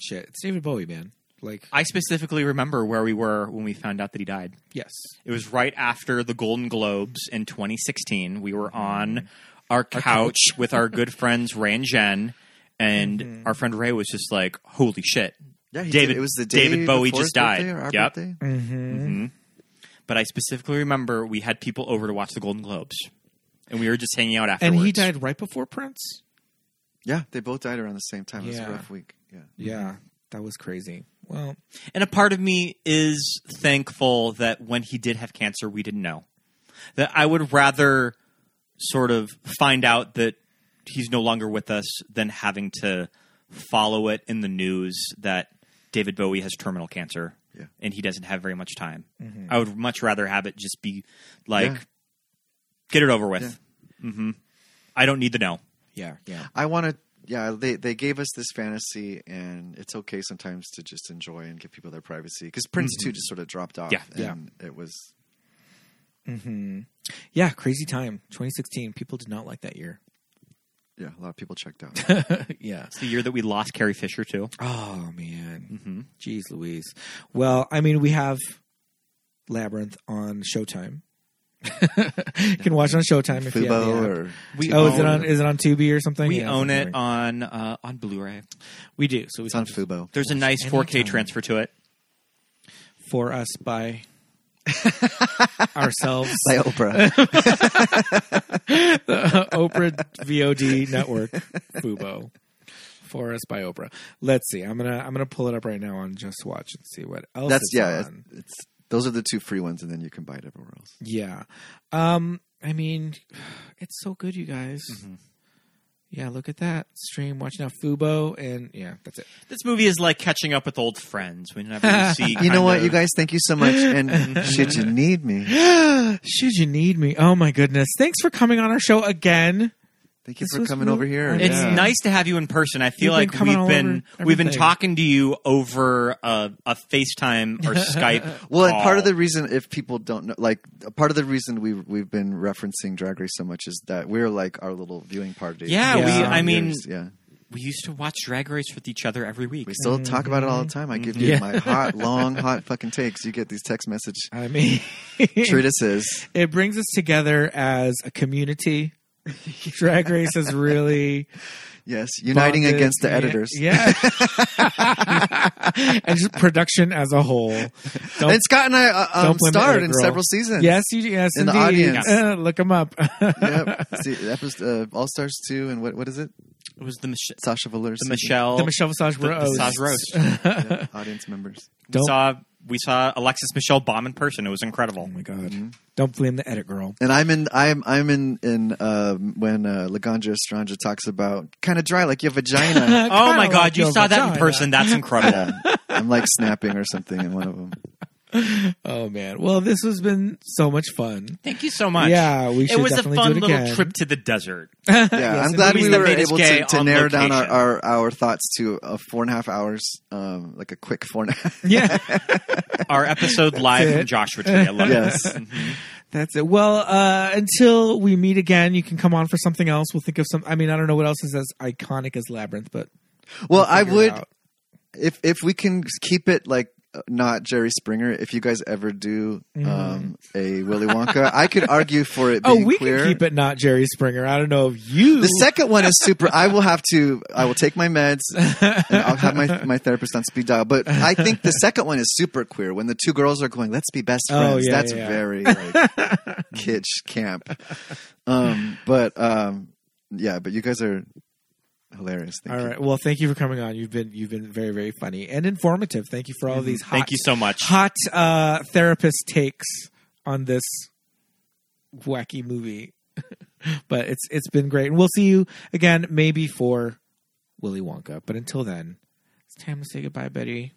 shit. It's David Bowie, man. Like,
I specifically remember where we were when we found out that he died.
yes.
It was right after the Golden Globes in 2016. We were on our couch with our good friends Ray and Jen, and our friend Ray was just like, "Holy shit!"
Yeah, he
David
did- it was the day
David Bowie
before his
just died.
birthday or our
Yep.
birthday?
Mm.
Mm-hmm.
Mm. But I specifically remember we had people over to watch the Golden Globes, and we were just hanging out afterwards.
and he died right before Prince.
Yeah, they both died around the same time. It was
Yeah.
a rough week. Yeah.
Yeah, that was crazy. Well,
And a part of me is thankful that when he did have cancer, we didn't know. That I would rather sort of find out that he's no longer with us than having to follow it in the news that David Bowie has terminal cancer
Yeah. Mm-hmm.
and he doesn't have very much time. I would much rather have it just be like,
Yeah.
get it over with. hmm I don't need to know.
yeah, yeah.
I want to. Yeah, they they gave us this fantasy, and it's okay sometimes to just enjoy and give people their privacy because Prince too just sort of dropped off.
Yeah.
Mm-hmm. Yeah.
and It was
Mm-hmm. Yeah, crazy time. 2016. People did not like that year.
yeah, a lot of people checked out.
yeah.
It's the year that we lost Carrie Fisher, too. Mm-hmm.
Oh man. Jeez Louise. Well, I mean, we have Labyrinth on Showtime. you can watch it on Showtime if you have the app.
Fubo or
We
Oh, is it
own-
on? Is it on Tubi or something?
We
Yeah,
own
something.
it on uh, on Blu-ray.
We do. So we
it's
can
on
just-
Fubo.
There's a nice 4K
anytime.
transfer to it.
for us by ourselves,
By Oprah.
the Oprah VOD network, Fubo. For us by Oprah. Let's see. I'm gonna I'm gonna pull it up right now on Just Watch and see what else.
That's
it's
yeah. It's,
on.
it's those are the two free ones, and then you can buy it everywhere else.
Yeah. Um, I mean, it's so good, you guys.
Mm-hmm.
Yeah, look at that stream. Watch now, Fubo, and yeah, that's it.
This movie is like catching up with old friends. We never really see.
You know
kind
what,
of-
you guys? Thank you so much. And should you need me,
Should you need me? Oh my goodness! Thanks for coming on our show again.
thank you
This
for
was
coming
real-
over here.
It's
Yeah.
nice to have you in person. I feel
You've been
like
coming all
we've been
over
we've been
everything.
talking to you over a, a FaceTime or Skype.
Well, and part of
call.
the reason, if people don't know, like part of the reason we we've been referencing Drag Race so much is that we're like our little viewing party.
yeah,
Yeah.
we I mean
Years, yeah,
we used to watch Drag Race with each other every week.
we still talk about it all the time. I give you
Mm-hmm. Yeah.
my hot, long, hot fucking takes. You get these text message
I mean,
treatises.
it brings us together as a community. Drag Race is really
Yes, uniting
bonded-
against the
yeah,
editors.
Yeah, and just production as a whole. Don't
It's gotten a, a um,
Don't blame it,
starred
Ed
in
Girl.
several seasons.
yes, you, yes,
In the
indeed.
audience.
Uh, look them up.
Yep. See, that was uh, All Stars two, and what what is it?
It was the Mich-
Sasha Velour.
the
season.
Michelle
the Michelle Visage
the,
Rose.
Sage Rose.
Yeah, audience members.
we
Don't-
saw we saw Alexis Michelle bomb in person. It was incredible.
Oh my god!
Mm-hmm.
Don't blame the edit girl.
And I'm in. I'm I'm in in um, when uh, Laganja Estranja talks about kind of dry, like your vagina.
Oh
Kinda
my god,
like
you
your
saw that in
vagina.
person. That's incredible.
yeah, I'm like snapping or something in one of them.
Oh man! Well, this has been so much fun.
Thank you so much.
Yeah, we
it
should
was a
definitely
fun
do it
little
again.
trip to the desert.
Yeah, I'm
it
glad
movies
we
that
were
made us
able
gay
to, to
on
narrow down our,
location.
our our thoughts to uh, four and a half hours, um, like a quick four and a half.
Yeah,
Our episode live
it.
from Joshua Tree. I love
Yes.
it.
that's it. Well, uh, until we meet again, you can come on for something else. We'll think of some. I mean, I don't know what else is as iconic as Labyrinth, but
Well, I
figure it
would
out.
if if we can keep it like uh, not Jerry Springer. If you guys ever do um, a Willy Wonka, I could argue for it
Mm-hmm. Oh,
being
we
queer.
can keep it not Jerry Springer. I don't know if you.
The second one is super. I will have to. I will take my meds. And I'll have my my therapist on speed dial. But I think the second one is super queer. When the two girls are going, let's be best
Oh,
friends.
yeah,
That's
yeah, yeah.
very like, kitsch camp. Um, but um, yeah, but you guys are hilarious. Thank
All
you.
right. Well, thank you for coming on. You've been you've been very very funny and informative. Thank you for
Mm-hmm.
all these. Hot,
Thank you so much.
Hot uh, therapist takes on this wacky movie, but it's it's been great, and we'll see you again maybe for Willy Wonka. But until then, it's time to say goodbye, Betty.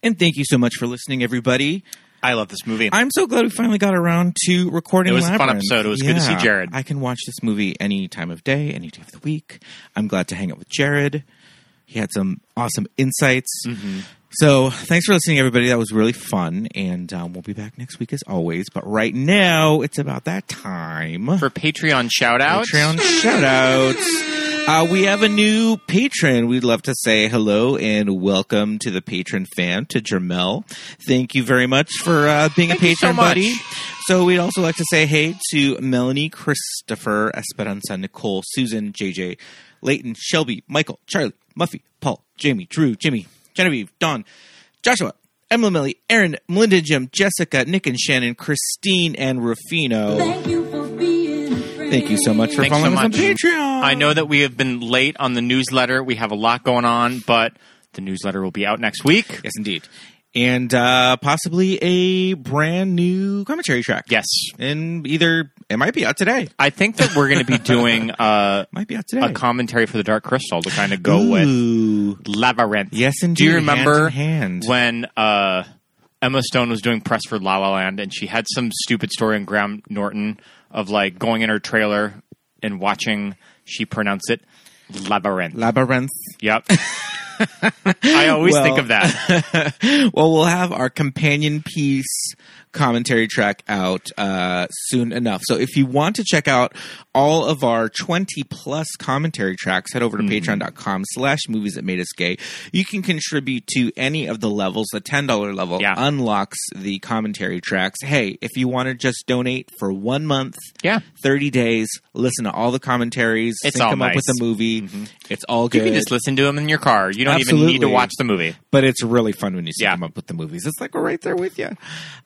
And thank you so much for listening, everybody.
I love this movie.
I'm so glad we finally got around to recording.
It was a fun
Labyrinth.
episode. It was good to see Jared.
I can watch this movie any time of day, any day of the week. I'm glad to hang out with Jared. He had some awesome insights.
Mm-hmm.
So thanks for listening, everybody. That was really fun, and um, we'll be back next week as always. But right now, it's about that time
for Patreon shout out.
Patreon shout outs.
Uh, we have a new patron. We'd love to say hello and welcome to the patron fam, to Jermel. Thank you very much for uh, being a
Thank you so
patron,
much.
buddy. So we'd also like to say hey to Melanie, Christopher, Esperanza, Nicole, Susan, JJ, Leighton, Shelby, Michael, Charlie, Muffy, Paul, Jamie, Drew, Jimmy, Genevieve, Don, Joshua, Emily, Millie, Aaron, Melinda, Jim, Jessica, Nick and Shannon, Christine, and Rufino.
you for being a friend.
Thank you so much for
Thanks so
following
much.
us on Patreon.
I know that we have been late on the newsletter. We have a lot going on, but the newsletter will be out next week.
Yes, indeed. And uh, possibly a brand new commentary track.
Yes.
And either it might be out today.
I think that we're going to be doing uh,
Might be out today.
a commentary for the Dark Crystal to kind of go with
Ooh.
Labyrinth.
Yes, indeed.
Do you remember
Hand in hand.
when uh, Emma Stone was doing press for La La Land and she had some stupid story on Graham Norton of like going in her trailer and watching she pronounce it labyrinth.
Labyrinth.
yep. I always
Well-
think of that.
well, we'll have our companion piece commentary track out uh, soon enough. So if you want to check out all of our 20 plus commentary tracks, head over to
Mm-hmm.
patreon.com slash movies that made us gay. You can contribute to any of the levels. The $10 level
Yeah.
unlocks the commentary tracks. Hey, if you want to just donate for one month,
Yeah.
30 days, listen to all the commentaries,
It's
sync
all
them up with
nice. Mm-hmm.
the movie. It's all good
You can just listen to them in your car. You don't even need to
Absolutely.
watch the movie.
but it's really fun when you see
Yeah.
come up with the movies. It's like we're right there with you.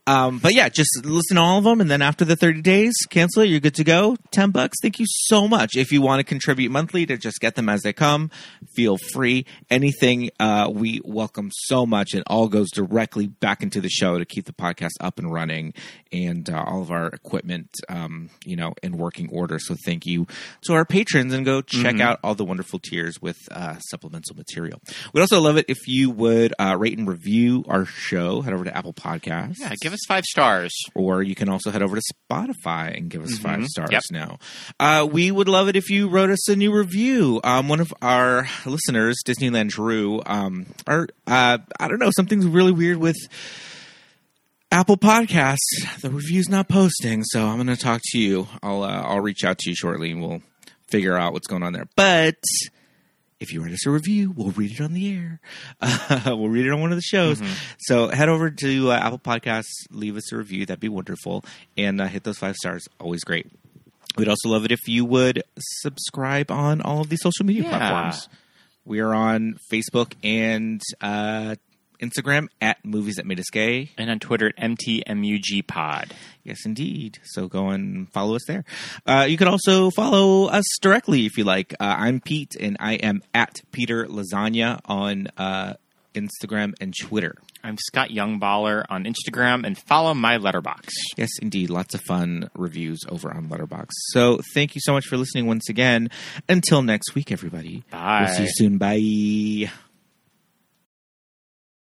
Um, but yeah, just listen to all of them, and then after the thirty days, cancel it. You're good to go. Ten bucks. Thank you so much. If you want to contribute monthly to just get them as they come, feel free. Anything uh, we welcome so much. It all goes directly back into the show to keep the podcast up and running, and uh, all of our equipment, um, you know, in working order. So thank you to our patrons, and go check out all the wonderful tiers with uh, supplemental material. We'd also love it if you would uh, rate and review our show. Head over to Apple Podcasts.
Yeah, give us five stars.
Or you can also head over to Spotify and give us five stars
Yep.
now. Uh, we would love it if you wrote us a new review. Um, one of our listeners, Disneyland Drew, um, our, uh, I don't know, something's really weird with Apple Podcasts. The review's not posting, so I'm going to talk to you. I'll, uh, I'll reach out to you shortly and we'll figure out what's going on there. But if you write us a review, we'll read it on the air. Uh, we'll read it on one of the shows. So head over to uh, Apple Podcasts, leave us a review. That'd be wonderful. And uh, hit those five stars. Always great. We'd also love it if you would subscribe on all of the social media
Yeah.
platforms. We are on Facebook and uh, Instagram at Movies That Made Us Gay.
And on Twitter at MTMUG Pod.
Yes, indeed. So go and follow us there. Uh, you can also follow us directly if you like. Uh, I'm Pete, and I am at Peter Lasagna on uh, Instagram and Twitter.
I'm Scott Youngballer on Instagram and follow my letterbox.
Yes, indeed. Lots of fun reviews over on Letterbox. So thank you so much for listening once again. Until next week, everybody.
Bye.
We'll see you soon. Bye.